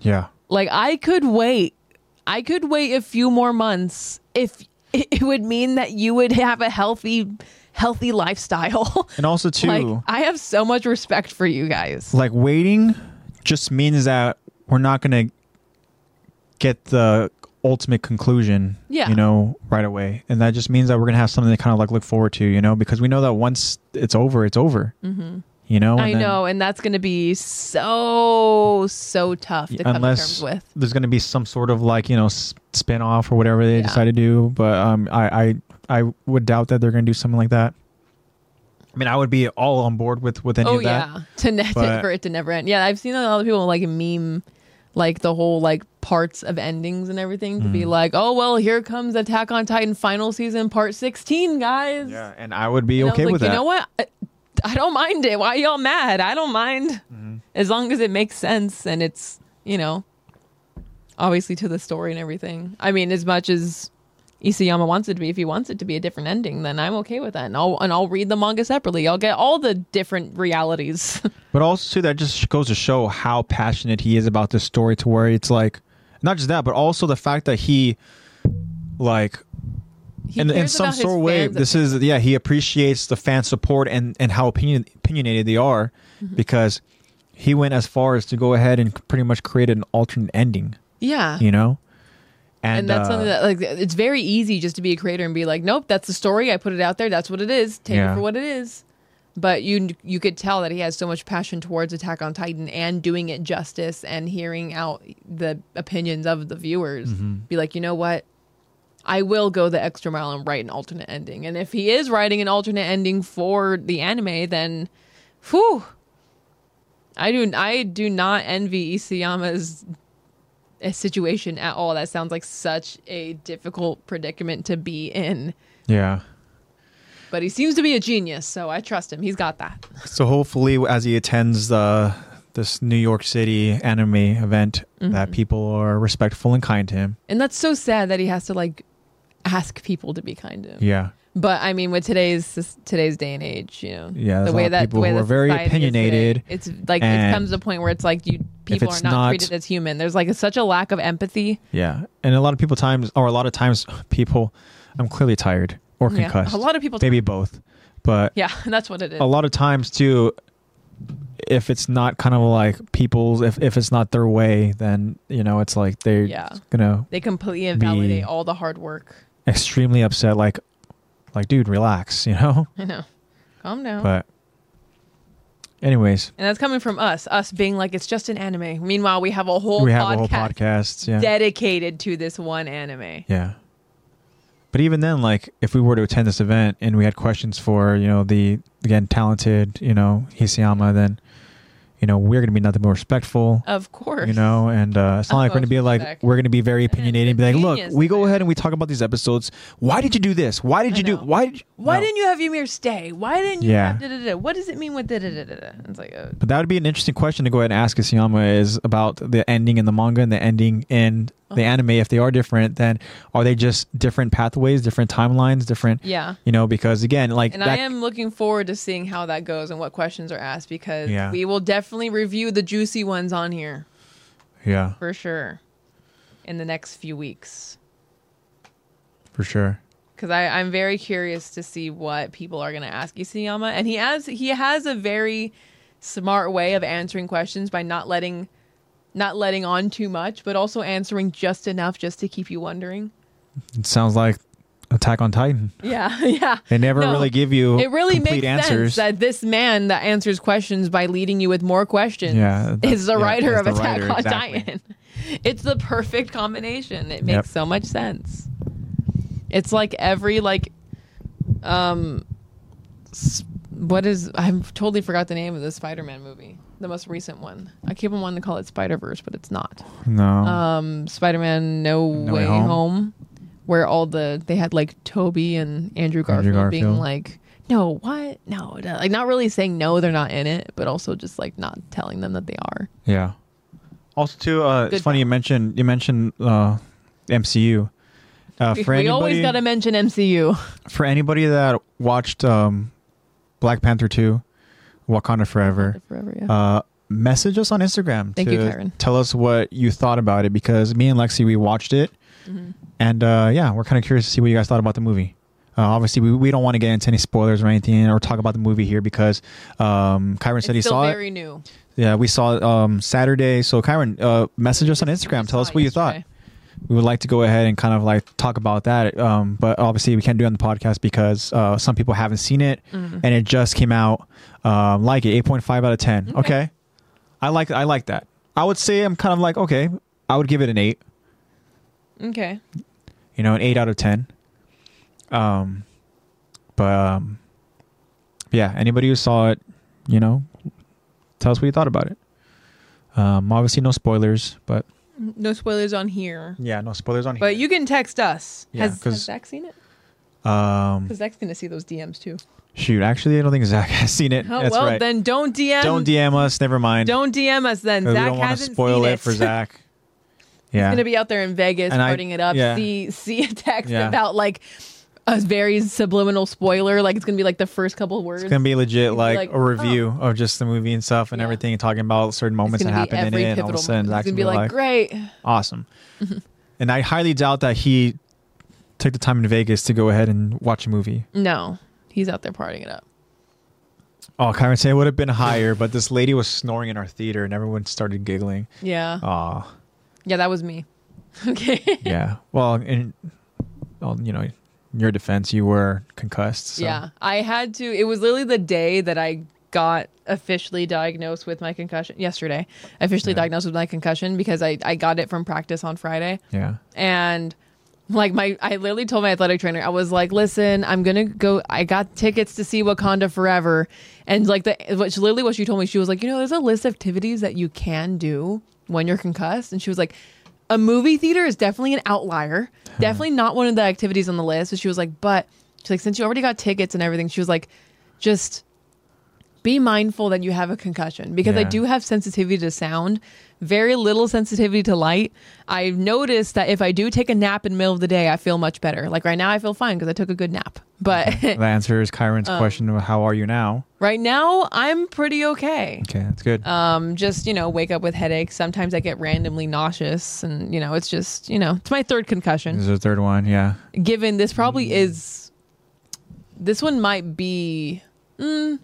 S1: yeah.
S2: Like I could wait. I could wait a few more months if it it would mean that you would have a healthy healthy lifestyle.
S1: And also too,
S2: like
S1: like,
S2: I have so much respect for you guys.
S1: waiting just means that we're not gonna get the ultimate conclusion,
S2: Yeah.
S1: you know, right away. And that just means that we're gonna have something to kind of like look forward to, you know, because we know that once it's over, it's over. Mm-hmm. You know,
S2: I
S1: And then
S2: know, and that's going to be so so tough to come to
S1: Unless
S2: terms with.
S1: there's gonna be some sort of like you know s- spin off or whatever they
S2: Yeah.
S1: decide to do, but um, I I I would doubt that they're gonna do something like that. I mean, I would be all on board with with any
S2: Oh
S1: of that.
S2: yeah, to ne-
S1: but-
S2: for it to never end. Yeah, I've seen a lot of people like meme like the whole like parts of endings and everything to be
S1: Mm.
S2: like, oh well, here comes Attack on Titan final season part sixteen, guys.
S1: Yeah, and I would be
S2: And I was
S1: okay
S2: like,
S1: with
S2: you
S1: that.
S2: know what? I, I don't mind it. Why y'all mad? I don't mind
S1: Mm-hmm.
S2: as long as it makes sense and it's you know obviously to the story and everything. I mean, as much as Isayama wants it to be, if he wants it to be a different ending, then I'm okay with that, and I'll and I'll read the manga separately. I'll get all the different realities.
S1: But also too, that just goes to show how passionate he is about this story. To where it's like, not just that, but also the fact that he, like,
S2: He
S1: in, in
S2: cares
S1: some
S2: about his
S1: sort of way,
S2: fans'
S1: this is yeah, he appreciates the fan support and and how opinion, opinionated they are,
S2: Mm-hmm.
S1: because he went as far as to go ahead and pretty much create an alternate ending.
S2: Yeah.
S1: You know, and,
S2: And that's
S1: uh,
S2: something that like it's very easy just to be a creator and be like, nope, that's the story. I put it out there. That's what it is. Take
S1: Yeah.
S2: it for what it is. But you you could tell that he has so much passion towards Attack on Titan and doing it justice and hearing out the opinions of the viewers.
S1: Mm-hmm.
S2: Be like, you know what? I will go the extra mile and write an alternate ending. And if he is writing an alternate ending for the anime, then whew. I do I do not envy Isayama's a situation at all. That sounds like such a difficult predicament to be in.
S1: yeah.
S2: But he seems to be a genius, so I trust him. He's got that.
S1: So hopefully, as he attends the this New York City anime event,
S2: Mm-hmm.
S1: that people are respectful and kind to him.
S2: And that's so sad that he has to like ask people to be kind to him.
S1: Yeah.
S2: But I mean, with today's today's day and age, you know,
S1: Yeah, there's a lot
S2: the way
S1: of
S2: that
S1: people
S2: the way
S1: who
S2: that
S1: are very
S2: society is today,
S1: opinionated,
S2: It's like it
S1: and
S2: comes to a point where it's like you people are
S1: it's
S2: not,
S1: not-
S2: treated as human. There's like such a lack of empathy.
S1: Yeah, and a lot of people times, or a lot of times, people. I'm clearly tired or
S2: Yeah.
S1: concussed.
S2: A lot of people.
S1: maybe both, but
S2: yeah, that's what it is.
S1: a lot of times too. If it's not kind of like people's, if if it's not their way, then you know it's like they're
S2: Yeah.
S1: gonna
S2: They completely invalidate
S1: Be-
S2: all the hard work.
S1: extremely upset. Like, like dude, relax, you know.
S2: I know. Calm down.
S1: But, anyways,
S2: And that's coming from us, us being like, it's just an anime. Meanwhile, we have a whole,
S1: we have
S2: podcast,
S1: a whole podcast. Yeah,
S2: dedicated to this one anime.
S1: Yeah. But even then, like if we were to attend this event and we had questions for, you know, the again talented, you know, Hisayama, then, you know, we're gonna be nothing more respectful.
S2: Of course.
S1: You know, and uh, it's not
S2: Of
S1: like we're gonna
S2: course,
S1: be like
S2: respect.
S1: we're gonna be very
S2: it's
S1: opinionated and be
S2: the
S1: like, look,
S2: Uh-huh. genius
S1: we go
S2: there.
S1: ahead and we talk about these episodes. Why did you do this? Why did
S2: I
S1: you do
S2: know.
S1: why did you,
S2: Why
S1: No.
S2: didn't you have Ymir stay? Why didn't you
S1: Yeah.
S2: have da da da? What does it mean with da da da da? da? It's like, uh,
S1: But that would be an interesting question to go ahead and ask Isayama is about the ending in the manga and the ending in
S2: Uh-huh.
S1: the anime. If they are different, then are they just different pathways, different timelines, different
S2: yeah.
S1: you know, because again, like
S2: And I
S1: that-
S2: am looking forward to seeing how that goes and what questions are asked because
S1: Yeah.
S2: we will definitely review the juicy ones on here
S1: Yeah,
S2: for sure in the next few weeks.
S1: for sure.
S2: because I'm very curious to see what people are going to ask Isayama, and he has he has a very smart way of answering questions by not letting not letting on too much, but also answering just enough just to keep you wondering.
S1: It sounds like Attack on Titan.
S2: Yeah, yeah.
S1: They never
S2: No,
S1: really give you
S2: It really
S1: complete
S2: makes
S1: answers.
S2: sense that this man that answers questions by leading you with more questions
S1: Yeah, that-
S2: is the
S1: yeah,
S2: writer
S1: is
S2: of
S1: the
S2: Attack
S1: writer,
S2: on
S1: exactly.
S2: Titan. It's the perfect combination. It makes
S1: Yep.
S2: so much sense. It's like every like um s- what is I've totally forgot the name of the Spider-Man movie. The most recent one. I keep on wanting to call it Spider-Verse, but it's not
S1: no,
S2: um Spider-Man No,
S1: No
S2: Way,
S1: Way
S2: home.
S1: Home.
S2: where all the they had like Toby and Andrew Garfield, being
S1: Garfield.
S2: like, "No, what? No, no," like not really saying no, they're not in it, but also just like not telling them that they are."
S1: yeah. Also, too, uh,
S2: Good
S1: it's funny you mentioned you mentioned uh, MCU. Uh,
S2: We,
S1: for
S2: we
S1: anybody,
S2: always got to mention MCU.
S1: for anybody that watched um, Black Panther two, Wakanda Forever,
S2: Forever, yeah.
S1: uh, message us on Instagram
S2: Thank
S1: to
S2: you, Kyron.
S1: tell us what you thought about it because me and Lexi we watched it,
S2: Mm-hmm.
S1: and uh, yeah, we're kind of curious to see what you guys thought about the movie. Uh, obviously, we, we don't want to get into any spoilers or anything, or talk about the movie here because um, Kyron
S2: it's
S1: said he
S2: still
S1: saw
S2: very
S1: it.
S2: new.
S1: Yeah, we saw it um, Saturday. So Kyron, uh, message us on
S2: We
S1: Instagram.
S2: saw
S1: Tell us
S2: it
S1: what you
S2: yesterday.
S1: thought. we would like to go ahead and kind of like talk about that. Um, but obviously, we can't do it on the podcast because uh, some people haven't seen it,
S2: Mm-hmm.
S1: and it just came out. Um, like it, eight point five out of ten. Okay. I like I like that. I would say I'm kind of like okay. I would give it an eight.
S2: Okay.
S1: You know, an eight out of ten. Um, but um, yeah. Anybody who saw it, you know, tell us what you thought about it. Um, obviously no spoilers, but
S2: No spoilers on here.
S1: yeah, no spoilers on
S2: But you can text us.
S1: Yeah,
S2: has,
S1: 'cause-
S2: has Zach seen it?
S1: you. Um,
S2: Because Zach's going to see those DMs too.
S1: shoot, actually, I don't think Zach has seen it.
S2: Oh,
S1: That's
S2: well,
S1: right.
S2: then don't DM.
S1: don't DM us. Never mind.
S2: Don't DM us then.
S1: 'Cause
S2: Zach
S1: we don't wanna
S2: hasn't
S1: spoil
S2: seen
S1: it for Zach. Yeah.
S2: He's gonna be out there in Vegas
S1: And I-
S2: partying it up.
S1: yeah.
S2: See see a text
S1: Yeah.
S2: about like a very subliminal spoiler. Like it's gonna be like the first couple words.
S1: It's gonna be legit,
S2: be
S1: like,
S2: like,
S1: a review of just the movie and stuff and
S2: Yeah.
S1: everything, and talking about certain moments that
S2: It's gonna be
S1: happened in
S2: every
S1: it, and all of a
S2: pivotal
S1: sudden,
S2: moment.
S1: Zach's
S2: It's gonna be like, great.
S1: awesome.
S2: Mm-hmm.
S1: And I highly doubt that he took the time in Vegas to go ahead and watch a movie.
S2: No, he's out there partying it up.
S1: Oh, Kyron say it would have been higher, but this lady was snoring in our theater, and everyone started giggling.
S2: Yeah,
S1: Aw,
S2: yeah, that was me. Okay.
S1: yeah. Well, in, well, you know, in your defense, you were concussed. So.
S2: Yeah, I had to. It was literally the day that I got officially diagnosed with my concussion. Yesterday, I officially
S1: Yeah.
S2: diagnosed with my concussion because I I got it from practice on Friday.
S1: yeah.
S2: and like my I literally told my athletic trainer I was like listen I'm gonna go I got tickets to see Wakanda Forever and like the which literally what she told me she was like you know there's a list of activities that you can do when you're concussed and she was like a movie theater is definitely an outlier definitely not one of the activities on the list but she was like but she's like since you already got tickets and everything she was like just be mindful that you have a concussion because I
S1: Yeah.
S2: do have sensitivity to sound, very little sensitivity to light. I've noticed that if I do take a nap in the middle of the day, I feel much better. Like right now, I feel fine because I took a good nap. But
S1: The answer is Kyron's
S2: Um,
S1: question of how are you now?
S2: right now, I'm pretty okay.
S1: Okay, that's good.
S2: Um, just you know, wake up with headaches. Sometimes I get randomly nauseous, and you know, it's just you know, it's my third concussion.
S1: this is the third one. Yeah.
S2: given this probably is this one might be mm,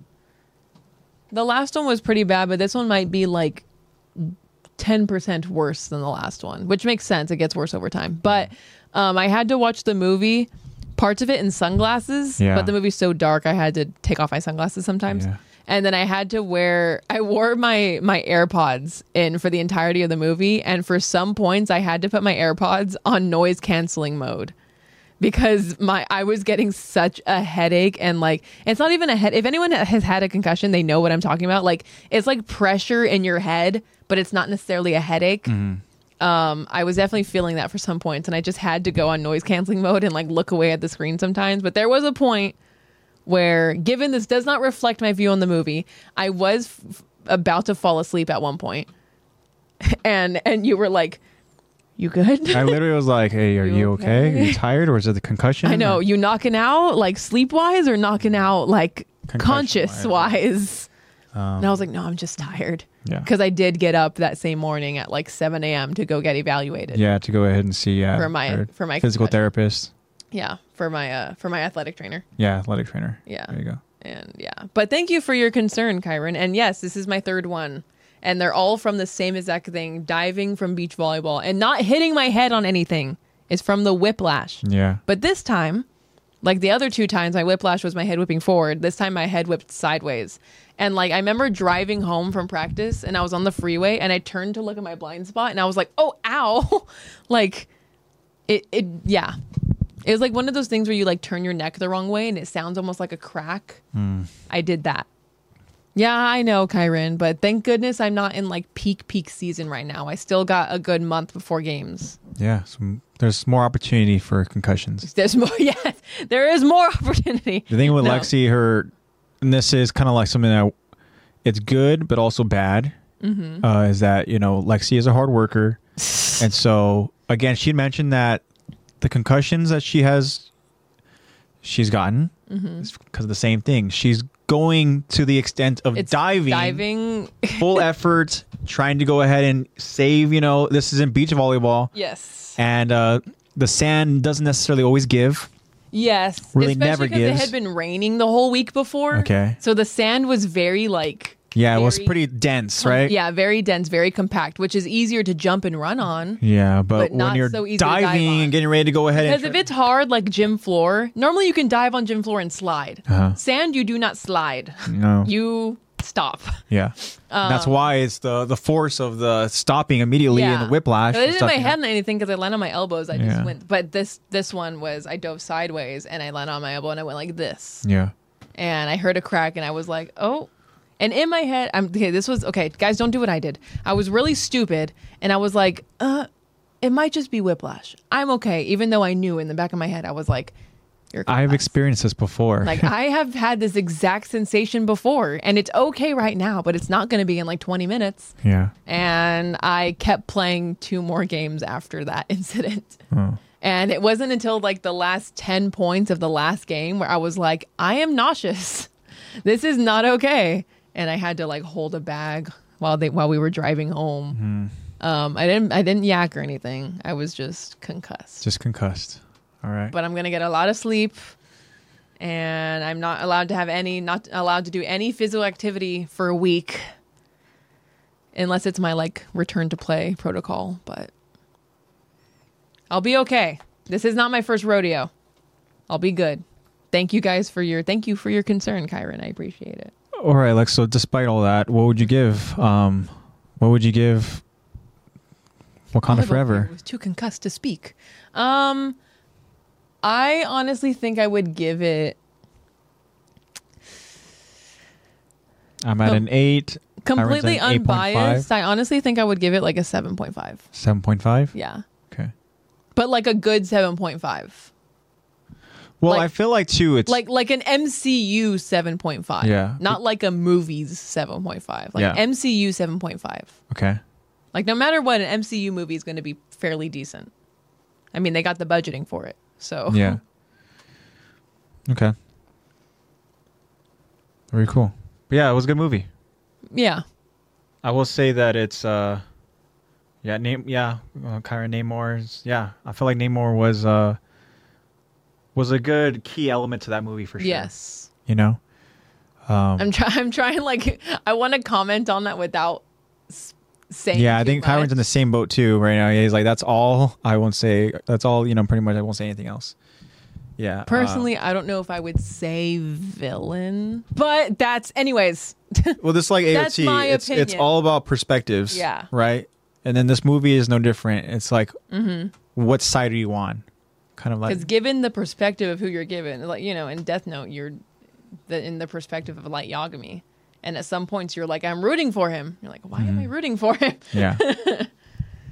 S2: the last one was pretty bad but this one might be like 10% worse than the last one which makes sense it gets worse over time but um, i had to watch the movie parts of it in sunglasses
S1: Yeah.
S2: but the movie's so dark i had to take off my sunglasses sometimes
S1: Yeah.
S2: and then i had to wear i wore my my airpods in for the entirety of the movie and for some points i had to put my airpods on noise canceling mode because my I was getting such a headache and like it's not even a head. If anyone has had a concussion, they know what I'm talking about. Like it's like pressure in your head, but it's not necessarily a headache. Um, I was definitely feeling that for some points, and I just had to go on noise canceling mode and like look away at the screen sometimes. But there was a point where, given this does not reflect my view on the movie, I was f- about to fall asleep at one point, and and you were like, "You good?"
S1: I literally was like, "Hey, are you,
S2: You
S1: okay?
S2: okay?
S1: Are you tired, or is it the concussion?"
S2: I know you knocking out like sleep wise or knocking out like conscious wise. and I was like, no, I'm just tired
S1: Yeah,
S2: because I did get up that same morning at like 7 a.m. to go get evaluated.
S1: yeah. To go ahead and see yeah,
S2: For my-
S1: our
S2: for my
S1: physical
S2: concussion.
S1: therapist,
S2: Yeah, for my uh for my athletic trainer.
S1: yeah, athletic trainer.
S2: Yeah.
S1: there you go.
S2: And yeah, but thank you for your concern, Kyron. And yes, this is my third one. And they're all from the same exact thing diving from beach volleyball and not hitting my head on anything is from the whiplash.
S1: Yeah,
S2: But this time, like the other two times, my whiplash was my head whipping forward. This time, my head whipped sideways. And like, I remember driving home from practice and I was on the freeway and I turned to look at my blind spot and I was like, oh, ow. like, it, it, yeah. It was like one of those things where you like turn your neck the wrong way and it sounds almost like a crack. I did that. Yeah, I know, Kyron, but thank goodness I'm not in like peak, peak season right now. I still got a good month before games.
S1: yeah. Some, there's more opportunity for concussions.
S2: There's more. Yes, there is more opportunity.
S1: The thing with
S2: No.
S1: Lexi, her, and this is kind of like something that it's good but also bad.
S2: Mm-hmm.
S1: Uh, is that you know Lexi is a hard worker, and so again, she mentioned that the concussions that she has, she's gotten,
S2: Mm-hmm.
S1: because of the same thing. She's going to the extent of
S2: It's
S1: diving
S2: diving.
S1: full effort, trying to go ahead and save. You know, this isn't beach volleyball,
S2: Yes.
S1: and uh, the sand doesn't necessarily always give.
S2: Yes.
S1: Really
S2: Especially
S1: never
S2: because
S1: gives.
S2: It had been raining the whole week before.
S1: Okay.
S2: So the sand was very like
S1: Yeah, it was
S2: Very-
S1: pretty dense, right?
S2: Yeah, very dense, very compact, which is easier to jump and run on.
S1: Yeah, but,
S2: But
S1: when
S2: not
S1: you're
S2: so easy to dive
S1: diving
S2: on.
S1: and getting ready to go ahead
S2: Because
S1: and
S2: if it's hard, like gym floor, normally you can dive on gym floor and slide.
S1: Uh-huh.
S2: Sand, you do not slide.
S1: no,
S2: You um, stop.
S1: yeah, that's why it's the the force of the stopping immediately and the whiplash.
S2: So
S1: and
S2: I didn't hit
S1: stuff,
S2: my
S1: you know?
S2: head on anything because I landed on my elbows. I
S1: Yeah.
S2: just went. But this this one was I dove sideways and I landed on my elbow and I went like this.
S1: Yeah,
S2: and I heard a crack and I was like, oh. And in my head, I'm okay. This was okay, guys. Don't do what I did. I was really stupid, and I was like, uh, it might just be whiplash. I'm okay, even though I knew in the back of my head, I was like, you're.
S1: I have
S2: concussed.
S1: experienced this before.
S2: like I have had this exact sensation before, and it's okay right now, but it's not going to be in like 20 minutes.
S1: yeah,
S2: And I kept playing two more games after that incident. And it wasn't until like the last 10 points of the last game where I was like, I am nauseous. This is not okay. And I had to like hold a bag while they while we were driving home. Um, I didn't I didn't yak or anything. I was just concussed.
S1: just concussed. All right.
S2: But I'm gonna get a lot of sleep and I'm not allowed to have any not allowed to do any physical activity for a week. Unless it's my like return to play protocol, but I'll be okay. This is not my first rodeo. I'll be good. Thank you guys for your thank you for your concern, Kyron. I appreciate it.
S1: All right, Lex. So, despite all that, what would you give? Um, what would you give? Wakanda
S2: Olive Oak
S1: Forever.
S2: was too concussed to speak. Um, I honestly think I would give it
S1: I'm
S2: Oh.
S1: at an eight.
S2: completely
S1: Kyron's at 8.5.
S2: unbiased. I honestly think I would give it like a seven point five.
S1: Seven point five.
S2: Yeah,
S1: Okay.
S2: but like a good seven point five,
S1: Well,
S2: Like-
S1: I feel like too. It's
S2: like like an MCU seven point five.
S1: Yeah.
S2: not like a movie's seven point five. Like
S1: Yeah.
S2: MCU seven point five.
S1: okay.
S2: Like no matter what, an MCU movie is going to be fairly decent. I mean, they got the budgeting for it, so
S1: Yeah. Okay. Very cool. But yeah, it was a good movie.
S2: yeah.
S1: I will say that it's uh yeah, name yeah, uh, Kyra Namor's yeah, I feel like Namor was uh was a good key element to that movie for sure.
S2: Yes.
S1: You know?
S2: I'm trying. I'm trying. Like, I want to comment on that without s- saying.
S1: Yeah, I
S2: too
S1: think Kyron's in the
S2: much.
S1: same boat too right now. He's like, that's all I won't say. That's all, you know, pretty much I won't say anything else. Yeah. uh,
S2: Personally, I don't know if I would say villain, but that's anyways.
S1: well, this is like AOT.
S2: That's my
S1: it's it's
S2: opinion.
S1: all about perspectives.
S2: Yeah.
S1: Right. And then this movie is no different. It's like,
S2: Mm-hmm.
S1: what side are you on? Kind of like
S2: Because given the perspective of who you're given, like you know, in Death Note, you're the, in the perspective of Light Yagami, and at some points you're like, I'm rooting for him. You're like, why am
S1: Mm-hmm.
S2: I rooting for him?
S1: yeah,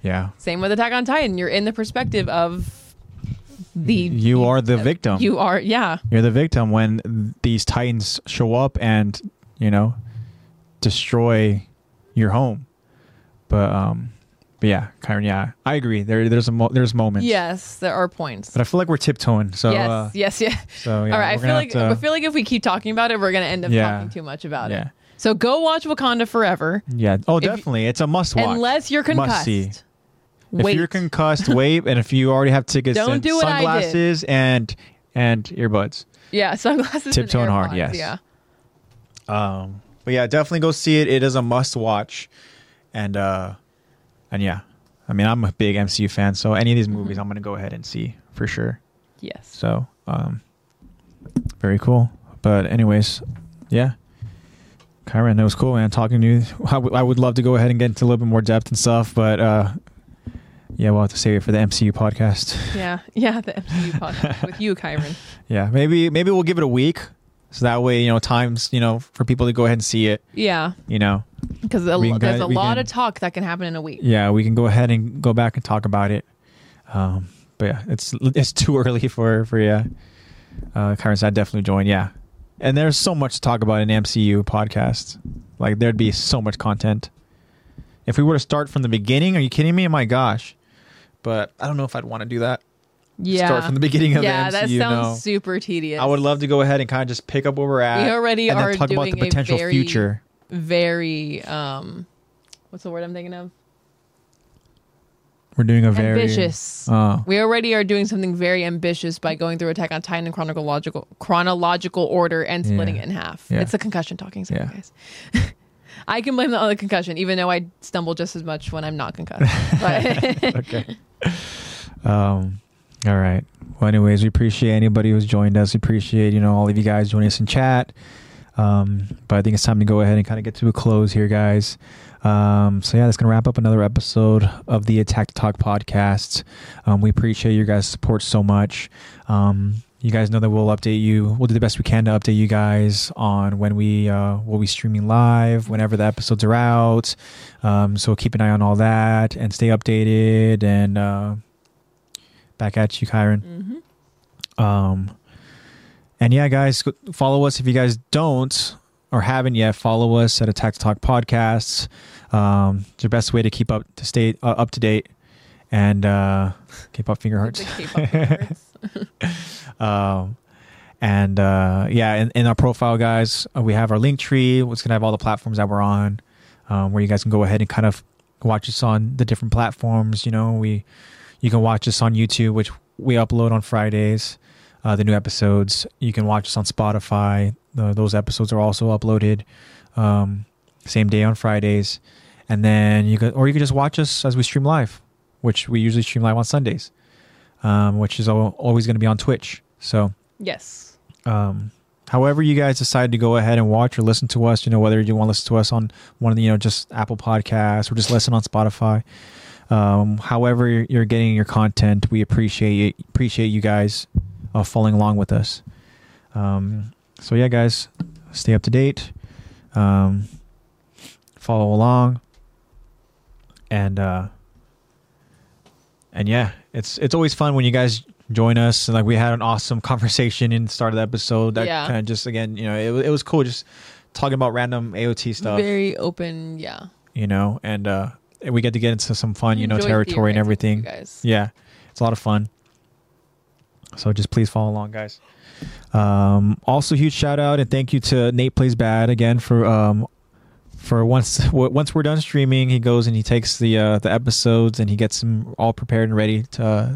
S1: yeah.
S2: Same with Attack on Titan. You're in the perspective of the
S1: You are the victim.
S2: you are yeah
S1: You're the victim when these titans show up and you know destroy your home. But um, but yeah, Kyron, yeah, I agree. There, there's a mo- there's moments.
S2: yes there are points.
S1: but I feel like we're tiptoeing. So
S2: yes,
S1: uh,
S2: yes, yeah.
S1: so yeah,
S2: All right,
S1: we're
S2: I feel
S1: gonna
S2: like I
S1: have to-
S2: feel like if we keep talking about it, we're gonna end up
S1: Yeah.
S2: talking too much about
S1: Yeah.
S2: it. So go watch Wakanda Forever,
S1: yeah. Oh,
S2: if-
S1: definitely, it's a must watch.
S2: unless you're
S1: Must
S2: concussed.
S1: see.
S2: Wait,
S1: If you're concussed, wave, and if you already have tickets,
S2: Don't
S1: then
S2: do what I did.
S1: sunglasses and and earbuds.
S2: yeah, sunglasses.
S1: Tiptoeing
S2: and
S1: hard,
S2: AirPods,
S1: yes.
S2: Yeah,
S1: Um, but yeah, definitely go see it. It is a must watch, and uh, and yeah, I mean I'm a big MCU fan, so any of these movies I'm gonna go ahead and see for sure.
S2: yes.
S1: So um, very cool. But anyways, yeah, Kyron, that was cool, man. Talking to you, I, w- I would love to go ahead and get into a little bit more depth and stuff, but uh, yeah, we'll have to save it for the MCU podcast.
S2: Yeah, yeah. The MCU podcast with you, Kyron.
S1: yeah, maybe maybe we'll give it a week, so that way you know times you know for people to go ahead and see it.
S2: Yeah,
S1: You know.
S2: because
S1: We can
S2: there's
S1: go-
S2: a
S1: we
S2: lot
S1: can-
S2: of talk that can happen in a week.
S1: yeah, we can go ahead and go back and talk about it. Um, but yeah, it's it's too early for for yeah. Uh, Kyron said definitely join. Yeah, and there's so much to talk about in MCU podcast. Like there'd be so much content. If we were to start from the beginning, are you kidding me? my gosh! But I don't know if I'd want to do that.
S2: Yeah,
S1: Start from the beginning of
S2: yeah.
S1: the
S2: that
S1: MCU.
S2: sounds
S1: no.
S2: super tedious.
S1: I would love to go ahead and kind of just pick up where we're at.
S2: already
S1: and
S2: are
S1: then talk about
S2: doing
S1: the
S2: a
S1: potential
S2: very-
S1: future.
S2: very um, what's the word I'm thinking of?
S1: We're doing a very
S2: ambitious.
S1: Oh.
S2: We already are doing something very ambitious by going through Attack on Titan in chronological chronological order and splitting
S1: Yeah.
S2: it in half.
S1: Yeah.
S2: It's a concussion talking, sorry
S1: Yeah.
S2: guys. I can blame that on the concussion, even though I stumble just as much when I'm not concussed. But
S1: okay. Um, all right. Well, anyways, we appreciate anybody who's joined us. We appreciate you know all of you guys joining us in chat. Um, but I think it's time to go ahead and kind of get to a close here, guys. Um, so yeah, that's gonna wrap up another episode of the Attack to Talk podcast. Um, we appreciate your guys' support so much. Um, you guys know that we'll update you. We'll do the best we can to update you guys on when we uh, will be streaming live, whenever the episodes are out. Um, so keep an eye on all that and stay updated. And uh, back at you, Kyron. Um, and yeah, guys, go- follow us if you guys don't or haven't yet. Follow us at Attack to Talk Podcasts. Um, it's the best way to keep up to stay uh, up to date and uh, keep up finger hearts.
S2: It's a K-pop reference.
S1: Um, and uh, yeah, in, in our profile, guys, uh, we have our link tree. It's gonna have all the platforms that we're on, um, where you guys can go ahead and kind of watch us on the different platforms. You know, we you can watch us on YouTube, which we upload on Fridays, uh, the new episodes. You can watch us on Spotify. Tho- those episodes are also uploaded um, same day on Fridays, and then you can or you can just watch us as we stream live, which we usually stream live on Sundays, um, which is al- always going to be on Twitch. So
S2: yes.
S1: um, however you guys decide to go ahead and watch or listen to us, you know, whether you want to listen to us on one of the, you know, just Apple Podcasts or just listen on Spotify. Um, however you're getting your content, we appreciate it, appreciate you guys uh, following along with us. Um, so yeah, guys, stay up to date, um, follow along, and uh, and yeah, it's it's always fun when you guys join us and like we had an awesome conversation in the start of the episode that
S2: Yeah.
S1: kind of just again you know it, wa- it was cool just talking about random AOT stuff
S2: Very open, yeah.
S1: you know and uh and we get to get into some fun you know
S2: Enjoy
S1: territory and
S2: theorizing with
S1: everything
S2: you guys.
S1: yeah it's a lot of fun so just please follow along guys um also huge shout out and thank you to nate plays bad again for um for once w- once we're done streaming he goes and he takes the uh the episodes and he gets them all prepared and ready to uh,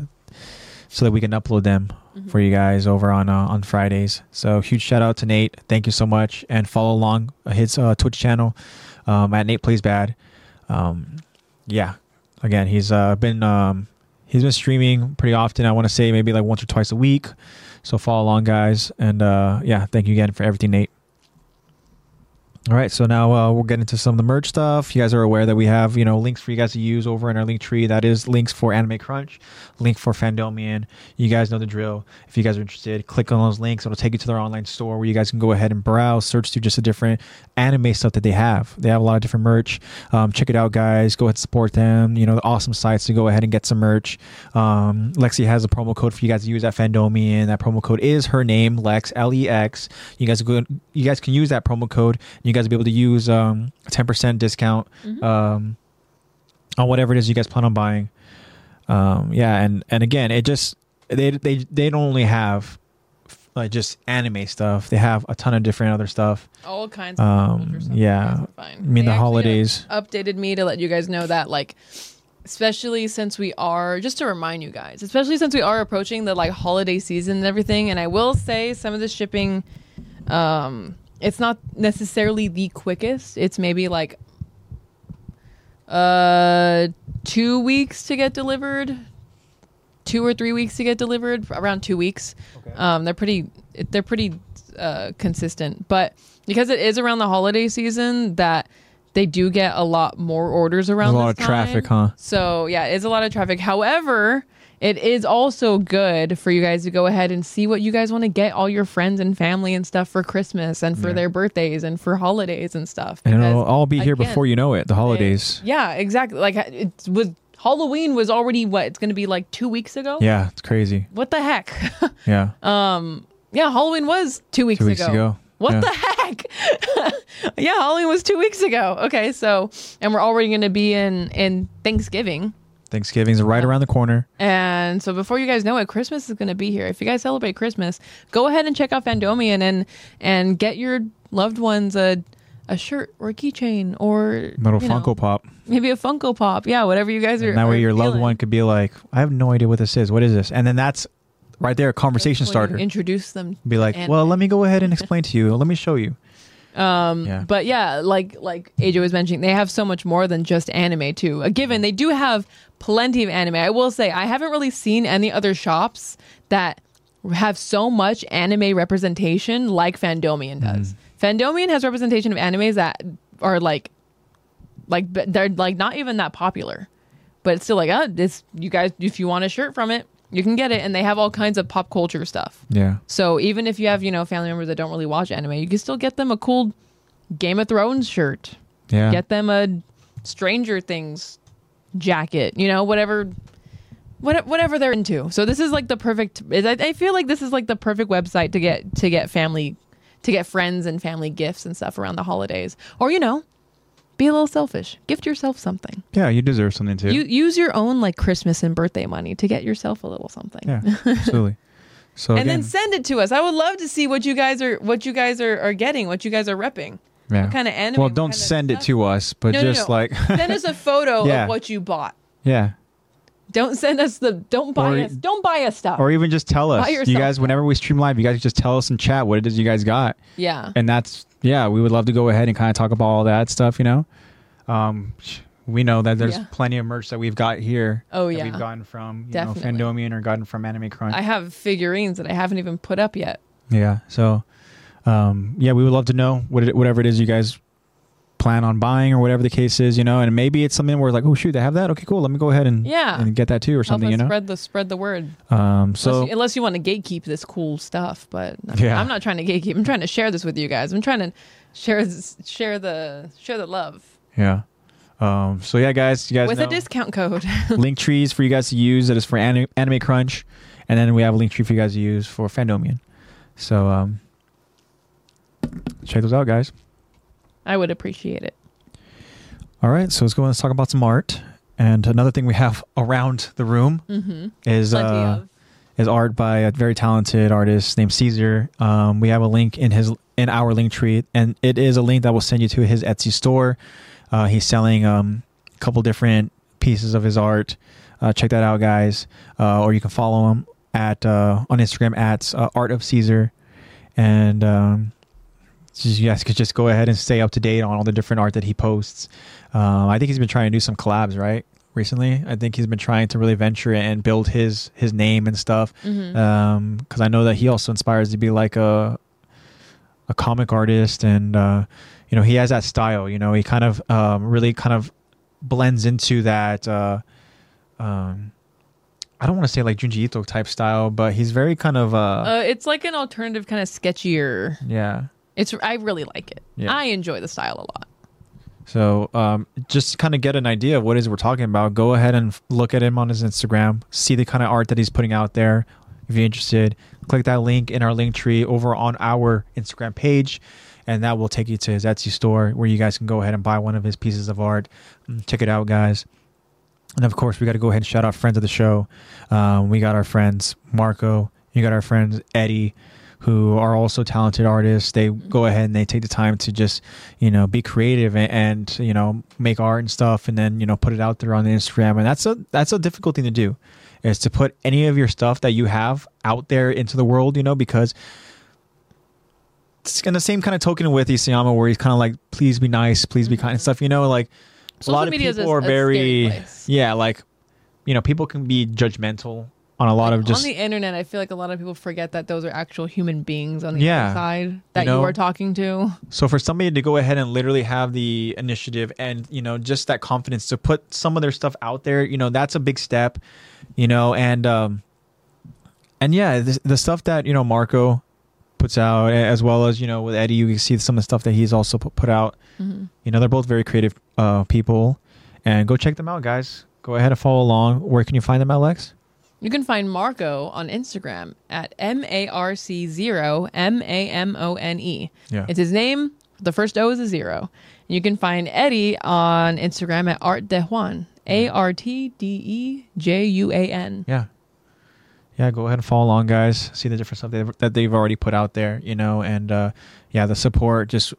S1: so that we can upload them
S2: Mhm.
S1: for you guys over on uh, on Fridays. So huge shout out to Nate. Thank you so much, and follow along his uh, Twitch channel um, at Nate Plays Bad. Um, yeah, again, he's uh, been um, he's been streaming pretty often. I want to say maybe like once or twice a week. So follow along, guys, and uh, yeah, thank you again for everything, Nate. All right, so now uh, we'll get into some of the merch stuff. You guys are aware that we have you know links for you guys to use over in our link tree. That is links for Anime Crunch, link for Fandomian. You guys know the drill. If you guys are interested, click on those links. It'll take you to their online store where you guys can go ahead and browse, search through just the different anime stuff that they have. They have a lot of different merch. Um, check it out, guys. Go ahead and support them. You know, the awesome sites to go ahead and get some merch. Um, Lexi has a promo code for you guys to use at Fandomian. That promo code is her name, Lex, L E X. You guys go. You guys can use that promo code. You guys will be able to use um, a 10% discount um, on whatever it is you guys plan on buying um yeah and and again it just they they they don't only have like just anime stuff they have a ton of different other stuff
S2: All kinds of
S1: Um,
S2: culture stuff
S1: yeah.
S2: you guys would find.
S1: I mean,
S2: They
S1: the
S2: actually uh,
S1: holidays.
S2: updated me to let you guys know that like especially since we are just to remind you guys, especially since we are approaching the like holiday season and everything, and I will say some of the shipping um it's not necessarily the quickest. It's maybe like uh 2 weeks to get delivered. 2 or 3 weeks to get delivered, around 2 weeks. Um they're pretty they're pretty uh consistent, but because it is around the holiday season that they do get a lot more orders around
S1: There's a lot
S2: this
S1: of traffic,
S2: time.
S1: huh?
S2: So yeah, it's a lot of traffic. However, it is also good for you guys to go ahead and see what you guys want to get all your friends and family and stuff for Christmas and for their birthdays and for holidays and stuff.
S1: and it'll
S2: because,
S1: all be here
S2: again,
S1: before you know it the holidays
S2: Yeah, exactly. Like it was Halloween was already what it's going to be like two weeks ago.
S1: yeah it's crazy
S2: What the heck?
S1: yeah
S2: Uh, yeah, Halloween was two weeks
S1: two weeks
S2: ago.
S1: ago
S2: What
S1: Yeah.
S2: the heck? yeah, Halloween was two weeks ago. Okay, so and we're already going to be in in Thanksgiving.
S1: thanksgiving's right around the corner
S2: And so before you guys know it, Christmas is going to be here. If you guys celebrate Christmas, go ahead and check out Fandomian and and get your loved ones a a shirt or a keychain or
S1: little
S2: you know,
S1: funko pop
S2: maybe a Funko Pop. Yeah, whatever you guys are.
S1: and that way
S2: are
S1: your loved
S2: feeling.
S1: one could be like i have no idea what this is what is this and then that's right there a
S2: That's
S1: conversation
S2: when you
S1: starter
S2: Introduce them.
S1: be like
S2: and-
S1: well let me go ahead and explain to you let me show you
S2: Um,
S1: Yeah.
S2: But yeah, like like AJ was mentioning, they have so much more than just anime too. Uh, given they do have plenty of anime, I will say I haven't really seen any other shops that have so much anime representation like Fandomian does. Fandomian has representation of animes that are like like b- they're like not even that popular but it's still like oh this you guys if you want a shirt from it you can get it and they have all kinds of pop culture stuff
S1: Yeah.
S2: so even if you have you know family members that don't really watch anime you can still get them a cool game of thrones shirt
S1: Yeah.
S2: get them a stranger things jacket you know whatever what, whatever they're into so this is like the perfect I, I feel like this is like the perfect website to get to get family to get friends and family gifts and stuff around the holidays or you know be a little selfish gift yourself something
S1: yeah, you deserve something too.
S2: you use your own like Christmas and birthday money to get yourself a little something.
S1: yeah, absolutely. So
S2: And
S1: again,
S2: then send it to us. I would love to see what you guys are what you guys are, are getting, what you guys are repping.
S1: yeah.
S2: Kind of anime.
S1: well,
S2: what
S1: don't
S2: kinda
S1: send it
S2: stuff.
S1: to us, but
S2: No, no,
S1: just
S2: no.
S1: like
S2: send us a photo
S1: Yeah.
S2: of what you bought.
S1: yeah,
S2: Don't send us the don't buy
S1: Or-
S2: us don't buy us stuff.
S1: or even just tell us.
S2: Buy yourself
S1: You guys, whenever we stream live, you guys just tell us in chat what it is you guys got,
S2: yeah.
S1: and that's yeah. We would love to go ahead and kind of talk about all that stuff. You know, um, we know that there's
S2: Yeah.
S1: plenty of merch that we've got here.
S2: Oh,
S1: that
S2: yeah.
S1: we've gotten from you
S2: Definitely.
S1: know Fandomian or gotten from Anime Crunch.
S2: I have figurines that I haven't even put up yet.
S1: Yeah. So, um, yeah, we would love to know what it, whatever it is you guys plan on buying or whatever the case is, you know. And maybe it's something where like, oh shoot, they have that. Okay, cool. Let me go ahead and
S2: Yeah.
S1: and get that too or something,
S2: Help
S1: you
S2: us
S1: know.
S2: spread the spread the word.
S1: Um, so
S2: unless you, unless you want to gatekeep this cool stuff, but I'm,
S1: Yeah.
S2: I'm not trying to gatekeep. I'm trying to share this with you guys. I'm trying to share this- share the share the love
S1: yeah. Um, so yeah, guys, you guys
S2: with
S1: know,
S2: a discount code.
S1: link trees for you guys to use. That is for anime, anime Crunch, and then we have a link tree for you guys to use for Fandomian. So um, check those out, guys.
S2: I would appreciate it.
S1: All right, so let's go. and Let's talk about some art. And another thing we have around the room
S2: Mm-hmm.
S1: is
S2: Plenty
S1: uh,
S2: of.
S1: is art by a very talented artist named Caesar. Um, we have a link in his in our link tree, and it is a link that will send you to his Etsy store. Uh, he's selling um, a couple different pieces of his art. Uh, check that out, guys. Uh, or you can follow him at uh, on Instagram at uh, Art of Caesar, and um, just, you guys could just go ahead and stay up to date on all the different art that he posts. Um, I think he's been trying to do some collabs, right? Recently, I think he's been trying to really venture and build his his name and stuff
S2: Mhm.
S1: um because i know that he also inspires to be like a a comic artist and uh you know he has that style you know he kind of um really kind of blends into that uh um i don't want to say like junji ito type style but he's very kind of uh,
S2: uh, it's like an alternative, kind of sketchier.
S1: yeah
S2: It's I really like it.
S1: Yeah.
S2: I enjoy the style a lot.
S1: so um just to kind of get an idea of what it is we're talking about go ahead and f- look at him on his instagram see the kind of art that he's putting out there if you're interested click that link in our link tree over on our instagram page and that will take you to his etsy store where you guys can go ahead and buy one of his pieces of art Mm, check it out guys and of course we got to go ahead and shout out friends of the show um, we got our friends marco you got our friends eddie who are also talented artists they
S2: Mm-hmm.
S1: go ahead and they take the time to just you know be creative and, and you know make art and stuff and then you know put it out there on instagram and that's a that's a difficult thing to do is to put any of your stuff that you have out there into the world, you know, because it's in the same kind of token with Isayama where he's kind of like, please be nice, please be kind and stuff, you know, like
S2: Mm-hmm.
S1: a
S2: Social
S1: lot of
S2: media is
S1: people
S2: a-
S1: are
S2: a
S1: very,
S2: scary place.
S1: yeah, like, you know, people can be judgmental on a lot of just,
S2: on the internet. I feel like a lot of people forget that those are actual human beings on the
S1: Yeah.
S2: other side that
S1: know?
S2: you are talking to.
S1: so for somebody to go ahead and literally have the initiative and, you know, just that confidence to put some of their stuff out there, you know, that's a big step, you know, and, um, and yeah, this, the stuff that you know Marco puts out, a- as well as you know with Eddie, you can see some of the stuff that he's also put, put out. You know, they're both very creative uh, people, and go check them out, guys. Go ahead and follow along. Where can you find them, Alex?
S2: You can find Marco on Instagram at M A R C zero M A M O N E.
S1: Yeah.
S2: It's his name. The first O is a zero. And you can find Eddie on Instagram at Art De Juan. A R T D E J U A N.
S1: Yeah, yeah. Go ahead and follow along, guys. See the different stuff they've, that they've already put out there. You know, and uh, yeah, the support just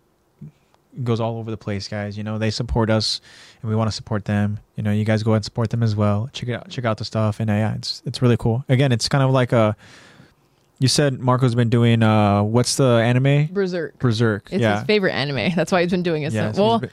S1: goes all over the place, guys. You know, they support us, and we want to support them. You know, you guys go ahead and support them as well. Check it out, check out the stuff, and uh, yeah, it's it's really cool. Again, it's kind of like a uh, You said Marco's been doing uh what's the anime?
S2: Berserk.
S1: Berserk.
S2: It's
S1: yeah.
S2: his favorite anime. That's why he's been doing it.
S1: yeah. so
S2: so.
S1: he's
S2: Well,
S1: been-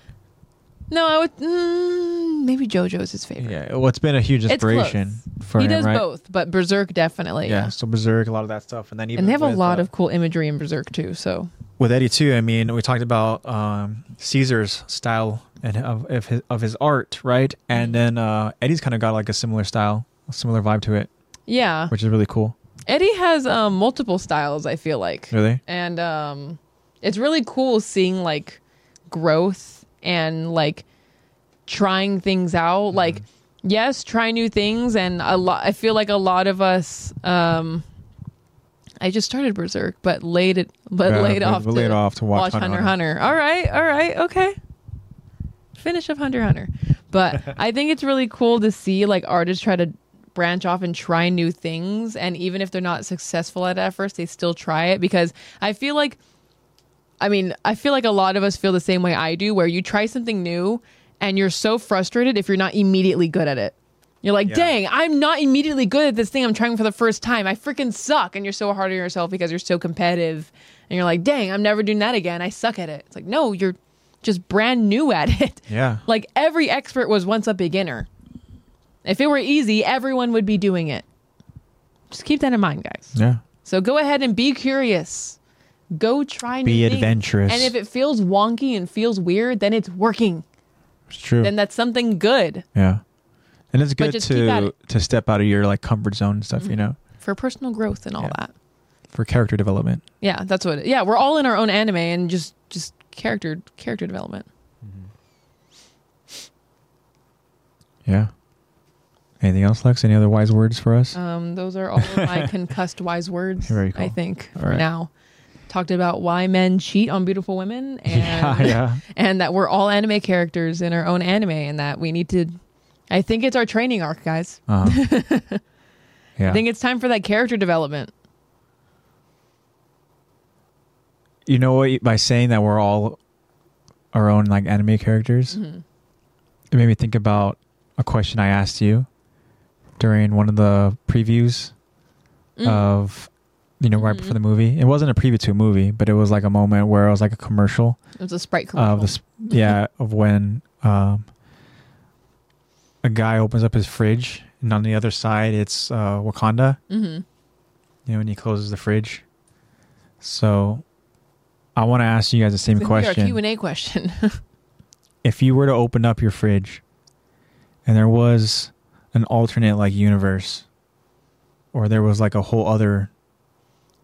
S2: no, I would mm, maybe JoJo's his favorite.
S1: yeah. Well, it's been a huge
S2: It's close.
S1: inspiration for
S2: he
S1: him,
S2: does
S1: right?
S2: both, but Berserk definitely.
S1: Yeah. So Berserk, a lot of that stuff, and then even
S2: And they have a
S1: with,
S2: lot
S1: uh,
S2: of cool imagery in Berserk too. So
S1: with Eddie too. I mean, we talked about um, Caesar's style and of, of his of his art, right? And then uh, Eddie's kind of got like a similar style, a similar vibe to it,
S2: yeah,
S1: which is really cool.
S2: Eddie has um, multiple styles. I feel like,
S1: Really,
S2: and um, it's really cool seeing like growth and like trying things out.
S1: Mm-hmm.
S2: Like, yes, try new things, and a lot. I feel like a lot of us. Um, I just started Berserk, but laid it, but
S1: Yeah,
S2: laid
S1: we-
S2: off.
S1: we laid
S2: to
S1: off to watch
S2: watch
S1: Hunter
S2: Hunter x Hunter. All right, all right, okay. Finish up Hunter x Hunter, but I think it's really cool to see like artists try to branch off and try new things, and even if they're not successful at it at first, they still try it because I feel like I mean, I feel like a lot of us feel the same way I do, where you try something new and you're so frustrated if you're not immediately good at it. You're like, dang, I'm not immediately good at this thing I'm trying for the first time. I freaking suck. And you're so hard on yourself because you're so competitive. And you're like, dang, I'm never doing that again. I suck at it. It's like, no, you're just brand new at it.
S1: yeah,
S2: Like every expert was once a beginner. If it were easy, everyone would be doing it. Just keep that in mind, guys.
S1: yeah,
S2: So go ahead and be curious. Go try
S1: Be
S2: new things.
S1: adventurous.
S2: And if it feels wonky and feels weird, then it's working.
S1: it's true.
S2: Then that's something good
S1: yeah, and it's good
S2: just keep at
S1: to
S2: it. Mm-hmm.
S1: to step out of your like comfort zone and stuff, you know,
S2: for personal growth and all
S1: Yeah.
S2: that.
S1: for character development.
S2: Yeah, that's what. It, yeah, we're all in our own anime and just just character character development.
S1: Yeah. Anything else, Lex? Any other wise words for us?
S2: Um, those are all of my concussed wise words.
S1: Very cool.
S2: I think
S1: All
S2: for
S1: right.
S2: now. Talked about why men cheat on beautiful women and
S1: yeah, yeah.
S2: and that we're all anime characters in our own anime and that we need to I think it's our training arc, guys.
S1: Uh-huh. yeah.
S2: I think it's time for that character development.
S1: you know what by saying that we're all our own like anime characters
S2: Mm-hmm.
S1: it made me think about a question i asked you during one of the previews
S2: Mm.
S1: of you know right before the movie it wasn't a preview to a movie but it was like a moment where it was like a commercial
S2: It was Mm-hmm. a Sprite commercial.
S1: of this yeah of when um a guy opens up his fridge and on the other side it's uh wakanda
S2: mm-hmm.
S1: you know, when he closes the fridge. So, I want to ask you guys the same
S2: Our Q
S1: question.
S2: and A question.
S1: If you were to open up your fridge, and there was an alternate like universe, or there was like a whole other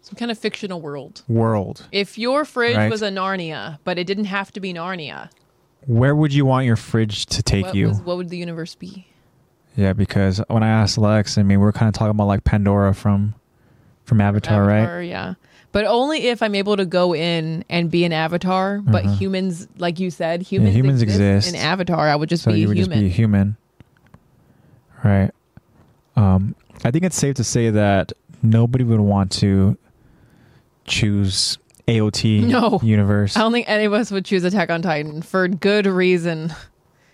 S2: Some kind of fictional world.
S1: world,
S2: If your fridge
S1: Right.
S2: was a Narnia, but it didn't have to be Narnia,
S1: where would you want your fridge to take
S2: what,
S1: you?
S2: was, what would the universe be?
S1: yeah, because when I asked Lex, I mean, we are kind of talking about like Pandora from from Avatar, right?
S2: Avatar, Yeah. But only if I'm able to go in and be an avatar. But
S1: Uh-huh.
S2: humans, like you said, humans,
S1: humans
S2: exist,
S1: exist.
S2: in Avatar. I would just
S1: So
S2: be
S1: you
S2: a
S1: would just be a
S2: human.
S1: human, right? Um, I think it's safe to say that nobody would want to choose AOT
S2: No.
S1: universe
S2: I don't think any of us would choose Attack on Titan for good reason.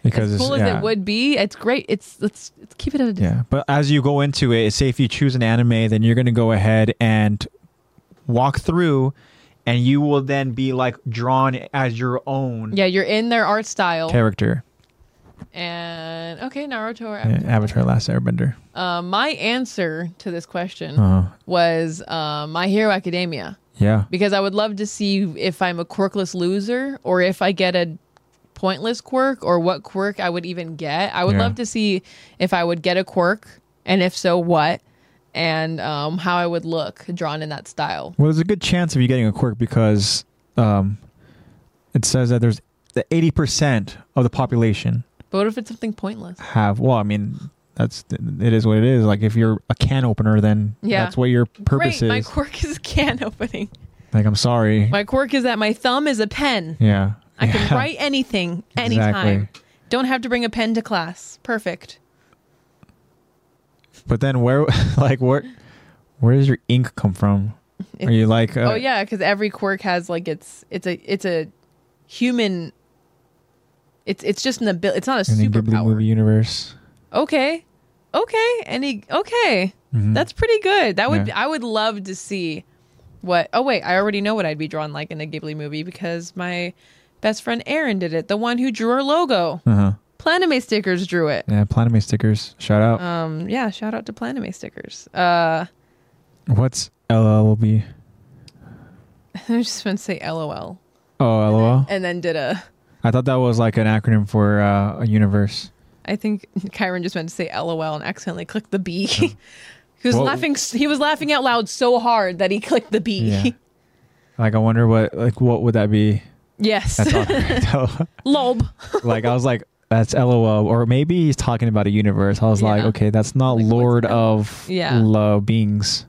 S1: because
S2: as
S1: it's-
S2: cool
S1: yeah,
S2: as it would be, it's great. It's let's, let's keep it at a
S1: yeah. But as you go into it, say if you choose an anime, then you're going to go ahead and walk through, and you will then be like drawn as your own
S2: Yeah, you're in their art style.
S1: character.
S2: And okay, Naruto or
S1: Yeah, Avatar: Last Airbender.
S2: Uh, my answer to this question
S1: Uh,
S2: was uh, My Hero Academia
S1: yeah,
S2: because I would love to see if I'm a quirkless loser or if I get a pointless quirk or what quirk I would even get. I would
S1: Yeah.
S2: love to see if I would get a quirk and if so, what and um, how I would look drawn in that style.
S1: Well, there's a good chance of you getting a quirk because um, it says that there's the 80% of the population
S2: But what if it's something pointless?
S1: have. Well, I mean, that's it is what it is. Like if you're a can opener, then
S2: Yeah.
S1: that's what your purpose
S2: Great, my
S1: is.
S2: quirk is can opening.
S1: like I'm sorry.
S2: My quirk is that my thumb is a pen.
S1: yeah.
S2: I can
S1: Yeah.
S2: write anything anytime.
S1: Exactly.
S2: Don't have to bring a pen to class. Perfect.
S1: But then where, like where, where does your ink come from? Are you like? Uh,
S2: oh yeah, because every quirk has like it's it's a it's a human. It's it's just an ability. It's not a
S1: In the Ghibli
S2: superpower.
S1: movie universe.
S2: Okay, okay, and he okay,
S1: Mm-hmm.
S2: that's pretty good. That would
S1: Yeah.
S2: I would love to see what. Oh wait, I already know what I'd be drawn like in a Ghibli movie because my best friend Aaron did it. The one who drew our logo,
S1: Uh huh.
S2: Planime stickers drew it.
S1: Yeah, Planime stickers. Shout out.
S2: Um, yeah, shout out to Planime stickers. Uh,
S1: What's LLB?
S2: I was just gonna say LOL,
S1: Oh, LOL.
S2: and then did a.
S1: I thought that was like an acronym for uh, a universe.
S2: I think Kyron just meant to say LOL and accidentally clicked the B. he was
S1: Well-
S2: laughing. He was laughing out loud so hard that he clicked the B.
S1: Yeah. Like I wonder what like what would that be?
S2: Yes,
S1: That's all.
S2: lobe.
S1: like I was like that's LOL or maybe he's talking about a universe. I was like
S2: Yeah.
S1: okay, that's not
S2: Like, what's
S1: Lord
S2: that?
S1: of
S2: Yeah.
S1: Lo Beings.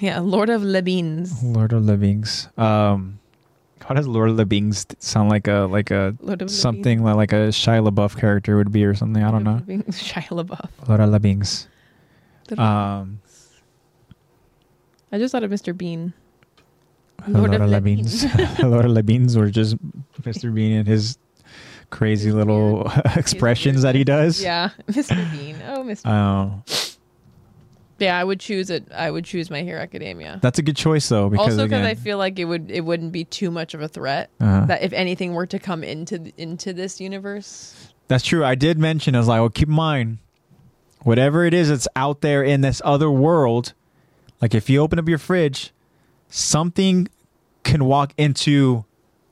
S2: Yeah, Lord of Lebins.
S1: Lord of the Beings. Um how does Lord of the Beings sound like a like a
S2: Lord of
S1: something li- like a Shia LaBeouf character would be or something? I don't know.
S2: Shia LaBeouf.
S1: Lord of the Beings.
S2: Lord of
S1: Um
S2: I just thought of Mr. Bean.
S1: Lord, of the Beans. Lord of the Beans or just Mr. Bean and his crazy
S2: His
S1: little expressions that he does.
S2: Yeah, Mr. Bean. Oh, Mr.
S1: Oh,
S2: yeah, I would choose it. I would choose My Hero Academia.
S1: that's a good choice though because
S2: also, because
S1: again,
S2: I feel like it would it wouldn't be too much of a threat
S1: uh-huh.
S2: that if anything were to come into th- into this universe.
S1: that's true. I did mention I was like, well, keep in mind, whatever it is that's out there in this other world, like if you open up your fridge, something can walk into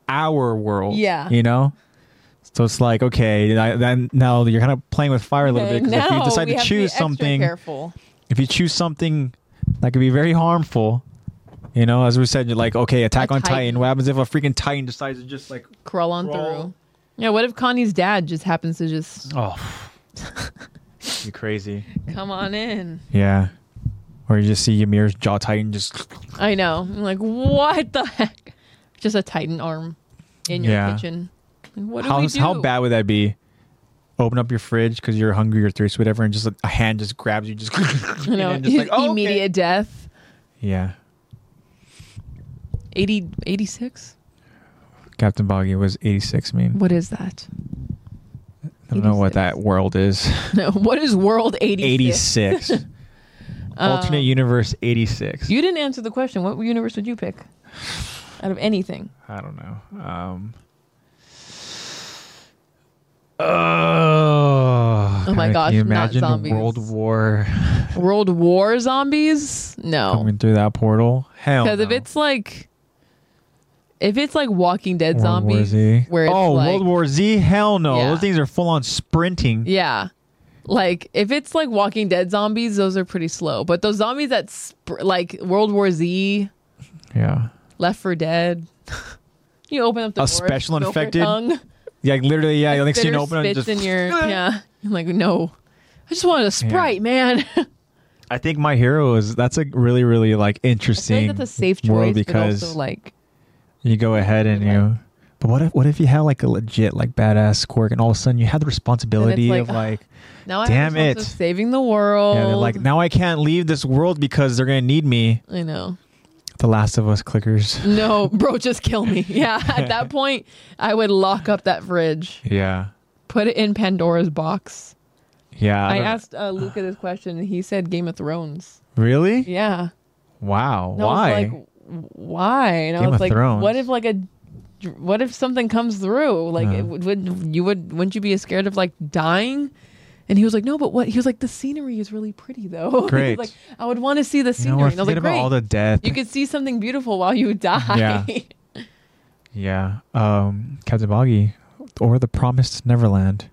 S1: our world.
S2: Yeah.
S1: you know. So it's like okay, I- then now you're kind of playing with fire a little bit
S2: Okay,
S1: because if you
S2: now
S1: decide
S2: we
S1: to
S2: have be
S1: choose
S2: extra
S1: something,
S2: careful.
S1: if you choose something that could be very harmful, you know, as we said, you're like, okay, Attack
S2: A
S1: on Titan.
S2: Titan.
S1: What happens if a freaking Titan decides to just like,
S2: Crawl on
S1: Crawl.
S2: through. Yeah, what if Connie's dad just happens to just
S1: oh, you crazy?
S2: come on in?
S1: Yeah. Or you just see Ymir's jaw tighten, just
S2: I know. I'm like, what the heck? Just a Titan arm in your
S1: Yeah.
S2: kitchen. Like, What do
S1: how
S2: we do?
S1: how bad would that be? Open up your fridge because you're hungry or thirsty, whatever, and just a, a hand just grabs you, just
S2: You know,
S1: and then just like, oh, okay.
S2: immediate death.
S1: yeah.
S2: 80, 86?
S1: Captain Boggy was 86. I mean,
S2: What is that?
S1: I don't know what
S2: 86.
S1: that world is.
S2: No, what is World 86?
S1: 86. Alternate universe 86.
S2: Um, You didn't answer the question. What universe would you pick out of anything?
S1: I don't know. Um, oh,
S2: Oh my
S1: God,
S2: gosh,
S1: Can you
S2: not
S1: imagine
S2: zombies.
S1: World War
S2: World War zombies? No.
S1: coming through that portal? Hell,
S2: Oh. Because
S1: no.
S2: if it's like, if it's like Walking Dead
S1: World War
S2: zombies,
S1: Z.
S2: where it's
S1: oh,
S2: like,
S1: World War Z? Hell no!
S2: Yeah.
S1: Those things are full on sprinting.
S2: yeah, like if it's like Walking Dead zombies, those are pretty slow. But those zombies that sp- like World War Z,
S1: Yeah,
S2: Left for Dead, you open up the
S1: A
S2: door,
S1: special
S2: smoke your
S1: infected?
S2: tongue,
S1: yeah, like, literally, yeah. The next thing you
S2: bitter
S1: open it,
S2: spits
S1: just
S2: in your yeah. I'm like no, I just wanted a sprite, man.
S1: I think my hero is that's a really, really like
S2: I feel
S1: interesting
S2: like that's a safe choice,
S1: world
S2: but
S1: because
S2: also like
S1: you go ahead and
S2: like-
S1: you. But what if what if you had like a legit like badass quirk, and all of a sudden you had the responsibility
S2: like,
S1: of like
S2: now I
S1: Damn
S2: have the
S1: it.
S2: of saving the world.
S1: Yeah, they're like, now I can't leave this world because they're gonna need me.
S2: I know.
S1: The Last of Us clickers.
S2: No, bro, just kill me. Yeah, at that point, I would lock up that fridge,
S1: Yeah.
S2: put it in Pandora's box.
S1: Yeah.
S2: I,
S1: don't-
S2: asked uh, Luca this question, and he said Game of Thrones.
S1: Really?
S2: Yeah.
S1: Wow.
S2: And
S1: Why?
S2: I was like, why? And I
S1: Game
S2: was
S1: of
S2: like,
S1: Thrones.
S2: what if like a, what if something comes through? Like,
S1: Uh-huh.
S2: it would, would you would wouldn't you be scared of like dying? And he was like, no, but what? He was like, the scenery is really pretty though. He was
S1: Great.
S2: like, I would want to see the
S1: you
S2: scenery.
S1: know what?
S2: and I was
S1: Forget about
S2: like, great.
S1: all the death.
S2: you could see something beautiful while you die.
S1: Yeah. yeah. Um, Captain Boggy or the Promised Neverland.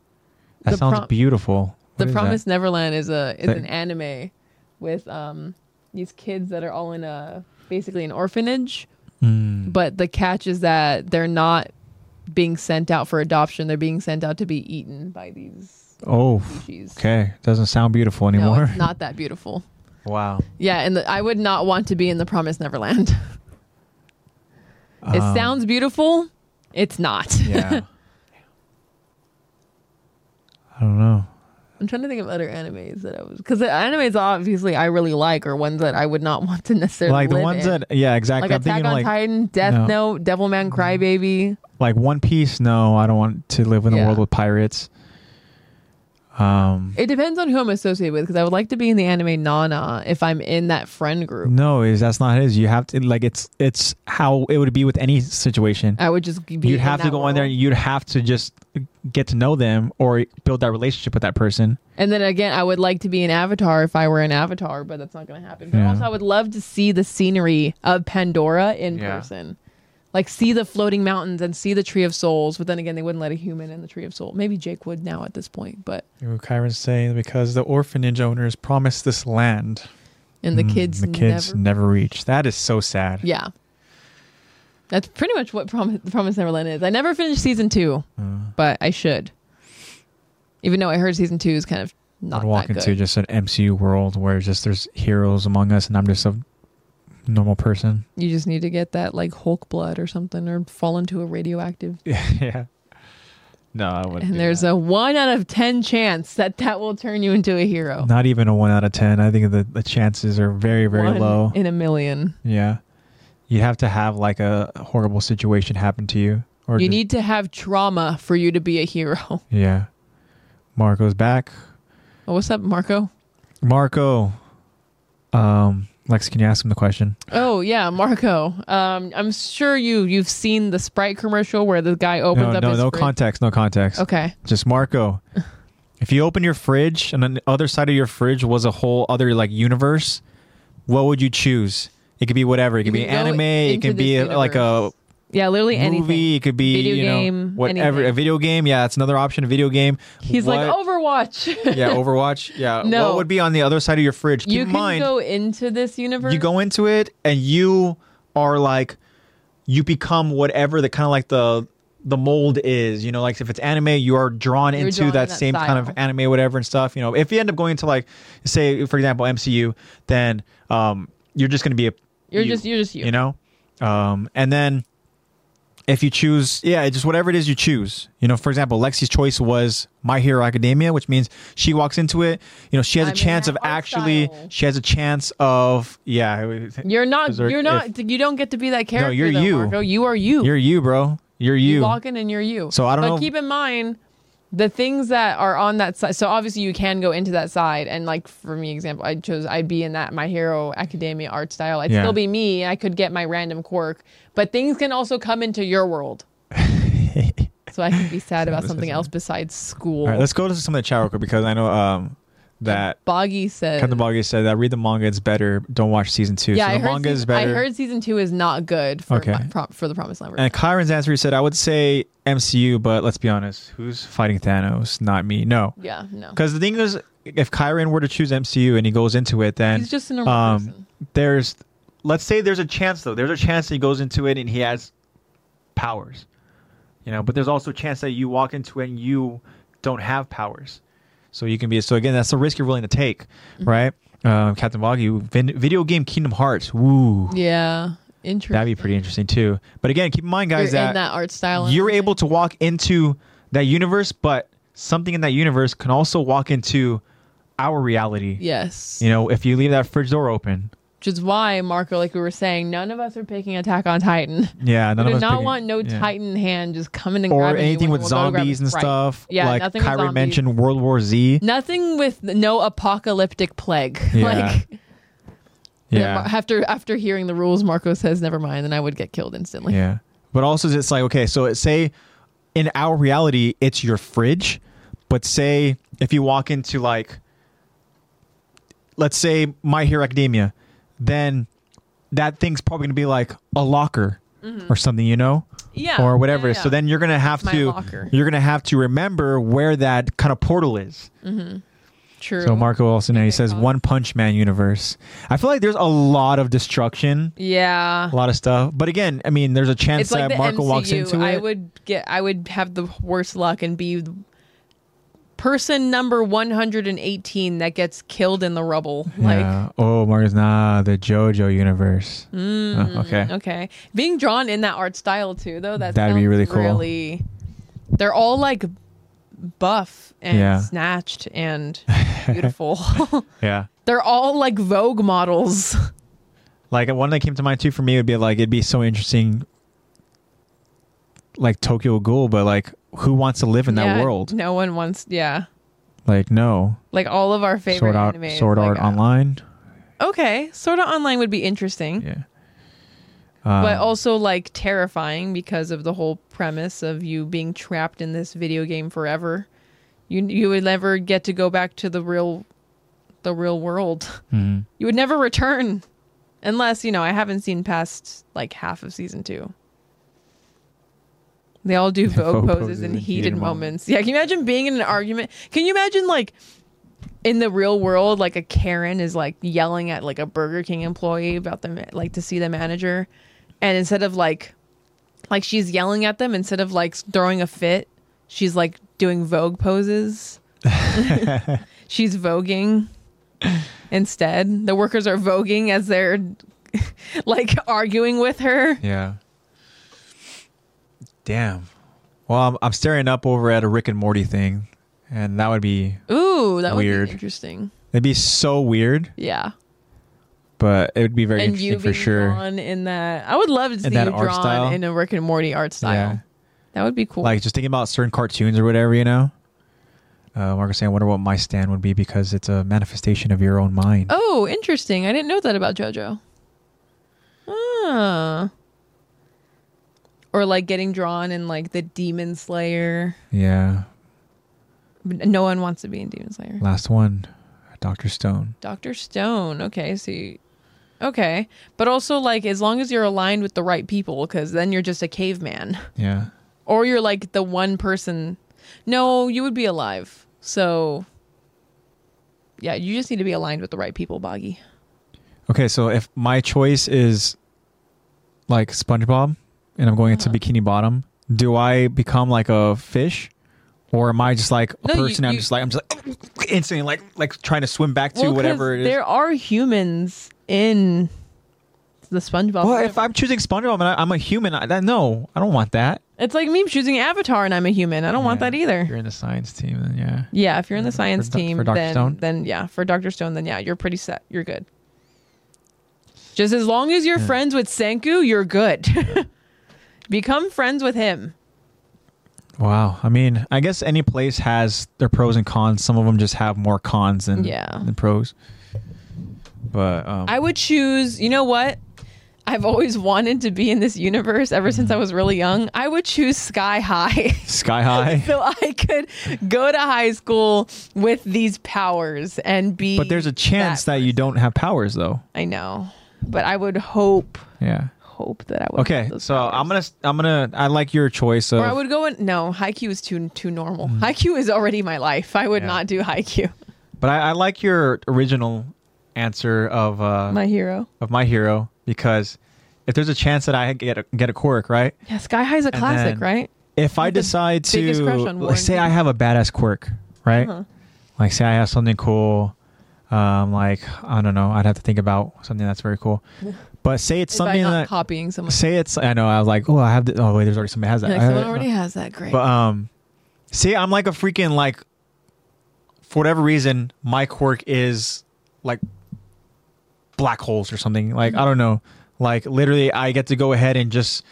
S1: That
S2: The
S1: sounds
S2: Prom-
S1: beautiful. What
S2: The
S1: is that?
S2: Promised Neverland is a is
S1: That-
S2: an anime with um these kids that are all in a basically an orphanage,
S1: Mm.
S2: but the catch is that they're not being sent out for adoption; they're being sent out to be eaten by these
S1: Oh.
S2: species.
S1: Okay. Doesn't sound beautiful
S2: No,
S1: anymore.
S2: it's not that beautiful.
S1: wow.
S2: Yeah, and the, I would not want to be in the Promised Neverland. it
S1: Um,
S2: sounds beautiful. It's not.
S1: Yeah. I don't know.
S2: I'm trying to think of other animes that I was because the animes obviously I really like are ones that I would not want to necessarily
S1: Like the
S2: live
S1: ones
S2: in.
S1: that, yeah, exactly.
S2: like
S1: I'm
S2: Attack
S1: thinking
S2: on
S1: like
S2: Titan, Death
S1: no.
S2: Note, Devilman Crybaby.
S1: like One Piece. No, I don't want to live in a
S2: Yeah.
S1: world with pirates. Um,
S2: It depends on who I'm associated with because I would like to be in the anime Nana if I'm in that friend group.
S1: no, is that's not his. You have to like it's it's how it would be with any situation.
S2: I would just be.
S1: You'd
S2: in
S1: have to
S2: that
S1: go in there.
S2: world.
S1: and You'd have to just get to know them or build that relationship with that person.
S2: And then again, I would like to be an avatar if I were an avatar, but that's not going to happen. But
S1: Yeah.
S2: also, I would love to see the scenery of Pandora in
S1: Yeah.
S2: person. Like, see the floating mountains and see the Tree of Souls. But then again, they wouldn't let a human in the Tree of Soul. Maybe Jake would now at this point, but
S4: Kyron's saying because the orphanage owners promised this land.
S2: and the
S1: Mm,
S2: kids,
S1: the kids
S2: never.
S1: never, reach. That is so sad.
S2: yeah. That's pretty much what Promise, Promise Neverland is. I never finished season two,
S1: Uh,
S2: but I should. Even though I heard season two is kind of not
S1: I'd walk
S2: that good.
S1: into just an MCU world where it's just there's heroes among us, and I'm just a normal person.
S2: you just need to get that like Hulk blood or something, or fall into a radioactive
S1: yeah. No, I wouldn't.
S2: And there's a one out of ten chance that that will turn you into a hero.
S1: not even a one out of ten. I think the, the chances are very very
S2: One
S1: low.
S2: in a million.
S1: yeah, you have to have like a horrible situation happen to you, or
S2: You
S1: just-
S2: need to have trauma for you to be a hero.
S1: Yeah, Marco's back.
S2: Oh, what's up, Marco?
S1: Marco, um, Lex, can you ask him the question?
S2: Oh yeah, Marco. Um, I'm sure you you've seen the Sprite commercial where the guy opens
S1: no,
S2: up
S1: no,
S2: his
S1: no
S2: fridge.
S1: context, no context.
S2: Okay,
S1: Just Marco. if you open your fridge and on the other side of your fridge was a whole other like universe, what would you choose? It could be whatever. It
S2: You
S1: could be
S2: can go
S1: anime. It
S2: into
S1: could be
S2: this
S1: a, like a
S2: universe. yeah, literally
S1: movie.
S2: anything.
S1: It could be
S2: Video
S1: you know
S2: game,
S1: whatever.
S2: anything.
S1: A video game. Yeah, that's another option. A video game.
S2: He's like
S1: What-
S2: Overwatch.
S1: yeah, Overwatch. Yeah.
S2: No.
S1: What would be on the other side of your fridge? Keep
S2: you
S1: in
S2: can
S1: mind,
S2: go into this universe.
S1: you go into it and you are like you become whatever the kind of like the the mold is you know like if it's anime you are drawn
S2: You're
S1: into
S2: drawn
S1: that,
S2: in that
S1: same kind of
S2: style.
S1: anime whatever and stuff you know if you end up going into like say for example mcu then um you're just going to be a
S2: You're just you're just you.
S1: you know um and then if you choose yeah just whatever it is you choose you know for example lexi's choice was my hero academia which means she walks into it you know she has
S2: I'm
S1: a
S2: in
S1: chance
S2: that
S1: of
S2: art
S1: actually
S2: style.
S1: she has a chance of yeah
S2: You're not.
S1: Berserk
S2: You're not. you don't get to be that character.
S1: you're
S2: though,
S1: you.
S2: Marco. You are you.
S1: you're you bro you're you,
S2: you walk in and you're you.
S1: So I don't
S2: but
S1: know-
S2: Keep in mind the things that are on that side. So obviously you can go into that side, and like for me, example, I chose I'd be in that my hero academia art style. I'd
S1: Yeah.
S2: still be me. I could get my random quirk, but things can also come into your world. so I can be sad about
S1: this
S2: something
S1: isn't-
S2: else besides school.
S1: all right let's go to some of the chat real quick because i know um that
S2: Boggy said.
S1: Captain Boggy said that read the manga it's better don't watch season two
S2: yeah,
S1: so
S2: I,
S1: the
S2: heard
S1: manga is
S2: season,
S1: better
S2: I heard season two is not good for,
S1: Okay.
S2: my, pro, for the Promised Land.
S1: And Kyron's answer, he said, I would say MCU, but let's be honest, who's fighting Thanos? Not me. No.
S2: yeah, no.
S1: Because the thing is, if Kyron were to choose MCU and he goes into it, then
S2: He's just a normal
S1: Um,
S2: person.
S1: there's, let's say there's a chance, though. There's a chance that he goes into it and he has powers, you know, but there's also a chance that you walk into it and you don't have powers. So you can be, so again, that's the risk you're willing to take,
S2: Mm-hmm.
S1: right? Um, Captain Wagyu, vin- video game Kingdom Hearts. Woo.
S2: Yeah, interesting.
S1: That'd be pretty interesting, too. But again, keep in mind, guys,
S2: You're in that art style. and
S1: you're
S2: everything.
S1: able to walk into that universe, but something in that universe can also walk into our reality.
S2: Yes.
S1: You know, if you leave that fridge door open.
S2: Which is why, Marco, like we were saying, none of us are picking Attack on Titan.
S1: Yeah, none of
S2: we do
S1: us
S2: not
S1: picking-
S2: want no
S1: yeah.
S2: Titan hand just coming and
S1: or
S2: grabbing you
S1: anything
S2: when
S1: with
S2: you go to grab
S1: zombies
S2: it.
S1: and
S2: Right.
S1: stuff.
S2: Yeah,
S1: like
S2: nothing with
S1: Kyrie
S2: zombies.
S1: mentioned World War Z.
S2: Nothing with no apocalyptic plague.
S1: Yeah.
S2: Like
S1: Yeah,
S2: after after hearing the rules, Marco says never mind, and I would get killed instantly.
S1: yeah. But also, it's like okay, so it say in our reality, it's your fridge, but say if you walk into like, let's say My Hero Academia, then that thing's probably gonna be like a locker or something, you know,
S2: Mm-hmm. Oh, Yeah,
S1: or whatever.
S2: yeah, yeah.
S1: So then you're gonna have
S2: my
S1: to
S2: locker.
S1: you're gonna have to remember where that kind of portal is.
S2: true.
S1: So Marco also now he
S2: Okay,
S1: says
S2: Colin.
S1: One Punch Man universe. I feel like there's a lot of destruction,
S2: yeah,
S1: a lot of stuff. But again, I mean, there's a chance
S2: it's like
S1: that
S2: the
S1: Marco
S2: MCU.
S1: walks into
S2: I
S1: it.
S2: would get, I would have the worst luck and be the person number one hundred and eighteen that gets killed in the rubble. Like.
S1: yeah. Oh, Marco's nah, the JoJo universe. Oh, okay.
S2: Mm. Okay. Being drawn in that art style too, though, that
S1: That'd be
S2: sounds
S1: really cool.
S2: Really, they're all like buff and
S1: Yeah.
S2: snatched and beautiful.
S1: Yeah.
S2: they're all like Vogue models.
S1: Like one that came to mind too for me would be like it'd be so interesting, like Tokyo Ghoul, but like who wants to live in that
S2: Yeah,
S1: world?
S2: No one wants. Yeah.
S1: Like no,
S2: Like all of our favorite
S1: Sword Art,
S2: anime. uh,
S1: Sword Art Online.
S2: Okay, Sword Art Online would be interesting,
S1: Yeah,
S2: Hmm?
S1: Um,
S2: but oh also like terrifying because of the whole premise of you being trapped in this video game forever. You you would never get to go back to the real, the real world.
S1: Mhm.
S2: You would never return, unless you know. I haven't seen past like half of season two. They all do
S1: Faux
S2: vogue poses in heated moments. Yeah, can you imagine being in an argument? Can you imagine like in the real world, like a Karen is like yelling at like a Burger King employee about them, like to see the manager, and instead of like, like she's yelling at them instead of like throwing a fit, she's like doing Vogue poses. she's voguing instead. The workers are voguing as they're like arguing with her.
S1: yeah. Damn. Well, I'm, I'm staring up over at a Rick and Morty thing, and that would be
S2: Ooh, that would
S1: Weird.
S2: be interesting.
S1: it'd be so weird,
S2: Yeah.
S1: but it would be very
S2: and you
S1: interesting
S2: being
S1: for sure.
S2: drawn in that. I would love to see you
S1: that art
S2: drawn
S1: style.
S2: in a Rick and Morty art style.
S1: Yeah.
S2: That would be cool.
S1: Like just thinking about certain cartoons or whatever, you know. Uh, Marcus, saying, I wonder what my stand would be because it's a manifestation of your own mind.
S2: oh, interesting. I didn't know that about JoJo. Ah. Or like getting drawn in like the Demon Slayer.
S1: Yeah.
S2: But No one wants to be in Demon Slayer.
S1: Last one, Doctor Stone.
S2: Doctor Stone. Okay, see. Okay, but also like as long as you're aligned with the right people, because then you're just a caveman,
S1: Yeah.
S2: or you're like the one person. No, you would be alive. So, yeah, you just need to be aligned with the right people, Boggy.
S1: Okay, so if my choice is like SpongeBob and I'm going into
S2: Uh-huh.
S1: Bikini Bottom, do I become like a fish? Or am I just like a
S2: No, you-
S1: person? I'm
S2: you-
S1: just like I'm just like instantly like like trying to swim back to
S2: 'cause
S1: whatever it is.
S2: There are humans in the SpongeBob.
S1: Well, if
S2: universe.
S1: I'm choosing SpongeBob and I, I'm a human, I, I- no, I don't want that.
S2: it's like me choosing Avatar and I'm a human. I don't want
S1: Yeah,
S2: that
S1: if
S2: either.
S1: You're in the science team, then yeah.
S2: Yeah, if you're in the science
S1: Doc-
S2: team,
S1: for Dr.
S2: then
S1: Stone?
S2: then yeah, for Doctor Stone, then yeah, you're pretty set. You're good. Just as long as you're friends with Senku, you're good. Become friends with him.
S1: Wow. I mean, I guess any place has their pros and cons. Some of them just have more cons than
S2: Yeah.
S1: than pros. But um,
S2: I would choose. You know what? I've always wanted to be in this universe ever
S1: Mm-hmm.
S2: since I was really young. I would choose Sky High.
S1: Sky High.
S2: So I could go to high school with these powers and be.
S1: But there's a chance that, you don't have powers, though.
S2: I know, but I would hope,
S1: Yeah.
S2: hope that I would. have
S1: Okay.
S2: those
S1: So
S2: powers.
S1: I'm gonna I'm gonna I like your choice of
S2: Or I would go in. No, Haikyuu is too too normal. Haikyuu is already my life. I would
S1: Mm. Yeah.
S2: not do Haikyuu.
S1: but I, I like your original answer of uh
S2: My hero.
S1: of my hero because if there's a chance that I get a, get a quirk, right?
S2: Yeah, Sky High's a
S1: then-
S2: classic, right?
S1: If I
S2: With the
S1: decide
S2: biggest
S1: to
S2: crush on Warren
S1: like, say
S2: Beatty.
S1: I have a badass quirk, right?
S2: Uh-huh.
S1: Like say I have something cool, um, like I don't know, I'd have to think about something that's very cool. But say it's
S2: If
S1: something
S2: I'm not
S1: that
S2: copying someone.
S1: say it's I know I was like oh I have the, oh wait there's already somebody has that
S2: Like,
S1: I-
S2: someone
S1: I-
S2: already has that. Great.
S1: But um, see, I'm like a freaking like. For whatever reason, my quirk is like black holes or something. Like I don't know. Like literally, I get to go ahead and just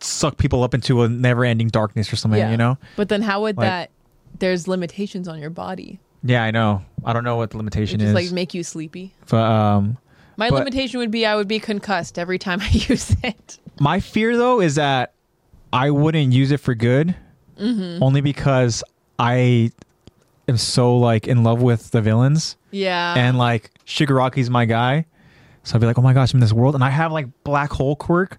S1: suck people up into a never-ending darkness or something.
S2: Yeah.
S1: You know?
S2: But then how would
S1: like-
S2: that? There's limitations on your body.
S1: Yeah, I know. I don't know what the
S2: It
S1: limitation
S2: just
S1: is,
S2: like make you sleepy.
S1: but um,
S2: My
S1: But-
S2: limitation would be I would be concussed every time I use it.
S1: my fear though is that I wouldn't use it for good,
S2: Mm-hmm.
S1: only because I am so like in love with the villains.
S2: Yeah.
S1: and like Shigaraki's my guy. So I'd be like, oh my gosh, I'm in this world, and I have like black hole quirk.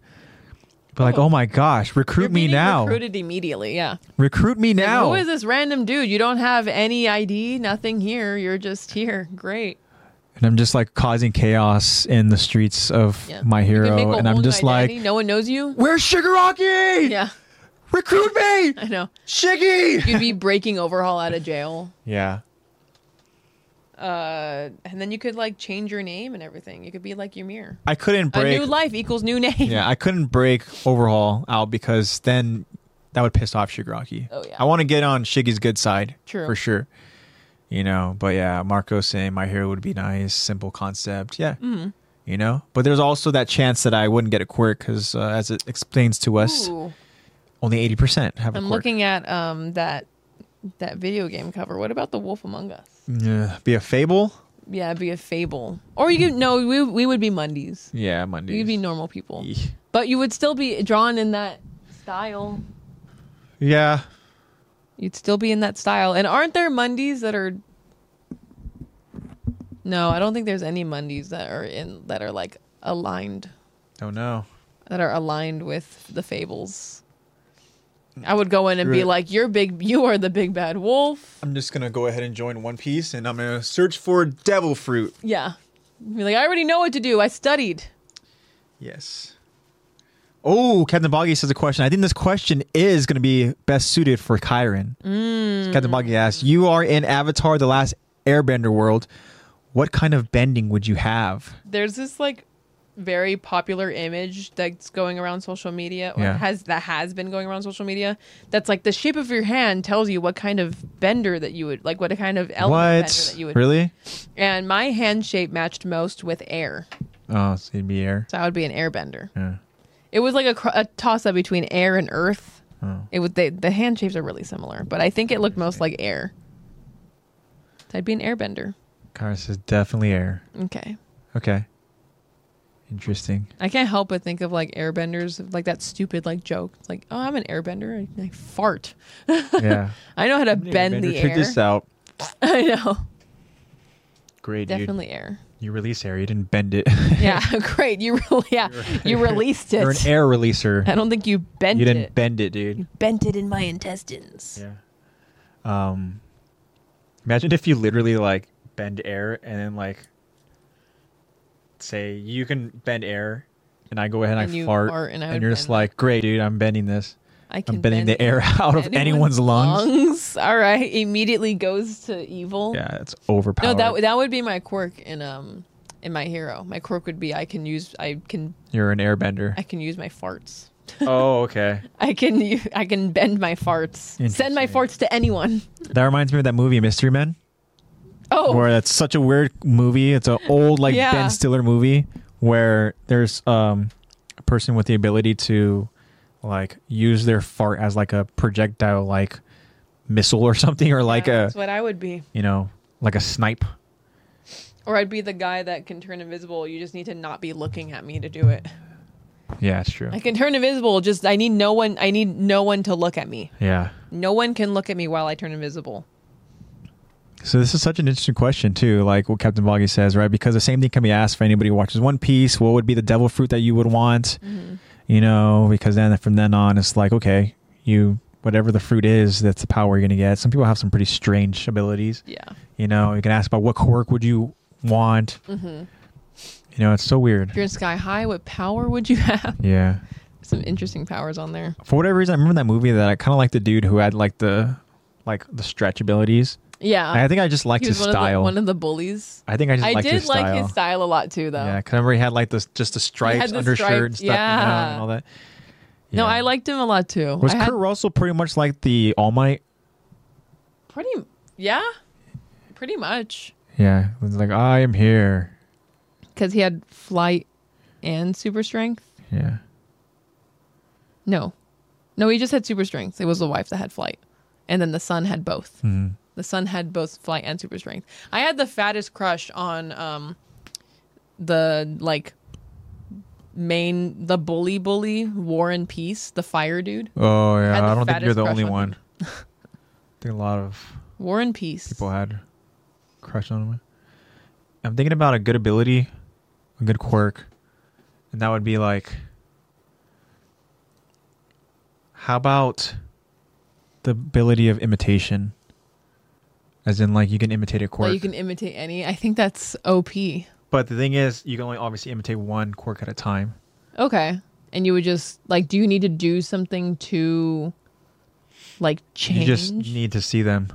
S1: But like, oh my gosh, recruit
S2: You're
S1: me
S2: being
S1: now.
S2: Recruited immediately. Yeah.
S1: Recruit me
S2: Like,
S1: now.
S2: Who is this random dude? You don't have any ID, nothing here. You're just here. Great.
S1: and I'm just like causing chaos in the streets of
S2: Yeah.
S1: my
S2: You can make
S1: hero,
S2: a
S1: and I'm
S2: whole
S1: just
S2: identity.
S1: like,
S2: no one knows you.
S1: where's Shigaraki?
S2: Yeah,
S1: Recruit me,
S2: I know.
S1: Shiggy.
S2: You'd be breaking overhaul out of jail.
S1: Yeah.
S2: Uh, and then you could like change your name and everything. You could be like Ymir.
S1: I couldn't break.
S2: A new life equals new name.
S1: yeah, I couldn't break Overhaul out because then that would piss off Shigaraki.
S2: Oh, yeah.
S1: I want to get on Shiggy's good side.
S2: True.
S1: For sure. You know, but yeah, Marco saying my hero would be nice, simple concept. Yeah.
S2: Mm-hmm.
S1: You know, but there's also that chance that I wouldn't get a quirk because, uh, as it explains to us,
S2: Ooh,
S1: only 80% have a
S2: I'm
S1: quirk.
S2: looking at um that that video game cover. What about The Wolf Among Us?
S1: Yeah, be a fable.
S2: Yeah, it'd be a fable. Or you could no, we we would be Mondays.
S1: Yeah,
S2: we
S1: Monday.
S2: would be normal people. But you would still be drawn in that style.
S1: Yeah,
S2: You'd still be in that style. And aren't there Mondays that are No, I don't think there's any Mondays that are in that are like aligned
S1: don't know.
S2: that are aligned with the fables. I would go in and be
S1: Really?
S2: like, "You're big. You are the big bad wolf."
S1: I'm just gonna go ahead and join One Piece, and I'm gonna search for devil fruit.
S2: Yeah, be like, "I already know what to do. I studied."
S1: Yes. Oh, Captain Boggy says a question. I think this question is going to be best suited for Kyron.
S2: Mm.
S1: Captain Boggy asks, "You are in Avatar: The Last Airbender world. What kind of bending would you have?"
S2: There's this like very popular image that's going around social media, or
S1: Yeah.
S2: has that has been going around social media. That's like the shape of your hand tells you what kind of bender that you would like, what kind of element bender
S1: what?
S2: that you would.
S1: really?
S2: And my hand shape matched most with air,
S1: Oh, so it'd be air.
S2: so I would be an airbender.
S1: Yeah.
S2: It was like a, cr- a toss up between air and earth.
S1: Oh.
S2: It was they, the hand shapes are really similar, but I think it looked most like air. So I'd be an airbender.
S1: Kyron says definitely air.
S2: Okay.
S1: Okay. Interesting.
S2: I can't help but think of like airbenders, like that stupid like joke. It's like, oh, I'm an airbender. I, I fart.
S1: Yeah.
S2: I know how to bend the
S1: Check
S2: air.
S1: this out.
S2: I know.
S1: Great, dude.
S2: Definitely air.
S1: You release air. You didn't bend it.
S2: Yeah, great. You really, yeah, you released
S1: You're an
S2: it.
S1: air releaser.
S2: I don't think you bent
S1: You didn't
S2: it.
S1: bend it, dude.
S2: bent it in my intestines.
S1: Yeah. Um, imagine if you literally like bend air and then like say you can bend air, and I go ahead and,
S2: And
S1: I
S2: you
S1: fart,
S2: fart and I would
S1: you're just
S2: bend.
S1: like, great, dude, I'm bending this.
S2: I can
S1: I'm bending
S2: bend
S1: the air out of anyone's lungs.
S2: lungs. All right, immediately goes to evil.
S1: Yeah, it's overpowered.
S2: No, that w- that would be my quirk in um in my hero. My quirk would be I can use I can
S1: you're an airbender.
S2: I can use my farts.
S1: oh, okay.
S2: I can u- I can bend my farts. Send my
S1: Interesting.
S2: farts to anyone.
S1: That reminds me of that movie Mystery Men,
S2: Oh,
S1: where that's such a weird movie. It's an old like
S2: Yeah.
S1: Ben Stiller movie where there's um a person with the ability to like use their fart as like a projectile like missile or something or like a
S2: that's what I would be.
S1: you know like a snipe.
S2: Or I'd be the guy that can turn invisible. You just need to not be looking at me to do it.
S1: Yeah, it's true.
S2: I can turn invisible. Just I need no one. I need no one to look at me.
S1: yeah.
S2: No one can look at me while I turn invisible.
S1: So this is such an interesting question too, like what Captain Boggy says, right? Because the same thing can be asked for anybody who watches One Piece. What would be the devil fruit that you would want?
S2: Mm-hmm.
S1: You know, because then from then on, it's like okay, you whatever the fruit is, that's the power you're gonna get. Some people have some pretty strange abilities.
S2: Yeah.
S1: You know, you can ask about what quirk would you want. You know, it's so
S2: Mm-hmm. If
S1: weird.
S2: you're in Sky High, what power would you have?
S1: Yeah.
S2: Some interesting powers on there.
S1: For whatever reason, I remember that movie that I kind of like the dude who had like the like the stretch abilities.
S2: Yeah.
S1: I think I just liked
S2: Uh, he
S1: his
S2: was one Of
S1: style.
S2: the, one of the bullies.
S1: I think I just
S2: I
S1: liked
S2: did
S1: his
S2: like
S1: style.
S2: his style a lot too, though.
S1: Yeah, because I remember he had like this just the stripes
S2: the
S1: undershirt and
S2: stripes,
S1: stuff down
S2: yeah.
S1: and all that.
S2: No,
S1: Yeah.
S2: I liked him a lot too.
S1: Was
S2: I had
S1: Kurt Russell pretty much like the All Might?
S2: pretty, yeah, pretty much
S1: Yeah, it was like I am here.
S2: because he had flight and super strength.
S1: Yeah,
S2: No, no, he just had super strength. It was the wife that had flight, and then the son had both.
S1: Mm-hmm.
S2: The son had both flight and super strength. I had the fattest crush on um, the like main the bully bully War and Peace, the fire dude.
S1: Oh
S2: Had
S1: yeah,
S2: the
S1: I don't think you're
S2: fattest
S1: the
S2: crush
S1: only
S2: on
S1: one.
S2: him.
S1: I think a lot of
S2: War and Peace.
S1: people had crush on him. I'm thinking about a good ability, a good quirk, and that would be like, how about the ability of imitation? As in, like you can imitate a quirk.
S2: That you can imitate any. I think that's OP.
S1: But the thing is, you can only obviously imitate one quirk at a time.
S2: Okay. And you would just like, do you need to do something to like change?
S1: You just need to see them.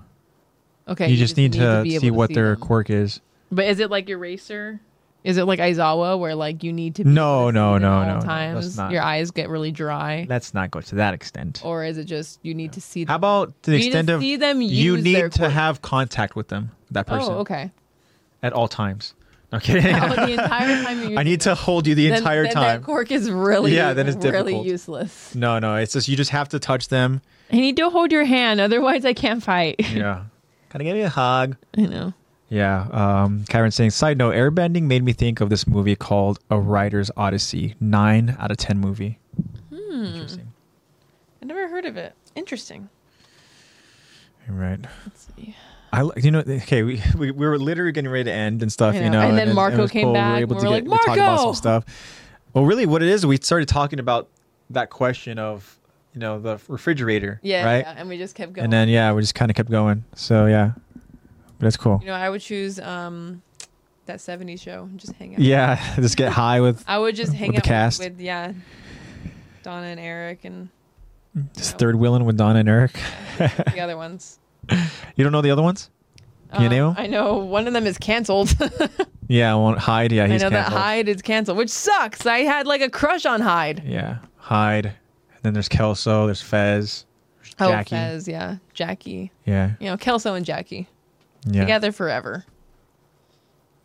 S2: okay.
S1: you just, need, to,
S2: be able
S1: see what their
S2: them.
S1: quirk is.
S2: But is it like Eraser? Is it like Aizawa, where like you need to? Be
S1: No,
S2: able to
S1: no,
S2: see them
S1: no,
S2: at all
S1: no, no. That's
S2: Times
S1: not-
S2: your eyes get really dry,
S1: Let's not go to that extent.
S2: or is it just you need to see?
S1: How
S2: Them?
S1: about to the
S2: Oh. You need to
S1: extent of
S2: see them
S1: you
S2: use their
S1: need to
S2: quirk.
S1: have contact with them, that person,
S2: Oh, okay.
S1: at all times. Okay.
S2: Oh, the entire time you
S1: I need to hold you the
S2: then-
S1: entire
S2: then
S1: time.
S2: That cork is really
S1: Yeah, then it's
S2: really
S1: difficult.
S2: useless.
S1: no, no. It's just you just have to touch them.
S2: I need to hold your hand, otherwise I can't fight.
S1: Yeah. kind of give me a hug.
S2: I know.
S1: Yeah. Um, Kyron saying, side note, airbending made me think of this movie called A Writer's Odyssey. Nine out of 10 movie.
S2: Hmm.
S1: Interesting.
S2: I never heard of it. Interesting.
S1: All right.
S2: Let's see.
S1: I, li- you know, okay, we, we, we were literally getting ready to end and stuff,
S2: I
S1: you
S2: know.
S1: know.
S2: And then
S1: it-
S2: Marco
S1: it was
S2: came back
S1: We were able
S2: and
S1: to
S2: we're
S1: get,
S2: like,
S1: we talked about
S2: "Marco!"
S1: some stuff. Well, really, what it is, we started talking about that question of, you know, the refrigerator.
S2: Yeah,
S1: Right.
S2: yeah, and we just kept going.
S1: And then, yeah, we just kind of kept going. So, yeah. But it's cool.
S2: you know, I would choose um that '70s show and just hang out.
S1: Yeah. Just get high with
S2: I would just hang
S1: With the
S2: out
S1: cast.
S2: With, with yeah, Donna and Eric and
S1: just third wheeling with Donna and Eric.
S2: the other ones. Uh,
S1: You don't know the other ones? Can you name 'em?
S2: I know one of them is canceled.
S1: Yeah, I won't hide. Yeah,
S2: I know
S1: he's
S2: that
S1: canceled.
S2: Hyde is canceled, which sucks. I had like a crush on Hyde.
S1: Yeah, hide. And then there's Kelso. There's Fez. There's
S2: Oh,
S1: Jackie.
S2: Fez, yeah, Jackie.
S1: Yeah,
S2: You know, Kelso and Jackie
S1: yeah,
S2: together forever.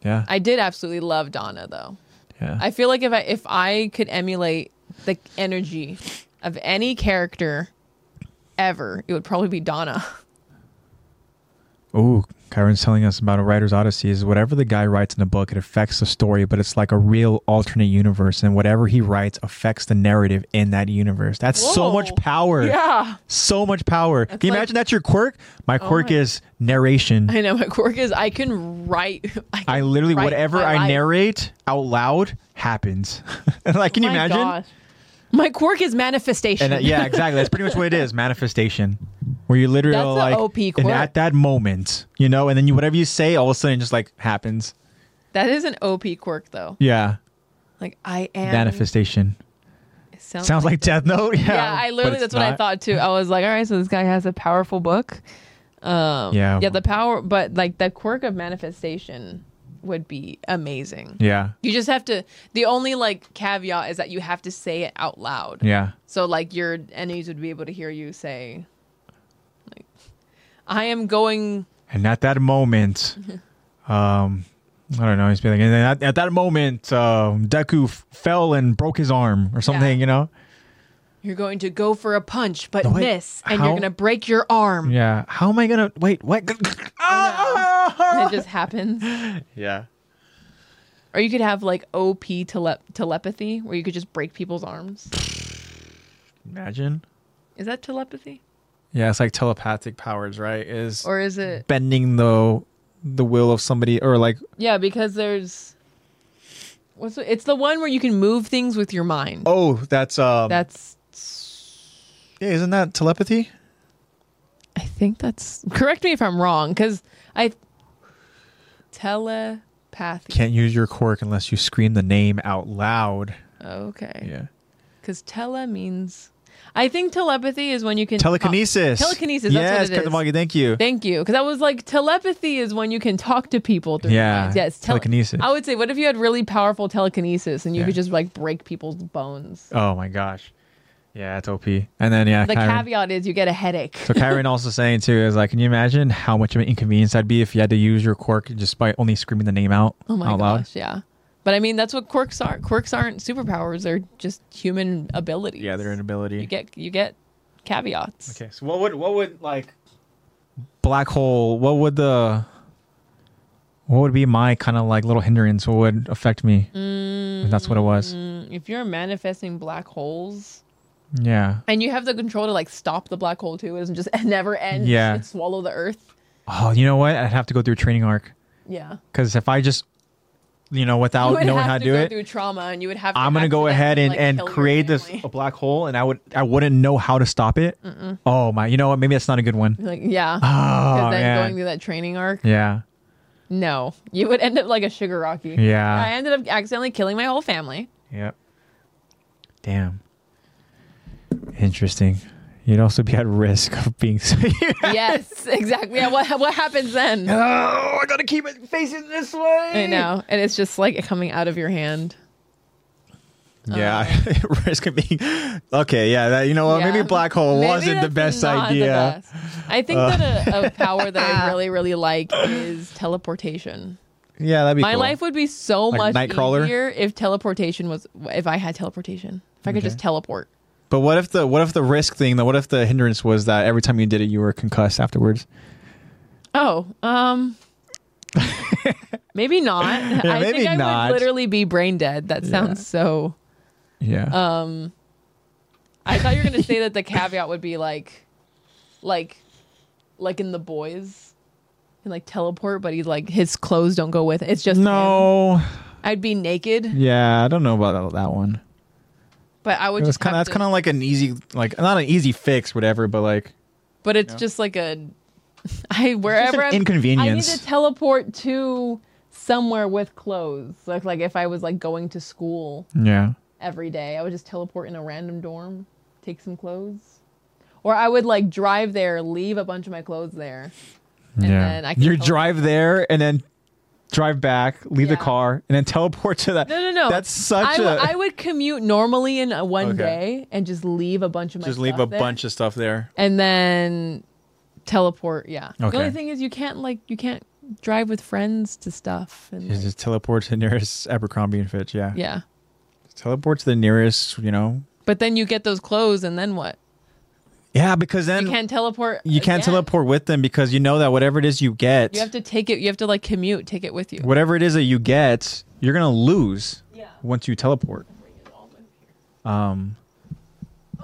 S1: yeah,
S2: I did absolutely love Donna though.
S1: yeah.
S2: I feel like if I if I could emulate the energy of any character ever, it would probably be Donna.
S1: Ooh, Kyron's telling us about a writer's odyssey. Is whatever the guy writes in a book, it affects the story, but it's like a real alternate universe, and whatever he writes affects the narrative in that universe. That's so much
S2: Whoa.
S1: power.
S2: Yeah.
S1: So much power. Can you
S2: like- Oh
S1: imagine that's your quirk? My quirk
S2: my-
S1: is narration.
S2: I know my quirk is I can write I, can
S1: I literally
S2: write
S1: whatever
S2: my
S1: I
S2: life.
S1: narrate out loud happens. like, can you
S2: My
S1: imagine?
S2: gosh. My quirk is manifestation.
S1: And uh, yeah, exactly. That's pretty much what it is. Manifestation, where you literally
S2: That's
S1: are like,
S2: a OP
S1: and
S2: quirk.
S1: at that moment, you know, and then you whatever you say, all of a sudden, it just like happens.
S2: that is an OP quirk though.
S1: Yeah,
S2: Like I am
S1: manifestation. Sounds like Death Note. Yeah,
S2: Yeah, I literally
S1: but it's
S2: that's what I
S1: not.
S2: thought too. I was like, all right, so this guy has a powerful book. Um
S1: Yeah.
S2: yeah, the power but like the quirk of manifestation would be amazing.
S1: Yeah,
S2: You just have to the only like caveat is that you have to say it out loud.
S1: yeah,
S2: So like your enemies would be able to hear you say like I am going
S1: and at that moment, um, I don't know. He's being like, and then at, at that moment, um, Deku f- fell and broke his arm or something. You know.
S2: you're going to go for a punch but
S1: No, wait,
S2: miss and you're
S1: how-
S2: going to break your arm.
S1: Yeah. How am I gonna wait? What?
S2: And it just happens.
S1: yeah.
S2: Or you could have like OP tele- telepathy where you could just break people's arms.
S1: Imagine.
S2: Is that telepathy?
S1: Yeah, it's like telepathic powers, right? Is
S2: Or is it
S1: bending the the will of somebody or like
S2: Yeah, because there's what's the, it's the one where you can move things with your mind.
S1: oh that's um
S2: That's
S1: yeah, isn't that telepathy
S2: I think that's correct me if I'm wrong because I telepathy.
S1: can't use your quirk unless you scream the name out loud
S2: okay,
S1: yeah
S2: because tele means I think telepathy is when you can
S1: telekinesis
S2: Talk, telekinesis.
S1: yes
S2: That's what it
S1: Captain
S2: is.
S1: Muggy, thank you
S2: Thank you, because I was like telepathy is when you can talk to people. Through
S1: Yeah,
S2: your minds. yes,
S1: telekinesis.
S2: I would say, what if you had really powerful telekinesis and you
S1: Yeah.
S2: could just like break people's bones?
S1: oh my gosh yeah it's op and then yeah
S2: The
S1: Kyron.
S2: caveat is you get a headache.
S1: so Kyron also saying too is like can you imagine how much of an inconvenience that'd be if you had to use your quirk just by only screaming the name out
S2: Oh my
S1: out loud
S2: gosh, yeah. But I mean, that's what quirks are. Quirks aren't superpowers; they're just human abilities.
S1: yeah their inability
S2: You get you get caveats.
S1: Okay, so what would what would like black hole? What would the what would be my kind of like little hindrance? What would affect me? If that's what it was.
S2: Mm, If you're manifesting black holes,
S1: Yeah.
S2: and you have the control to like stop the black hole too, it doesn't just never end.
S1: Yeah.
S2: and swallow the earth.
S1: Oh, you know what? I'd have to go through a training arc
S2: Yeah,
S1: because if I just, you know,
S2: you
S1: without
S2: would
S1: knowing
S2: have
S1: how to
S2: to
S1: do
S2: go
S1: it,
S2: through trauma, and you would have. To
S1: I'm gonna go ahead and,
S2: accidentally,
S1: and
S2: like, kill your
S1: create this
S2: family.
S1: a black hole, and I would I wouldn't know how to stop it. Oh my! You know what? Maybe that's not a good one.
S2: Like yeah,
S1: Oh
S2: because then
S1: man.
S2: going through that training arc,
S1: yeah.
S2: no, you would end up like a sugar rocky.
S1: Yeah.
S2: I ended up accidentally killing my whole family.
S1: Yep. Damn. Interesting. You'd also be at risk of being.
S2: yes, exactly. Yeah, what what happens then?
S1: oh, I gotta keep it facing this way.
S2: I know, and it's just like coming out of your hand.
S1: Yeah, risk of being. Okay, yeah. That, you know what?
S2: Uh. Yeah.
S1: Maybe black hole
S2: Maybe
S1: wasn't the
S2: that's
S1: best
S2: not the
S1: idea.
S2: best. I think that a, a power that I really really like is teleportation.
S1: Yeah, that'd be
S2: My
S1: cool.
S2: life would be so
S1: Like
S2: much
S1: Nightcrawler?
S2: easier if teleportation was if I had teleportation. If I could
S1: Okay.
S2: just teleport.
S1: But what if the what if the risk thing? Though, what if the hindrance was that every time you did it, you were concussed afterwards?
S2: Oh, um maybe not. I
S1: maybe
S2: think I
S1: not.
S2: would literally be brain dead. That sounds so
S1: Yeah.
S2: um I thought you were going to say that the caveat would be like like like in the boys and like teleport but he like his clothes don't go with it. It's just him.
S1: no.
S2: I'd be naked,
S1: Yeah, I don't know about that, that one.
S2: but I would
S1: It was
S2: just
S1: kind of
S2: have
S1: that's
S2: to-
S1: kind of like an easy like not an easy fix, whatever. But like
S2: But it's just like a I wherever I'm, I need
S1: inconvenience.
S2: to teleport to somewhere with clothes. Like like if I was like going to school
S1: yeah,
S2: every day, I would just teleport in a random dorm, take some clothes. Or I would like drive there, leave a bunch of my clothes there. And
S1: yeah.
S2: then I can
S1: you
S2: teleport.
S1: drive there and then drive back, leave
S2: Yeah.
S1: the car, and then teleport to that.
S2: No, no, no.
S1: That's
S2: I
S1: such
S2: w-
S1: a
S2: I would commute normally in a one
S1: Okay.
S2: day and just leave a bunch of my
S1: just leave
S2: stuff
S1: a
S2: there.
S1: bunch of stuff there.
S2: and then teleport. Yeah.
S1: Okay.
S2: The only thing is you can't like you can't drive with friends to stuff. And,
S1: Just
S2: like,
S1: just teleport to the nearest Abercrombie and Fitch. Yeah.
S2: yeah.
S1: Teleport to the nearest. You know.
S2: But then you get those clothes, and then what?
S1: Yeah, because then
S2: You can't teleport.
S1: you can't
S2: again.
S1: teleport with them because you know that whatever it is you get,
S2: You have to take it. You have to like commute. Take it with you.
S1: whatever it is that you get, you're gonna lose
S2: Yeah.
S1: once you teleport. Um,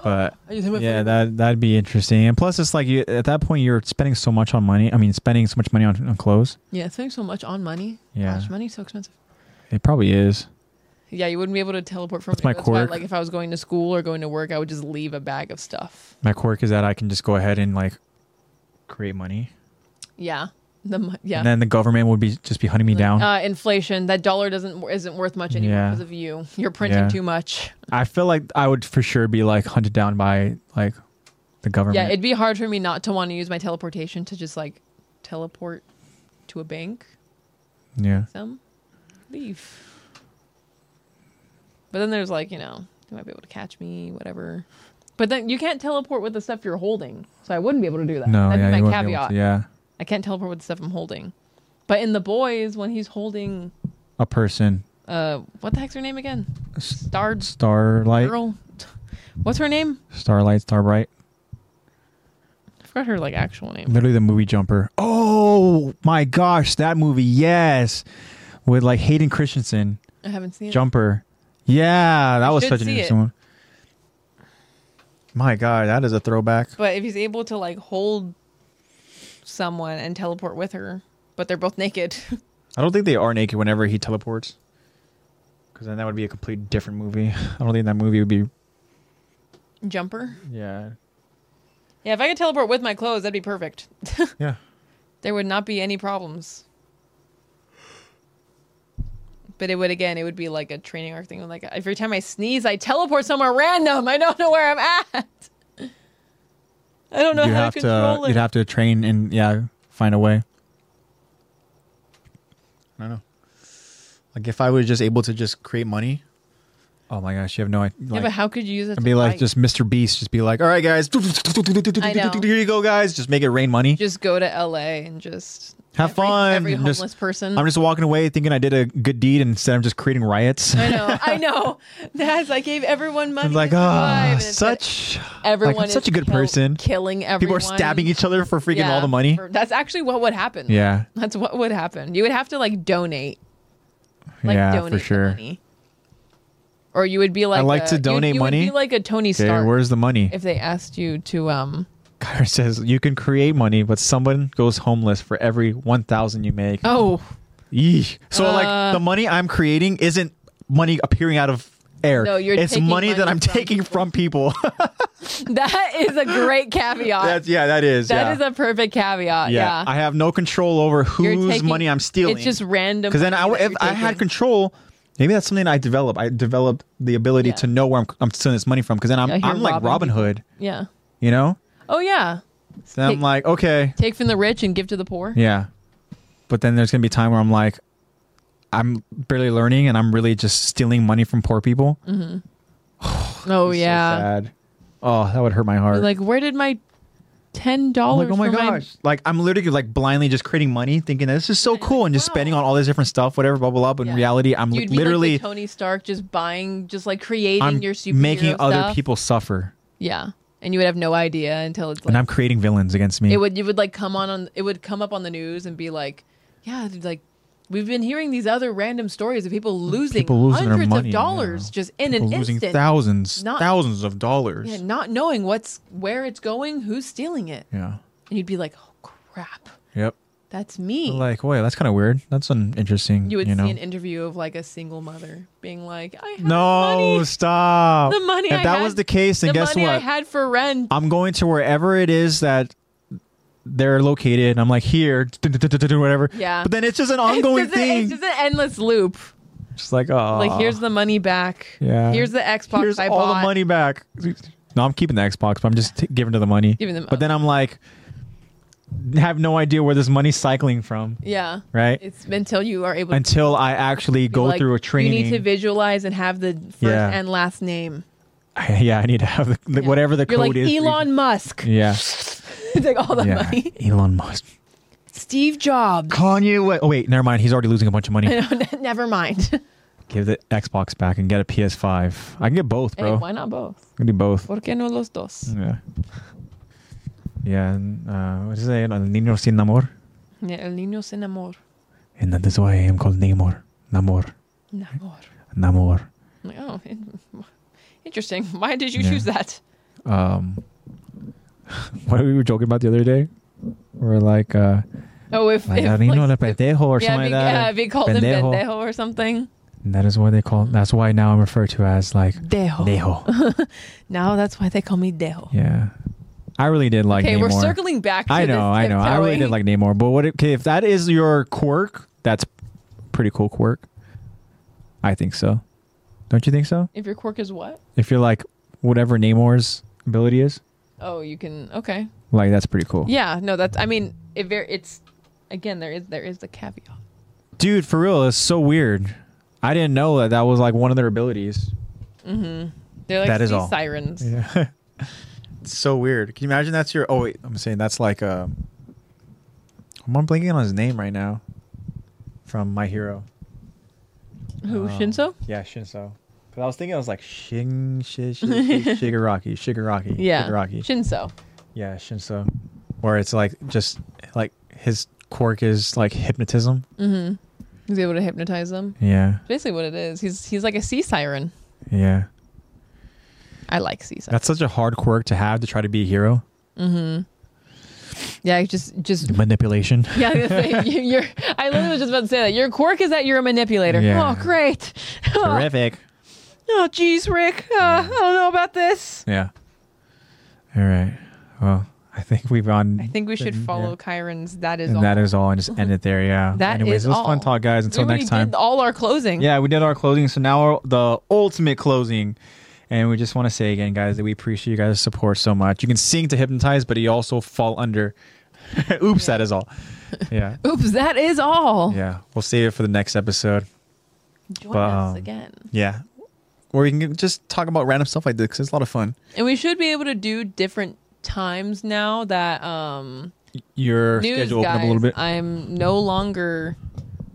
S1: but
S2: Oh.
S1: yeah, that that'd be interesting. And plus, it's like you at that point you're spending so much on money. I mean, spending so much money on, on clothes.
S2: Yeah. Spending so much on money.
S1: Yeah.
S2: Gosh, money's so expensive.
S1: It probably is.
S2: Yeah, you wouldn't be able to teleport from.
S1: That's my
S2: why,
S1: quirk.
S2: like if I was going to school or going to work, I would just leave a bag of stuff.
S1: My quirk is that I can just go ahead and like create money,
S2: Yeah. The mo- yeah.
S1: and then the government would be just be hunting me down.
S2: Uh, inflation. That dollar doesn't isn't worth much anymore
S1: Yeah.
S2: because of you. You're printing
S1: Yeah.
S2: too much.
S1: I feel like I would for sure be like hunted down by like the government.
S2: Yeah, it'd be hard for me not to want to use my teleportation to just like teleport to a bank.
S1: yeah.
S2: Some leave. But then there's like, you know, they might be able to catch me, whatever. But then you can't teleport with the stuff you're holding. So I wouldn't be able to do that.
S1: No,
S2: That'd
S1: yeah,
S2: be
S1: you
S2: my
S1: wouldn't be able
S2: caveat.
S1: to- yeah,
S2: I can't teleport with the stuff I'm holding. But in the boys, when he's holding
S1: a person,
S2: uh what the heck's her name again? Starred
S1: starlight,
S2: girl. What's her name?
S1: starlight, starbright.
S2: I forgot her like actual name.
S1: Literally the movie Jumper. Oh my gosh, that movie, yes, with like Hayden Christensen,
S2: I haven't seen it.
S1: Jumper. Yeah, that was
S2: should
S1: such an
S2: see
S1: interesting
S2: it.
S1: one. My God, that is a throwback.
S2: But if he's able to like hold someone and teleport with her, but they're both naked.
S1: I don't think they are naked whenever he teleports, because then that would be a complete different movie. I don't think that movie would be.
S2: Jumper.
S1: Yeah.
S2: Yeah, if I could teleport with my clothes, that'd be perfect.
S1: Yeah.
S2: there would not be any problems. But it would again, it would be like a training arc thing. Like every time I sneeze, I teleport somewhere random. I don't know where I'm at. I don't know
S1: you
S2: how
S1: have
S2: to
S1: to,
S2: control it.
S1: you'd have to train and yeah find a way
S5: I don't know. Like if I was just able to just create money,
S1: oh my gosh you have no idea
S2: yeah, but how could you use it?
S1: and
S2: to
S1: be like
S2: fight?
S1: just mr beast just be like all right guys
S2: I know.
S1: here you go guys just make it rain money
S2: just go to L.A. and just
S1: Have
S2: every-
S1: fun.
S2: Every
S1: Just-
S2: homeless person.
S1: i'm just walking away thinking i did a good deed instead i'm just creating riots
S2: I know, I know. That's I gave everyone money.
S1: i'm like
S2: to survive,
S1: ah
S2: and it's like
S1: such
S2: everyone
S1: like, I'm such
S2: is
S1: a good
S2: kill-
S1: person
S2: Killing everyone.
S1: people are stabbing each other for freaking all the money
S2: for- that's actually what would happen.
S1: yeah
S2: that's what would happen. You would have to like donate, like
S1: yeah
S2: donate
S1: for
S2: the
S1: sure
S2: money. Or you would be like,
S1: like
S2: a-
S1: to
S2: you-
S1: donate
S2: you would
S1: money.
S2: be like a Tony
S1: okay
S2: Stark
S1: where's the money
S2: if they asked you to. Um.
S1: Kyra says you can create money but someone goes homeless for every 1000 you make
S2: Oh
S1: Yeesh. So
S2: Uh,
S1: like the money I'm creating isn't money appearing out of air.
S2: No, you're
S1: it's
S2: taking
S1: money, that
S2: money
S1: I'm
S2: from
S1: taking from people.
S2: that is a great caveat.
S1: That's yeah, that is.
S2: That
S1: yeah.
S2: is a perfect caveat. Yeah.
S1: I have no control over
S2: You're
S1: whose
S2: taking-
S1: money I'm stealing.
S2: It's just random.
S1: because then I,
S2: money
S1: w-
S2: that
S1: if
S2: you're
S1: I had
S2: taking.
S1: control, maybe that's something I develop. I developed the ability
S2: Yeah.
S1: to know where I'm, I'm stealing this money from. Because then I'm
S2: Yeah, you're
S1: I'm like
S2: robbing
S1: Robin Hood,
S2: Yeah.
S1: you know.
S2: Oh yeah.
S1: Then
S2: Take-
S1: I'm like, okay,
S2: Take from the rich and give to the poor.
S1: yeah. But then there's gonna be a time where I'm like, I'm barely learning, and I'm really just stealing money from poor people.
S2: Oh
S1: It's so
S2: yeah.
S1: sad. Oh, that would hurt my heart.
S2: You're like, where did my ten
S1: I'm
S2: dollars.
S1: like, oh my
S2: for
S1: gosh. Like, I'm literally like blindly just crerating money thinking that this is so
S2: Yeah,
S1: cool
S2: like,
S1: and just
S2: wow.
S1: spending on all this different stuff, whatever, blah, blah, blah. But
S2: Yeah.
S1: in reality, I'm
S2: My, you'd be
S1: literally
S2: like the Tony Stark, just buying, just like creating
S1: I'm
S2: your superhero
S1: making other
S2: stuff.
S1: people suffer.
S2: Yeah, and you would have no idea until it's like
S1: and I'm creating villains against me.
S2: it would you would like come on on it would come up on the news and be like, yeah, dude, like we've been hearing these other random stories of people losing,
S1: People losing their
S2: hundreds
S1: money,
S2: of
S1: yeah.
S2: dollars just in
S1: People
S2: an
S1: losing
S2: instant,
S1: thousands,
S2: Not-
S1: thousands of dollars.
S2: yeah, not knowing what's where it's going, who's stealing it,
S1: yeah.
S2: and you'd be like, oh crap,
S1: Yep.
S2: that's me.
S1: Like, wait, that's kind of weird. That's an interesting.
S2: you would
S1: know.
S2: see an interview of like a single mother being like, I have
S1: no,
S2: money.
S1: stop.
S2: the money.
S1: If
S2: I
S1: that
S2: had,
S1: was the case, then
S2: the
S1: guess
S2: money I
S1: what?
S2: had for rent.
S1: I'm going to wherever it is that they're located. and I'm like here, whatever.
S2: Yeah.
S1: But then it's just an ongoing
S2: it's just a-
S1: thing.
S2: it's
S1: Just,
S2: just an endless loop.
S1: like, oh,
S2: Like here's the money back.
S1: Yeah.
S2: Here's the Xbox
S1: here's
S2: I
S1: all
S2: bought.
S1: the money back. No, I'm keeping the Xbox, but I'm just t- giving to the money.
S2: Giving them-
S1: But then I'm like, have no idea where this money's cycling from,
S2: Yeah.
S1: right?
S2: It's until you are able to
S1: Until I actually
S2: be
S1: go
S2: like,
S1: through a training.
S2: You need to visualize and have the first
S1: Yeah.
S2: and last name.
S1: yeah, I need to have the, the-
S2: Yeah.
S1: whatever the
S2: You're
S1: code
S2: like
S1: is. for
S2: Elon Musk.
S1: each- Yeah.
S2: it's like all the
S1: yeah.
S2: money.
S1: Elon Musk.
S2: Steve Jobs.
S1: Kanye. West. Oh wait, never mind. He's already losing a bunch of money.
S2: Never mind.
S1: Give the Xbox back and get a PS5. I can get both,
S2: hey,
S1: bro.
S2: why not both?
S1: I can do both.
S2: ¿Por qué no los dos?
S1: Yeah. Yeah. And, uh, what is it? El niño sin amor. Mm.
S2: El niño se enamor.
S1: And that is why I am called Namor. Namor.
S2: Enamor.
S1: Namor.
S2: I'm like, oh, in- interesting. Why did you
S1: Yeah.
S2: choose that?
S1: Um, what we were joking about the other day? We are like, uh,
S2: Oh, if,
S1: like,
S2: if
S1: El
S2: like,
S1: niño de
S2: if-
S1: pendejo or
S2: yeah,
S1: something
S2: if
S1: like
S2: you- yeah,
S1: that.
S2: if you called him
S1: Pendejo.
S2: pendejo or something.
S1: And that is why they call. That's why now I'm referred to as like
S2: Dejo.
S1: Neho.
S2: Now that's why they call me Dejo.
S1: Yeah. I really did like.
S2: Okay,
S1: Namor.
S2: we're circling back. To
S1: I know,
S2: this
S1: I know. I really
S2: tiptoeing.
S1: did like Namor, but what? Okay, if that is your quirk, that's pretty cool quirk. I think so. Don't you think so?
S2: If your quirk is what?
S1: If you're like whatever Namor's ability is,
S2: Oh, you can. Okay.
S1: like that's pretty cool,
S2: Yeah. No, that's. I mean, it ver- it's. Again, there is there is the caveat.
S1: dude. For real, it's so weird. I didn't know that that was like one of their abilities.
S2: Mm-hmm. They're like
S1: That is
S2: sea
S1: all.
S2: sirens.
S1: Yeah. it's so weird. Can you imagine that's your? Oh wait, I'm saying that's like um. I'm blanking on his name right now. From My Hero.
S2: Who
S1: Um,
S2: Shinso?
S1: Yeah, Shinso. Because I was thinking, I was like Shin, shi, shi, shi, Shigaraki, Shigaraki,
S2: Yeah.
S1: Shigaraki.
S2: Shinso.
S1: yeah, Shinso. Where it's like just like his quirk is like hypnotism.
S2: Mm-hmm. He's able to hypnotize them.
S1: Yeah,
S2: Basically, what it is. He's he's like a sea siren.
S1: yeah.
S2: I like sea sirens.
S1: That's such a hard quirk to have to try to be a hero.
S2: Mm-hmm. Yeah. Just just.
S1: Manipulation.
S2: Yeah, that's it. You- you're. I literally was just about to say that your quirk is that you're a manipulator.
S1: Yeah.
S2: Oh, great!
S1: Terrific.
S2: Oh, geez, Rick. Uh, I don't know about this.
S1: Yeah. All right. Well, I think we've on.
S2: I think we should
S1: Yeah.
S2: follow Kyron's. That is
S1: and
S2: all.
S1: that is all, and just end it there. Yeah.
S2: That
S1: Anyways,
S2: is
S1: it was fun
S2: all.
S1: talk, guys.
S2: we
S1: Until
S2: already
S1: next time.
S2: did all our closing.
S1: Yeah, we did our closing. So now our- the ultimate closing. And we just want to say again, guys, that we appreciate you guys' support so much. You can sing to hypnotize, but you also fall under. Oops, that is all. Yeah.
S2: Oops, that is all.
S1: Yeah. We'll save it for the next episode.
S2: Join
S1: But,
S2: us
S1: um,
S2: again.
S1: Yeah. Or we can just talk about random stuff like this 'cause it's a lot of fun.
S2: And we should be able to do different times now that um
S1: Your
S2: news
S1: schedule opened
S2: guys,
S1: up a little bit.
S2: I'm no longer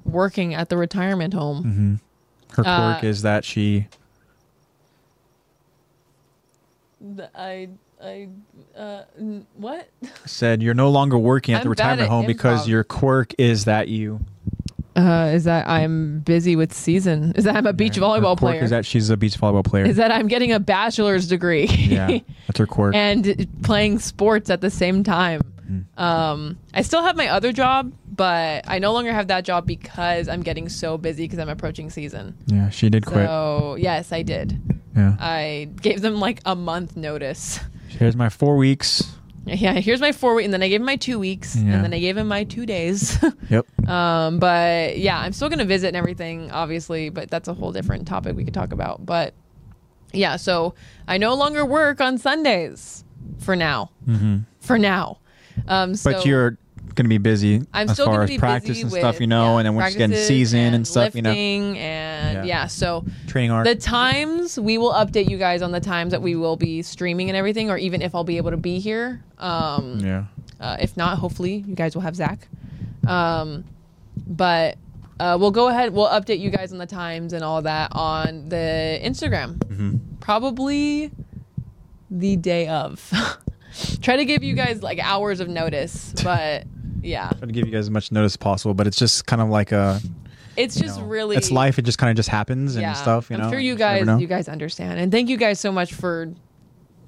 S2: working at the retirement home.
S1: Mm-hmm. Her
S2: uh,
S1: quirk is that she.
S2: The- I I uh n- what?
S1: Said you're no longer working at the
S2: I'm bad
S1: retirement
S2: at
S1: home because
S2: improv.
S1: your quirk is that you.
S2: Uh is that I'm busy with season. Is that I'm a beach
S1: her
S2: volleyball
S1: quirk
S2: player?
S1: Is that she's a beach volleyball player?
S2: Is that I'm getting a bachelor's degree.
S1: yeah, that's her quirk.
S2: and playing sports at the same time.
S1: Mm-hmm.
S2: Um, I still have my other job, but I no longer have that job because I'm getting so busy because I'm approaching season.
S1: yeah, she did quit.
S2: So uh, yes, I did.
S1: yeah.
S2: I gave them like a month notice.
S1: Here's my four weeks.
S2: Yeah, here's my four week, and then I gave him my two weeks,
S1: Yeah.
S2: and then I gave him my two days.
S1: Yep.
S2: um, but yeah, I'm still gonna visit and everything, obviously, but that's a whole different topic we could talk about. But yeah, so I no longer work on Sundays for now. For now, um, so
S1: Mm-hmm. But your going to be busy
S2: I'm
S1: as
S2: still
S1: far
S2: gonna
S1: as
S2: be
S1: practice
S2: busy
S1: and
S2: with,
S1: stuff, you know,
S2: yeah,
S1: and then we're just getting
S2: practices
S1: season and, stuff, you know,
S2: lifting and
S1: Yeah.
S2: yeah. So
S1: training art.
S2: the times we will update you guys on the times that we will be streaming and everything, or even if I'll be able to be here. Um,
S1: yeah.
S2: uh, if not, hopefully you guys will have Zach. Um, but uh, we'll go ahead. We'll update you guys on the times and all that on the Instagram.
S1: Mm-hmm.
S2: Probably the day of. Try to give you guys like hours of notice, but yeah,
S1: Try to give you guys as much notice as possible, but it's just kind of like a
S2: it's just
S1: you know,
S2: really
S1: it's life. It just kind of just happens and stuff. You
S2: I'm
S1: know,
S2: sure you
S1: never
S2: guys
S1: know.
S2: you guys understand, and thank you guys so much for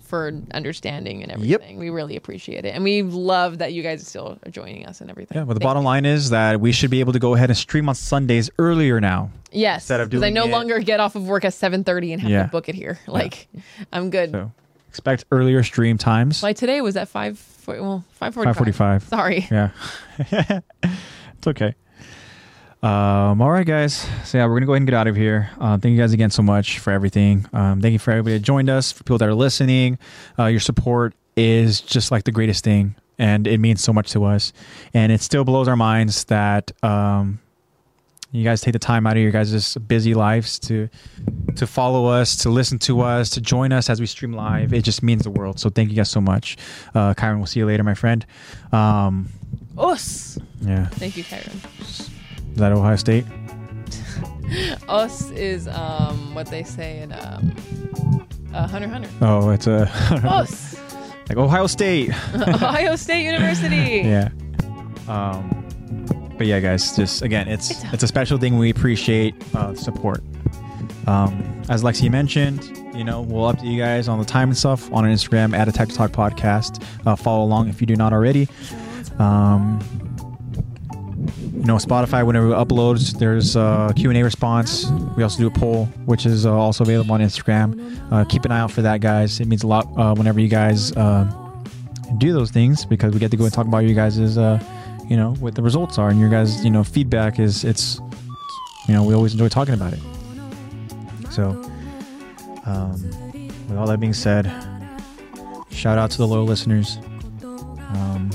S2: for understanding and everything. We really appreciate it, and we love that you guys still are joining us and everything.
S1: Yeah, but the
S2: Thank
S1: bottom
S2: you.
S1: line is that we should be able to go ahead and stream on Sundays earlier now.
S2: yes,
S1: instead of
S2: because I
S1: doing
S2: no
S1: it-
S2: longer get off of work at 7:30 and have
S1: Yeah.
S2: to book it here. Like, I'm good.
S1: So expect earlier stream times.
S2: Like today was at five, fo- well, five forty-five.
S1: 5:45.
S2: Sorry.
S1: yeah, it's okay. Um, all right, guys. So yeah, we're gonna go ahead and get out of here. Uh, thank you guys again so much for everything. Um, thank you for everybody that joined us, for people that are listening. Uh, your support is just like the greatest thing, and it means so much to us. And it still blows our minds that um, you guys take the time out of your guys' busy lives to to follow us, to listen to us, to join us as we stream live. It just means the world. So thank you guys so much, uh, Kyron. We'll see you later, my friend. Um,
S2: Us.
S1: yeah,
S2: Thank you, Kyron.
S1: is that Ohio State?
S2: Us is um what they say in um uh, Hunter Hunter.
S1: Oh, it's a
S2: Us.
S1: like Ohio State.
S2: Ohio State University.
S1: Yeah. Um, but yeah, guys, just again, it's it's a, special thing. We appreciate uh, support. Um, as Lexi mentioned, you know, we'll update you guys on the time and stuff on our Instagram at Attack to Talk Podcast. Uh, follow along if you do not already. Um, you know, Spotify whenever it uploads, there's a Q and A response. We also do a poll, which is uh, also available on Instagram. Uh, keep an eye out for that, guys. It means a lot uh, whenever you guys. Uh, do those things because we get to go and talk about you guys' uh you know what the results are and your guys you know feedback is it's you know we always enjoy talking about it so um, with all that being said shout out to the loyal listeners um,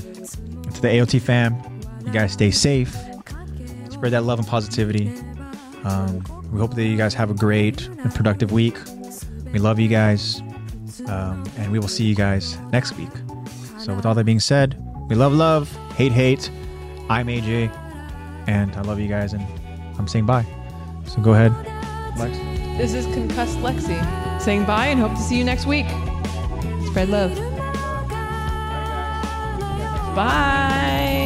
S1: to the aot fam you guys stay safe spread that love and positivity um, we hope that you guys have a great and productive week we love you guys um, and we will see you guys next week so, with all that being said, we love love, hate hate. I'm AJ, and I love you guys, and I'm saying bye. So go ahead, Lex.
S2: This is Concussed Lexi saying bye and hope to see you next week. Spread love. Bye.